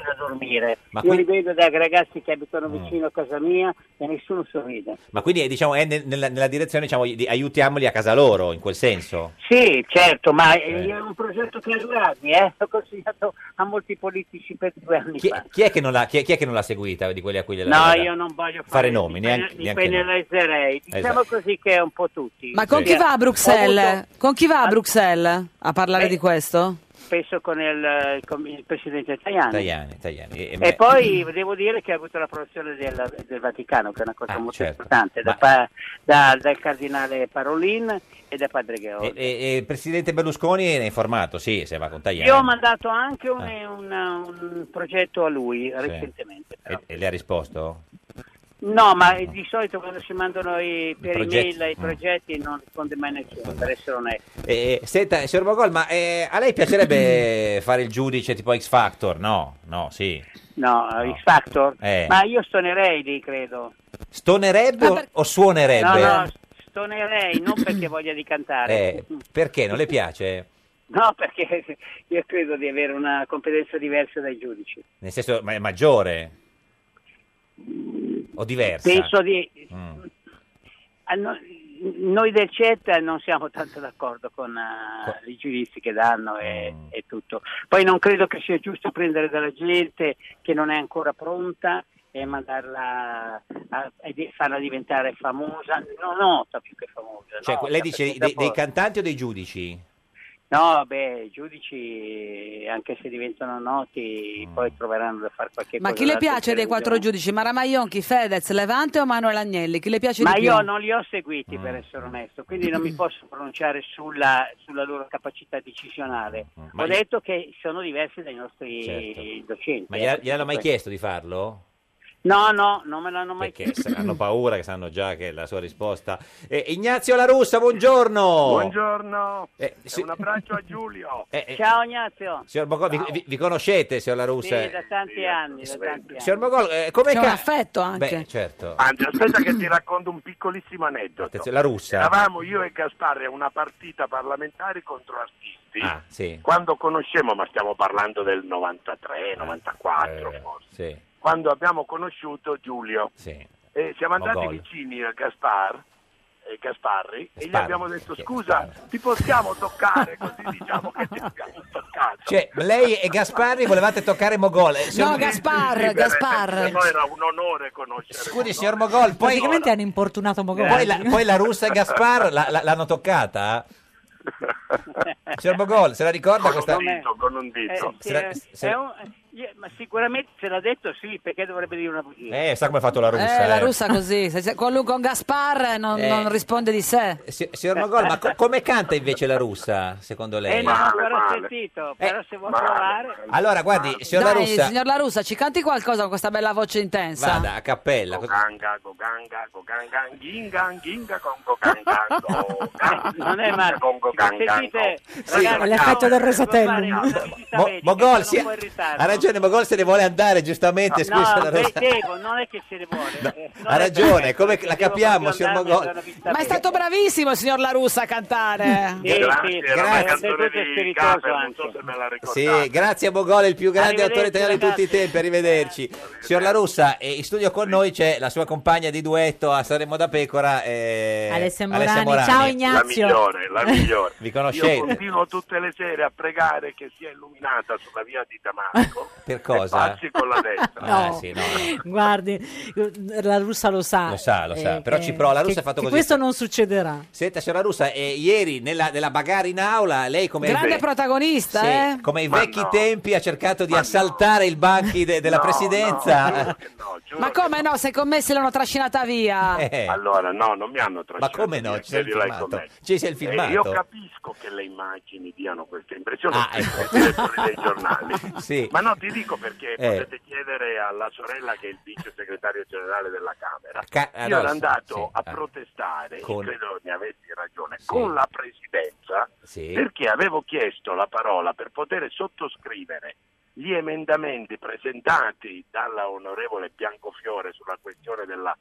S19: da dormire.
S2: Ma
S19: Io
S2: qui- Mm.
S19: li vedo da ragazzi che abitano vicino a casa mia e nessuno sorride.
S2: Ma quindi è, diciamo, è nel- nella, nella direzione diciamo, di aiutiamoli a casa loro, in quel senso.
S19: Sì, certo, ma
S2: Eh.
S19: eh, è un progetto che ha due anni, eh. l'ho consegnato a molti politici per due anni
S2: Chi,
S19: fa.
S2: chi è, che non l'ha, chi, è, chi è che non l'ha seguita di quelli a cui gliela-
S19: No,
S2: gliela-
S19: io non voglio fare,
S2: fare nomi,
S19: mi
S2: neanche-
S19: pena- mi
S2: neanche nomi.
S19: penalizzerei. Diciamo
S2: Esatto.
S19: così che è un po' tutti.
S1: Ma con
S19: Sì.
S1: chi va a
S19: Ho
S1: Bruxelles?
S19: avuto- Eh.
S1: Con chi va a Bruxelles a parlare
S19: Beh,
S1: di questo?
S19: Penso con il, con il presidente Tajani.
S2: Tajani, eh, Tajani. E,
S19: E poi devo dire che ha avuto l'approvazione del, del Vaticano, che è una cosa
S2: Ah,
S19: molto
S2: certo.
S19: importante, da pa- da- dal cardinale Parolin e da padre Gheorghi.
S2: e- e- e il presidente Berlusconi è informato, sì, se va con Tajani. Ah.
S19: Io ho mandato anche un, un- un progetto a lui recentemente.
S2: E, e le ha risposto?
S19: No, ma di solito quando si mandano i, per
S2: Ah, Progetti. Mm.
S19: email i progetti non risponde mai nessuno, per essere onesto.
S2: E, e- senta, signor Mogol, ma eh, a lei piacerebbe fare il giudice tipo X Factor? No, no, sì.
S19: No, X Factor?
S2: Eh.
S19: Ma io stonerei lì, credo.
S2: Stonerebbe o- o suonerebbe?
S19: No, no, stonerei, non perché voglia di cantare.
S2: Eh, perché non le piace?
S19: No, perché io credo di avere una competenza diversa dai giudici.
S2: Nel senso, ma è maggiore? O diversa?
S19: Penso di...
S2: Mm.
S19: Ah, no- Noi del CET non siamo tanto d'accordo con eh, i giudizi che danno e,
S2: Mm.
S19: e tutto. Poi non credo che sia giusto prendere dalla gente che non è ancora pronta e mandarla a, e di- farla diventare famosa, non nota più che famosa.
S2: Cioè,
S19: nota,
S2: lei dice
S19: perché
S2: dei, dei
S19: dopo-
S2: cantanti o dei giudici?
S19: No, beh, i giudici, anche se diventano
S2: Mm.
S19: noti, poi troveranno da fare qualche
S1: Ma
S19: cosa.
S1: chi le
S19: d'altro in
S1: piace dei quattro
S19: televisione.
S1: giudici? Maramaionchi, Fedez, Levante o Manuel Agnelli? Chi le piace
S19: Ma
S1: di più?
S19: io non li ho seguiti,
S2: Mm.
S19: per essere onesto, quindi non mi posso pronunciare sulla, sulla loro capacità decisionale.
S2: Mm. Ma
S19: ho
S2: gli- Certo.
S19: detto che sono diversi dai nostri docenti.
S2: Ma gliela- gliel'hanno mai
S19: Beh.
S2: chiesto di farlo?
S19: No, no, non me l'hanno mai
S2: Perché se- hanno paura che sanno già che è la sua risposta. Eh, Ignazio La Russa, buongiorno!
S9: Buongiorno,
S2: Eh, sì.
S9: un abbraccio a Giulio.
S2: Eh, eh.
S19: Ciao Ignazio.
S2: Signor Mogol, vi, vi- vi conoscete, signor La Russa?
S19: Sì, da tanti anni, da tanti anni.
S2: Signor Mogol, eh, come
S19: C'è un
S1: affetto
S2: Beh, certo.
S9: Anzi, aspetta che ti racconto un piccolissimo aneddoto.
S2: Attenzione, la russa.
S9: Eravamo io e Gasparri a una partita parlamentare contro artisti.
S2: Ah, sì.
S9: Quando conoscemmo, ma stiamo parlando del
S2: Eh,
S9: 93, 94 forse,
S2: Sì.
S9: quando abbiamo conosciuto Giulio.
S2: Sì.
S9: E siamo andati
S2: Mogol.
S9: vicini a Gaspar, eh, Gasparri e gli
S2: Gasparri,
S9: abbiamo detto
S2: chi è
S9: scusa, ti possiamo toccare così diciamo che ti abbiamo
S20: caso.
S2: Cioè, lei e Gasparri volevate toccare Mogol. Eh, signor-
S20: Sì, sì, per noi era un onore conoscere.
S2: Scusi, signor Mogol, poi,
S17: Praticamente hanno importunato Mogol.
S2: poi la, poi la russa e Gaspar la- la- l'hanno toccata? eh? Signor Mogol, se la ricorda questa...
S20: con un
S19: Eh,
S20: dito.
S19: sì, eh, è un- eh, ma sicuramente se l'ha detto sì, perché dovrebbe dire una bugia.
S2: Eh, sa come ha fatto la russa.
S1: Eh, la
S2: eh.
S1: russa così, se- se- con, lui, con Gaspar eh, non,
S2: Eh.
S1: non risponde di sé.
S19: Eh,
S2: Si- signor Mogol, ma co- come canta invece la russa, secondo lei?
S19: Eh, non ho ancora sentito, però se vuoi provare...
S2: Allora, guardi, signor La
S1: Dai,
S2: Russa,
S1: signor La Russa, ci canti qualcosa con questa bella voce intensa?
S2: vada a cappella. cos-
S20: Ganga, go ganga, go ganga, ginga, ginga, con go ganga, go ganga.
S19: Non è male.
S20: Con go ganga,
S19: Sentite,
S20: go.
S19: ragazzi, eh,
S20: Sì.
S19: L'effetto del Rosatellum.
S2: Mo- Mogol, si-
S19: puoi irritarlo.
S2: ha ragione, Mogol se ne vuole andare, giustamente.
S19: no,
S2: scusa, la
S19: beh,
S2: russa.
S19: devo, non è che se ne vuole. eh, non
S2: ha
S19: è
S2: ragione,
S19: perfetto,
S2: come
S19: perché
S2: la
S19: devo
S2: capiamo,
S19: proprio
S2: signor
S19: andarmene
S2: Mogol?
S19: da una vita
S1: Ma è stato bravissimo, signor La Russa, a cantare.
S19: Sì, sì,
S20: Grazie, era una
S2: grazie.
S20: canzone di
S19: spiritoso
S20: Gaber, non so se me la
S2: Sì, grazie a Mogol, il più grande attore
S20: Arrivederci,
S2: italiano di tutti i tempi.
S19: Eh,
S2: Arrivederci. Signor La Russa, eh, in studio con noi c'è la sua compagna di duetto a Saremo da Pecora, eh,
S17: Alessia Morani. Ciao, Ignazio.
S20: La migliore, la migliore.
S2: Vi
S20: Io
S2: conoscete?
S20: continuo tutte le sere a pregare che sia illuminata sulla via di Damasco.
S2: Per cosa?
S20: Passi con la destra.
S2: Ah, sì, no, no.
S17: Guardi, la russa lo sa.
S2: Lo sa, lo sa,
S17: eh,
S2: però
S17: che-
S2: ci prova, la russa
S17: che-
S2: ha fatto
S17: che
S2: così.
S17: Questo non succederà.
S2: Senta, signora Russa, eh, ieri nella, nella bagarre in aula, lei come...
S1: Grande protagonista,
S2: Sì,
S1: eh?
S2: come ai
S1: Ma
S2: vecchi
S1: no.
S2: tempi ha cercato di assaltare il banchi de- della
S20: No,
S2: presidenza.
S1: Ma come no, se con me se l'hanno trascinata via.
S2: Eh.
S20: Allora, no, non mi hanno
S2: Ma
S20: trascinato.
S2: come no?
S20: via,
S2: Ci sei il
S20: chiedila ai
S2: filmato.
S20: commenti.
S2: Ci sei il
S20: Eh,
S2: filmato.
S20: io capisco che le immagini diano questa impressione,
S2: Ah,
S20: i direttori dei giornali.
S2: Sì.
S20: Ma no, ti dico perché
S2: Eh.
S20: potete chiedere alla sorella che è il vice segretario generale della Camera.
S2: Ca- ah,
S20: io
S2: no,
S20: ero
S2: sì,
S20: andato
S2: sì,
S20: a
S2: ah.
S20: protestare,
S2: Con-
S20: e credo ne avessi ragione, con la Presidenza,
S2: Sì.
S20: perché avevo chiesto la parola per poter sottoscrivere gli emendamenti presentati dalla onorevole Biancofiore sulla questione della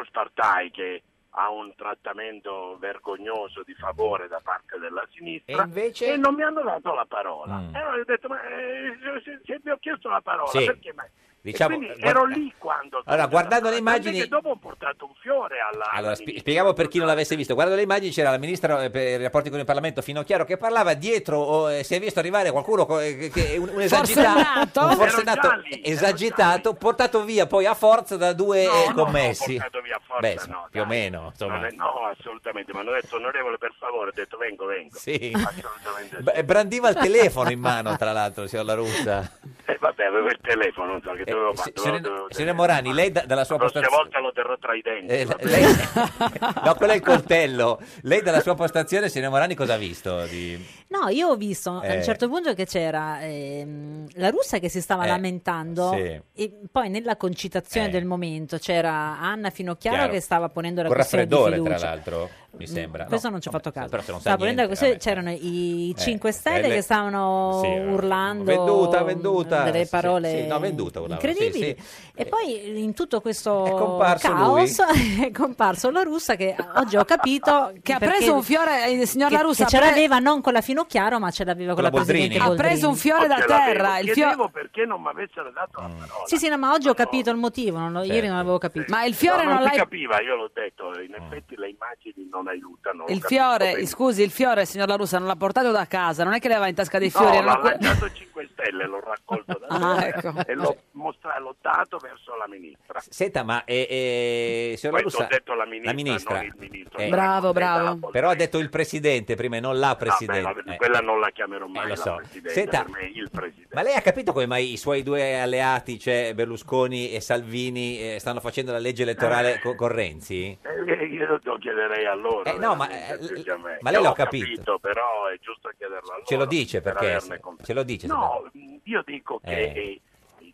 S20: Volkspartei che ha un trattamento vergognoso di favore da parte della sinistra
S2: E invece-
S20: non mi hanno dato la parola.
S2: Mm.
S20: E allora io ho detto, ma eh, se, se vi ho chiesto la parola,
S2: Sì.
S20: perché mai? E
S2: Diciamo,
S20: quindi
S2: guarda-
S20: ero lì quando...
S2: Allora, guardando le
S20: Tant'è
S2: immagini-
S20: che dopo ho portato un fiore alla...
S2: Ah, Allora, spie- spieghiamo per chi non l'avesse visto. Guarda le immagini, c'era la ministra eh, per i rapporti con il Parlamento Finocchiaro che parlava, dietro oh, eh, si è visto arrivare qualcuno co- eh, che- che- un, un esagitato,
S1: Forsennato?
S2: un forsennato esagitato, portato via poi a forza da due eh,
S20: no,
S2: commessi.
S20: no, portato via a forza,
S2: Beh, insomma,
S20: no,
S2: più o meno, insomma.
S20: Non è- no, assolutamente, ma hanno detto onorevole per favore, ho detto vengo, vengo.
S2: Sì.
S20: Assolutamente sì.
S2: B- Brandiva il telefono in mano, tra l'altro, signor La Russa.
S20: Eh, vabbè, avevo il telefono, non so che dovevo fare.
S2: Signor-
S20: dovevo-
S2: Eh, Signora Morani, lei da- dalla sua
S20: La prossima
S2: postazione...
S20: volta lo terrò tra i denti.
S2: Eh,
S20: va bene?
S2: lei- no, quello è il coltello. Lei dalla sua postazione, signor Morani, cosa ha visto? Di...
S17: No, io ho visto a
S2: Eh.
S17: un certo punto che c'era ehm, la russa che si stava
S2: Eh,
S17: lamentando
S2: sì.
S17: e poi nella concitazione
S2: Eh.
S17: del momento c'era Anna Finocchiaro
S2: Chiaro.
S17: che stava ponendo la
S2: Con
S17: questione di
S2: raffreddore, tra
S17: fiducia. Mm,
S2: l'altro, mi sembra.
S17: Questo
S2: No,
S17: non ci ho
S2: vabbè,
S17: fatto caso.
S2: Però se non sa
S17: Stava ponendo la
S2: niente,
S17: questione- c'erano i
S2: Eh,
S17: 5 Stelle
S2: Stelle-
S17: che stavano
S2: Sì, eh,
S17: urlando
S2: venduta,
S17: mm,
S2: venduta.
S17: delle
S2: Sì,
S17: parole
S2: sì, no, venduta urlavano,
S17: incredibili.
S2: sì, sì.
S17: E poi in tutto questo
S2: comparso
S17: caos
S2: lui.
S17: è comparso la russa che oggi ho capito
S1: Che ha
S17: perché-
S1: preso un fiore, eh, signor
S17: che,
S1: La Russa.
S17: che ce
S1: ha pre-
S17: l'aveva non con la Finocchiaro, ma ce l'aveva con,
S2: Con la
S17: la presidente
S2: Boldrini.
S1: ha preso un fiore da
S20: Ah, Ce l'avevo.
S1: terra. Il
S20: Chiedevo
S1: fiore...
S20: perché non mi avessero dato la
S2: Mm.
S20: parola.
S17: Sì, sì, no, ma oggi ho capito il motivo, non lo- ieri
S20: Certo.
S17: non l'avevo capito.
S1: Ma il
S20: No,
S1: fiore
S20: non
S1: non
S20: si
S1: l'hai.
S20: capiva, io l'ho detto,
S2: Mm.
S20: in effetti le immagini non aiutano.
S1: Il
S20: lo capisco
S1: fiore,
S20: bene.
S1: scusi, il fiore, signor La Russa, non l'ha portato da casa, non è che le aveva in tasca dei
S20: No,
S1: fiori. erano
S20: l'ho
S1: que-
S20: lanciato 5 Stelle, l'ho raccolto da
S1: Ah,
S20: terra
S1: ecco.
S20: e l'ho, mostra- l'ho dato verso la ministra.
S2: Senta, ma eh, eh, signor La
S20: Questo
S2: Russa...
S20: ho detto alla ministra, non il ministro.
S2: eh,
S1: Bravo, bravo.
S2: Però ha detto il presidente prima e non la presidente.
S20: No, beh, la-
S2: Eh.
S20: quella non la chiamerò mai
S2: Eh, lo
S20: la
S2: so.
S20: presidente,
S2: Senta-
S20: per me è il presidente.
S2: Ma lei ha capito come mai i suoi due alleati, cioè Berlusconi e Salvini, eh, stanno facendo la legge elettorale co- con Renzi?
S20: Eh, Io lo- lo chiederei a loro.
S2: Eh, no, ma,
S20: veramente,
S2: eh,
S20: più che a me.
S2: ma lei
S20: Io
S2: l'ha
S20: ho
S2: capito.
S20: Però è giusto chiederlo a loro.
S2: Ce lo dice
S20: per
S2: perché...
S20: averne confidenza.
S2: Ce lo dice.
S20: No, mh, io dico
S2: Eh.
S20: che eh,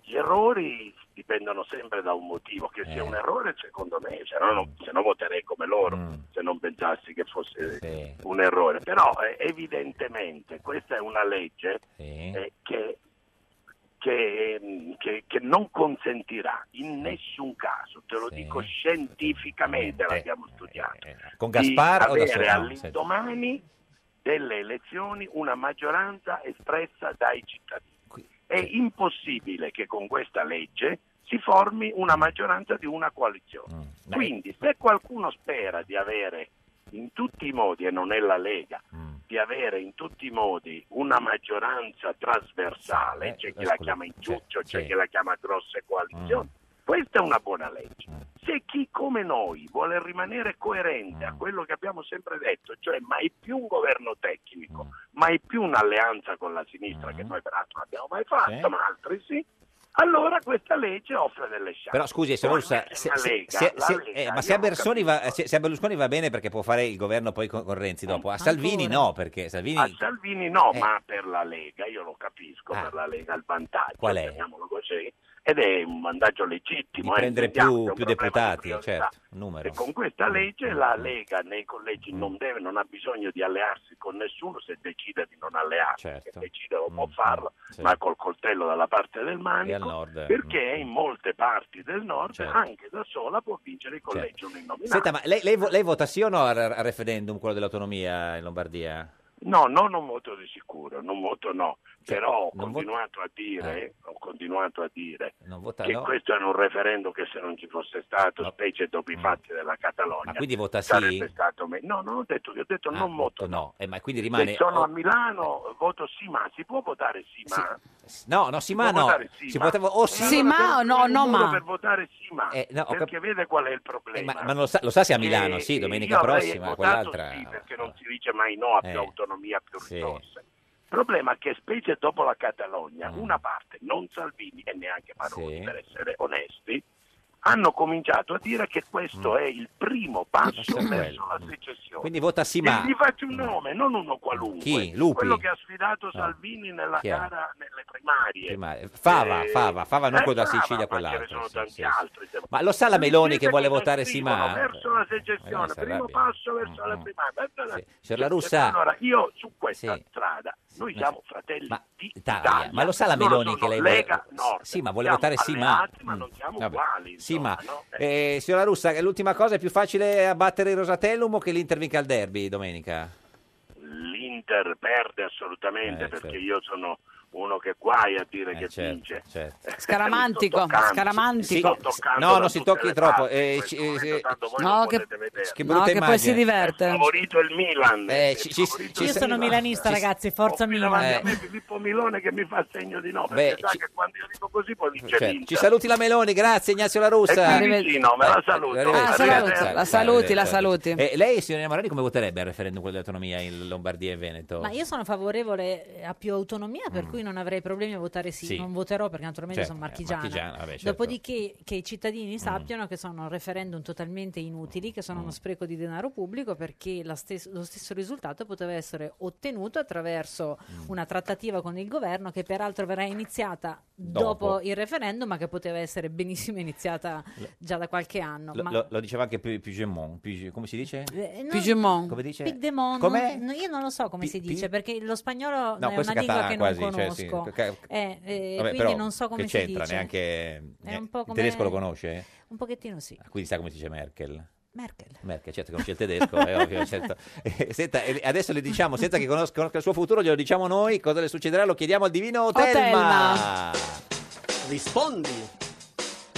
S20: gli errori dipendono sempre da un motivo, che
S2: Eh.
S20: sia un errore secondo me, se no, non- se no voterei come loro,
S2: Mm.
S20: se non pensassi che fosse un errore. Però eh, evidentemente questa è una legge eh, che, che, ehm, che- che non consentirà
S2: Mm.
S20: in nessun caso, te lo dico scientificamente, l'abbiamo studiato,
S2: Eh, Con
S20: di
S2: Gaspar o da
S20: avere
S2: solo? No, senta.
S20: all'indomani delle elezioni una maggioranza espressa dai cittadini. È impossibile che con questa legge si formi
S2: Mm.
S20: una maggioranza di una coalizione. Quindi se qualcuno spera di avere in tutti i modi, e non è la Lega, di avere in tutti i modi una maggioranza trasversale,
S2: Eh,
S20: c'è chi la chiama inciuccio, c'è chi la chiama grosse coalizioni.
S2: Mm.
S20: Questa è una buona legge. Se chi come noi vuole rimanere coerente
S2: Mm.
S20: a quello che abbiamo sempre detto, cioè mai più un governo
S2: Mm.
S20: tecnico, mai più un'alleanza con la sinistra, che noi peraltro non abbiamo mai
S2: Sì.
S20: fatto, ma altri sì, allora questa legge offre delle chance.
S2: Però scusi, se
S20: Poi
S2: Russa, se-
S20: la
S2: se-
S20: Lega-
S2: se-
S20: la
S2: se-
S20: Lega,
S2: eh, ma
S20: io
S2: se a,
S20: non capisco.
S2: Berlusconi va, se- se a Berlusconi va bene perché può fare il governo poi con, con Renzi dopo, a Salvini no perché Salvini...
S20: A Salvini no,
S2: Eh. Ah.
S20: ma per la Lega, io lo capisco, per la Lega il vantaggio,
S2: Qual è?
S20: chiamiamolo così, ed è un vantaggio legittimo. eh,
S2: prendere
S20: intendiamo,
S2: più,
S20: è un
S2: più
S20: problema
S2: deputati,
S20: di priorità.
S2: certo, un numero. mm,
S20: E con questa legge la Lega nei collegi non deve, non ha bisogno di allearsi con nessuno se decide di non allearsi, se decide o può farlo,
S2: Certo. Mm, sì.
S20: ma col coltello dalla parte del manico,
S2: E al nord, eh,
S20: perché in molte parti del nord
S2: Certo.
S20: anche da sola può vincere il collegio uninominale.
S2: Senta, ma lei, lei vo- lei vota sì o no al, al referendum, quello dell'autonomia in Lombardia?
S20: No, non un voto di sicuro, non voto no,
S2: Cioè,
S20: però ho
S2: non Eh.
S20: continuato a dire, ho continuato a dire
S2: Non vota
S20: che
S2: no?
S20: questo era un referendum che se non ci fosse stato, specie dopo i fatti della Catalogna,
S2: Mm. Ma quindi vota sì?
S20: sarebbe stato me- No, non ho detto che ho detto
S2: Ah,
S20: non voto.
S2: voto no. Eh, ma quindi rimane...
S20: Se sono
S2: o-
S20: a Milano, voto sì, ma si può votare sì, ma...
S2: No, no, sì ma
S20: può
S2: no.
S20: votare sì,
S2: Si
S20: ma-
S2: poteva... oh, O sì,
S1: Sì, ma o no, no,
S20: Solo
S1: ma.
S20: Per votare sì, ma...
S2: Eh, no, ho cap-
S20: perché vede qual è il problema.
S2: Eh, ma, ma non lo, sa, lo sa se a Milano,
S20: Che
S2: sì, domenica
S20: io avrei
S2: prossima,
S20: votato
S2: quell'altra...
S20: sì, perché non si dice mai no a più
S2: Eh.
S20: autonomia, più
S2: Sì.
S20: risorse. Il problema è che specie dopo la Catalogna, una parte, non Salvini e neanche
S2: Mm.
S20: Maroni,
S2: Sì.
S20: per essere onesti, hanno cominciato a dire che questo è il primo passo
S2: Questo è
S20: verso la
S2: Mm. quello.
S20: secessione.
S2: Quindi vota sì,
S20: E
S2: ma...
S20: gli faccio un nome, non uno qualunque.
S2: Chi? Lupi?
S20: Quello che ha sfidato
S2: No.
S20: Salvini nella
S2: Chi è?
S20: gara nelle primarie.
S2: Primarie. Fava,
S20: Eh,
S2: Fava, Fava, non
S20: eh,
S2: quello da
S20: Fava,
S2: Sicilia,
S20: ma
S2: quell'altro,
S20: Ce ne sono
S2: sì,
S20: tanti
S2: sì, sì.
S20: altri. insomma.
S2: Ma lo sa la Meloni
S20: Dite
S2: che vuole
S20: cosa
S2: votare sì,
S20: scrivono
S2: ma...
S20: Verso la
S2: Meloni
S20: secessione,
S2: si
S20: primo
S2: arrabbia.
S20: passo verso
S2: Mm.
S20: la primaria. verso la-
S2: Signor La Russa-
S20: eh, Allora, io su questa
S2: Sì.
S20: strada, noi
S2: Ma-
S20: siamo fratelli
S2: Italia.
S20: d'Italia.
S2: Ma lo sa la
S20: Loro
S2: Meloni che
S20: sono
S2: lei
S20: Lega Nord.
S2: Sì, ma vuole
S20: Siamo
S2: votare sì, ma... mm.
S20: alleati, ma non siamo
S2: Vabbè.
S20: uguali,
S2: Sì, ma... Eh, signora Russa, che l'ultima cosa è più facile abbattere il Rosatellum o che l'Inter vinca il derby domenica?
S20: l'Inter perde assolutamente
S2: Eh,
S20: perché
S2: certo.
S20: io sono uno che guai a dire che
S2: certo,
S20: vince. Eh,
S1: Scaramantico,
S20: Sto toccando,
S1: scaramantico.
S20: sto toccando
S2: No,
S20: da
S2: non si
S20: tutte
S2: tocchi
S20: le
S2: troppo.
S20: parti.
S2: eh, ci- eh, sì.
S1: No, che,
S2: Che
S1: no,
S2: brutta
S1: che poi
S2: immagine.
S1: si diverte.
S20: Favorito il Milan.
S2: Eh, ci- ci- ci-
S17: Io sono milanista, ragazzi, forza
S20: Davanti a
S2: Eh,
S17: Milan.
S20: me Filippo Milone che mi fa segno di no perché
S2: Beh,
S20: sa
S2: ci-
S20: che quando io dico così poi vince
S2: Certo.
S20: l'Inter.
S2: Ci saluti la Meloni, grazie Ignazio La
S20: E qui
S2: Russa. Eh,
S20: vicino, me la saluto.
S2: Arrivederci.
S20: Ah, saluta,
S2: Arrivederci.
S1: la saluti, la
S2: Arrivederci.
S1: saluti.
S2: Eh, lei, signorina Morani, come voterebbe al referendum quello dell'autonomia in Lombardia e Veneto?
S17: Ma io sono favorevole eh, a più autonomia, per cui non avrei problemi a votare sì.
S2: Mm. Sì.
S17: Non voterò perché naturalmente
S2: Certo,
S17: sono
S2: eh,
S17: marchigiana.
S2: marchigiana, vabbè, certo. Mm.
S17: Dopodiché che i cittadini sappiano che sono referendum totalmente inutili, che sono uno spreco di denaro pubblico perché la stes- lo stesso risultato poteva essere ottenuto attraverso
S2: Mm.
S17: una trattativa con il governo che peraltro verrà iniziata dopo,
S2: Dopo.
S17: il referendum, ma che poteva essere benissimo iniziata già da qualche anno.
S2: Lo,
S17: ma-
S2: lo- lo diceva anche Pu- Puigdemont, Puig- come si dice?
S17: Eh, no,
S2: Come dice?
S17: Puigdemont,
S2: Eh, Com'è?
S17: non- io non lo so come si dice perché lo spagnolo
S2: No,
S17: è
S2: questo
S17: una
S2: è
S17: lingua
S2: catalano
S17: che
S2: quasi,
S17: non
S2: cioè, sì,
S17: conosco.
S2: ca-
S17: Eh, eh,
S2: Vabbè,
S17: quindi
S2: però,
S17: non so come
S2: che
S17: si
S2: c'entra
S17: dice.
S2: neanche...
S17: È
S2: eh,
S17: un po'
S2: Il
S17: come-
S2: tedesco lo conosce?
S17: Un pochettino sì.
S2: Ah, Quindi sa come si dice Merkel?
S17: Merkel.
S2: Merkel, certo che conosce il tedesco, è ovvio, certo. Eh, Senta, eh, adesso le diciamo, senza che conosca, conosca il suo futuro, glielo diciamo noi, cosa le succederà, lo chiediamo al
S21: Oh,
S2: divino Telma.
S4: Telma. Rispondi.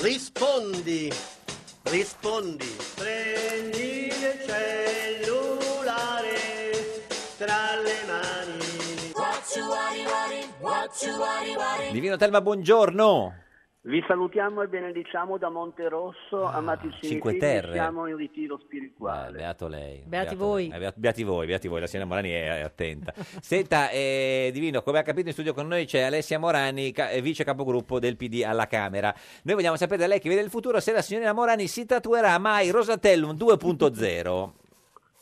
S4: Rispondi. Rispondi. Prendi il cellulare tra le mani. What you worry, worry, what you worry, worry.
S2: Divino Telma, buongiorno.
S21: Vi salutiamo e benediciamo da Monte Rosso, amatissimi
S2: Ah, Cinque
S21: figli,
S2: Terre.
S21: siamo in ritiro spirituale.
S2: Eh, Beato lei.
S21: Beati voi.
S2: eh, bea- Beati voi, beati voi, la signora Morani è, è attenta. Senta, eh, Divino, come ha capito in studio con noi c'è Alessia Morani, ca- eh, vice capogruppo del PD alla Camera. Noi vogliamo sapere da lei che vede il futuro se la signora Morani si tatuerà mai Rosatellum 2.0.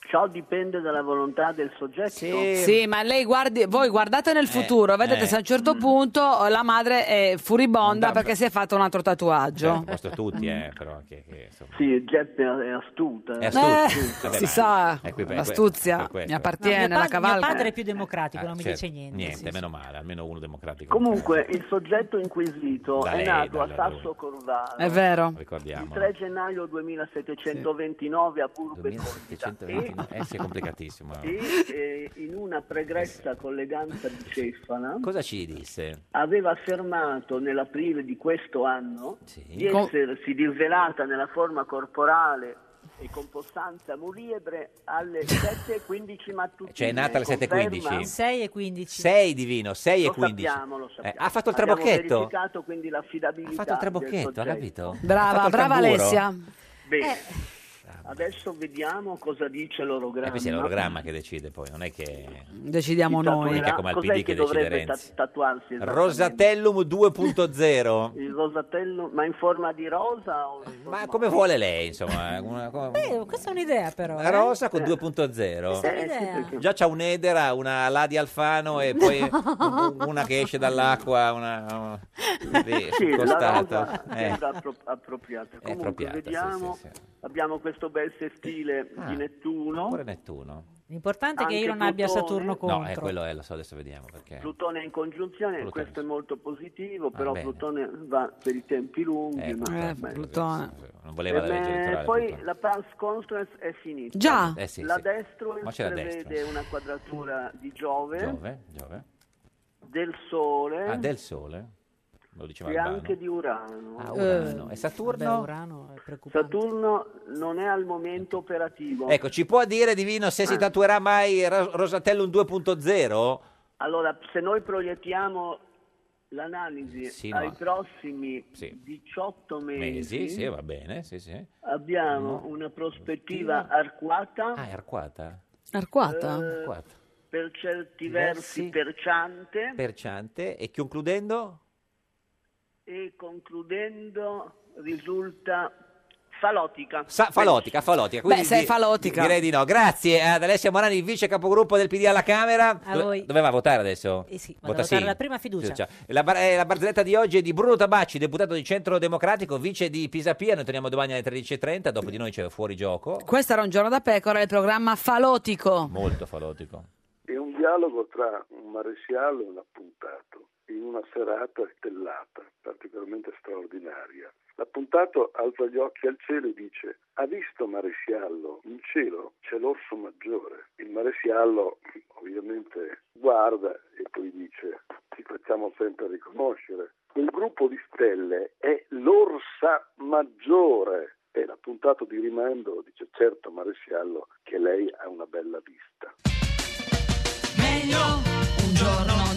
S21: Ciò dipende dalla volontà del soggetto.
S1: Sì, ma lei guardi, voi guardate nel futuro, vedete
S2: eh.
S1: se a un certo
S20: Mm.
S1: punto la madre è furibonda perché si è fatto un altro
S2: Cioè,
S1: tatuaggio.
S2: posto tutti, eh, però che, che, insomma.
S21: Sì, Jeppe è astuta.
S2: È astuto.
S1: Eh,
S2: Vabbè,
S1: si
S2: ma-
S1: sa,
S2: è qui per-
S1: l'astuzia
S2: per questo.
S1: mi appartiene,
S17: mio,
S1: la
S17: pa- mio
S1: cavalca.
S17: padre è più democratico, non mi
S2: Cioè,
S17: dice niente.
S2: Niente,
S17: sì,
S2: meno male, almeno uno democratico.
S21: Comunque, il soggetto inquisito
S2: Da
S21: è
S2: lei,
S21: nato a
S2: dalla
S21: Sasso Corvaro.
S1: È vero.
S2: Ricordiamo.
S21: Il 3 gennaio 2729 a Burbe
S2: Eh sì, è complicatissimo.
S21: e eh, in una pregressa colleganza di Cefala
S2: Cosa ci disse?
S21: aveva affermato nell'aprile di questo anno di
S2: Co-
S21: essersi disvelata nella forma corporale e con Costanza Muriebre alle 7.15 mattutine.
S2: Cioè è nata alle
S21: Conferma?
S2: 7.15.
S17: 6 e 15.
S2: 6 di vino, 6 e
S21: Lo
S2: 15.
S21: sappiamo, lo sappiamo.
S2: Eh, ha fatto il
S21: Abbiamo
S2: trabocchetto?
S21: verificato quindi l'affidabilità.
S2: Ha fatto il trabocchetto, Eh, ha
S21: del
S2: capito?
S1: Brava,
S2: Ha fatto il
S1: brava
S2: tamburo?
S1: Alessia.
S21: Bene. Adesso vediamo cosa dice l'orogramma.
S2: Eh, questo è l'orogramma che decide poi, non è che...
S1: Decidiamo
S2: noi. Mica come al
S21: Ah, Cos'è
S2: PD che
S21: dovrebbe
S2: decide Renzi.
S21: ta- tatuarsi esattamente?
S2: Rosatellum 2.0.
S21: Il Rosatello, ma in forma di rosa? O in
S2: Ma
S21: forma-
S2: Ah, come vuole lei, insomma? eh, Una,
S17: Beh, Eh, questa è un'idea però.
S2: una
S17: eh.
S2: rosa con
S17: Eh. Questa è
S2: 2.0.
S17: un'idea.
S2: Già c'ha un'edera, una là di Alfano e poi u- una che esce dall'acqua, una... una- lì,
S21: Sì,
S2: sul
S21: la
S2: costato.
S21: rosa
S2: Eh.
S21: sembra appro- appropriata. Comunque
S2: appropriata, sì,
S21: vediamo,
S2: sì, sì.
S21: abbiamo questo bel sestile
S2: Ah,
S21: di Nettuno.
S2: Pure Nettuno.
S17: eh. L'importante è che
S21: Anche
S17: io non abbia
S21: Plutone.
S17: Saturno contro.
S2: No, è quello è, lo so, adesso vediamo perché...
S21: Plutone è in congiunzione,
S2: Plutone. Ah,
S21: questo è molto positivo, però
S2: bene.
S21: Plutone va per i tempi lunghi.
S2: Eh,
S21: ma
S2: eh,
S21: vabbè.
S2: Plutone. Non voleva la
S21: Eh,
S2: legge elettorale.
S21: poi
S2: Plutone.
S21: la Pulse Conference è finita.
S2: Già? Eh, sì,
S21: la
S2: sì. Ma
S21: Destruence
S2: c'è la
S21: prevede
S2: Destruence.
S21: una quadratura di Giove,
S2: Giove, Giove.
S21: del Sole
S2: Ah, del Sole. Lo diceva
S21: e
S2: Albano.
S21: anche di Urano.
S2: Ah, Urano. E Saturno?
S17: Vabbè, Urano è preoccupante.
S21: Saturno non è al momento operativo.
S2: Ecco, ci può dire Divino se
S21: Ah.
S2: si tatuerà mai Ro- Rosatellum 2.0?
S21: Allora, se noi proiettiamo l'analisi
S2: Sì,
S21: ai
S2: no.
S21: prossimi
S2: Sì.
S21: 18 mesi,
S2: Mesi, sì, va bene, sì, sì.
S21: abbiamo una prospettiva arcuata,
S2: Ah, è arcuata?
S1: Arquata?
S2: Arcuata.
S21: per certi
S2: Diversi.
S21: versi perciante
S2: Perciante. E concludendo?
S21: e concludendo risulta falotica.
S2: Sa- falotica, falotica.
S1: Beh,
S2: quindi
S1: se è
S2: di-
S1: falotica.
S2: Direi di no. Grazie ad Alessia Morani, vice capogruppo del PD alla Camera. Dove-
S17: voi.
S2: Doveva votare adesso?
S17: Eh sì, vado a
S2: Vota
S17: votare
S2: sì.
S17: la prima fiducia.
S2: La, bar- eh, la barzelletta di oggi è di Bruno Tabacci, deputato di Centro Democratico, vice di Pisapia. Noi torniamo domani alle 13.30. Dopo di noi c'è fuori gioco.
S1: Questo era un giorno da pecora, il programma falotico.
S2: Molto falotico.
S22: È un dialogo tra un maresciallo e un appuntato, in una serata stellata, particolarmente straordinaria. L'appuntato alza gli occhi al cielo e dice: Ha visto maresciallo? In cielo c'è l'orso maggiore. Il maresciallo ovviamente guarda e poi dice: Ci facciamo sempre riconoscere. Quel gruppo di stelle è l'orsa maggiore. E l'appuntato di rimando dice: Certo, maresciallo, che lei ha una bella vista.
S4: Meglio un giorno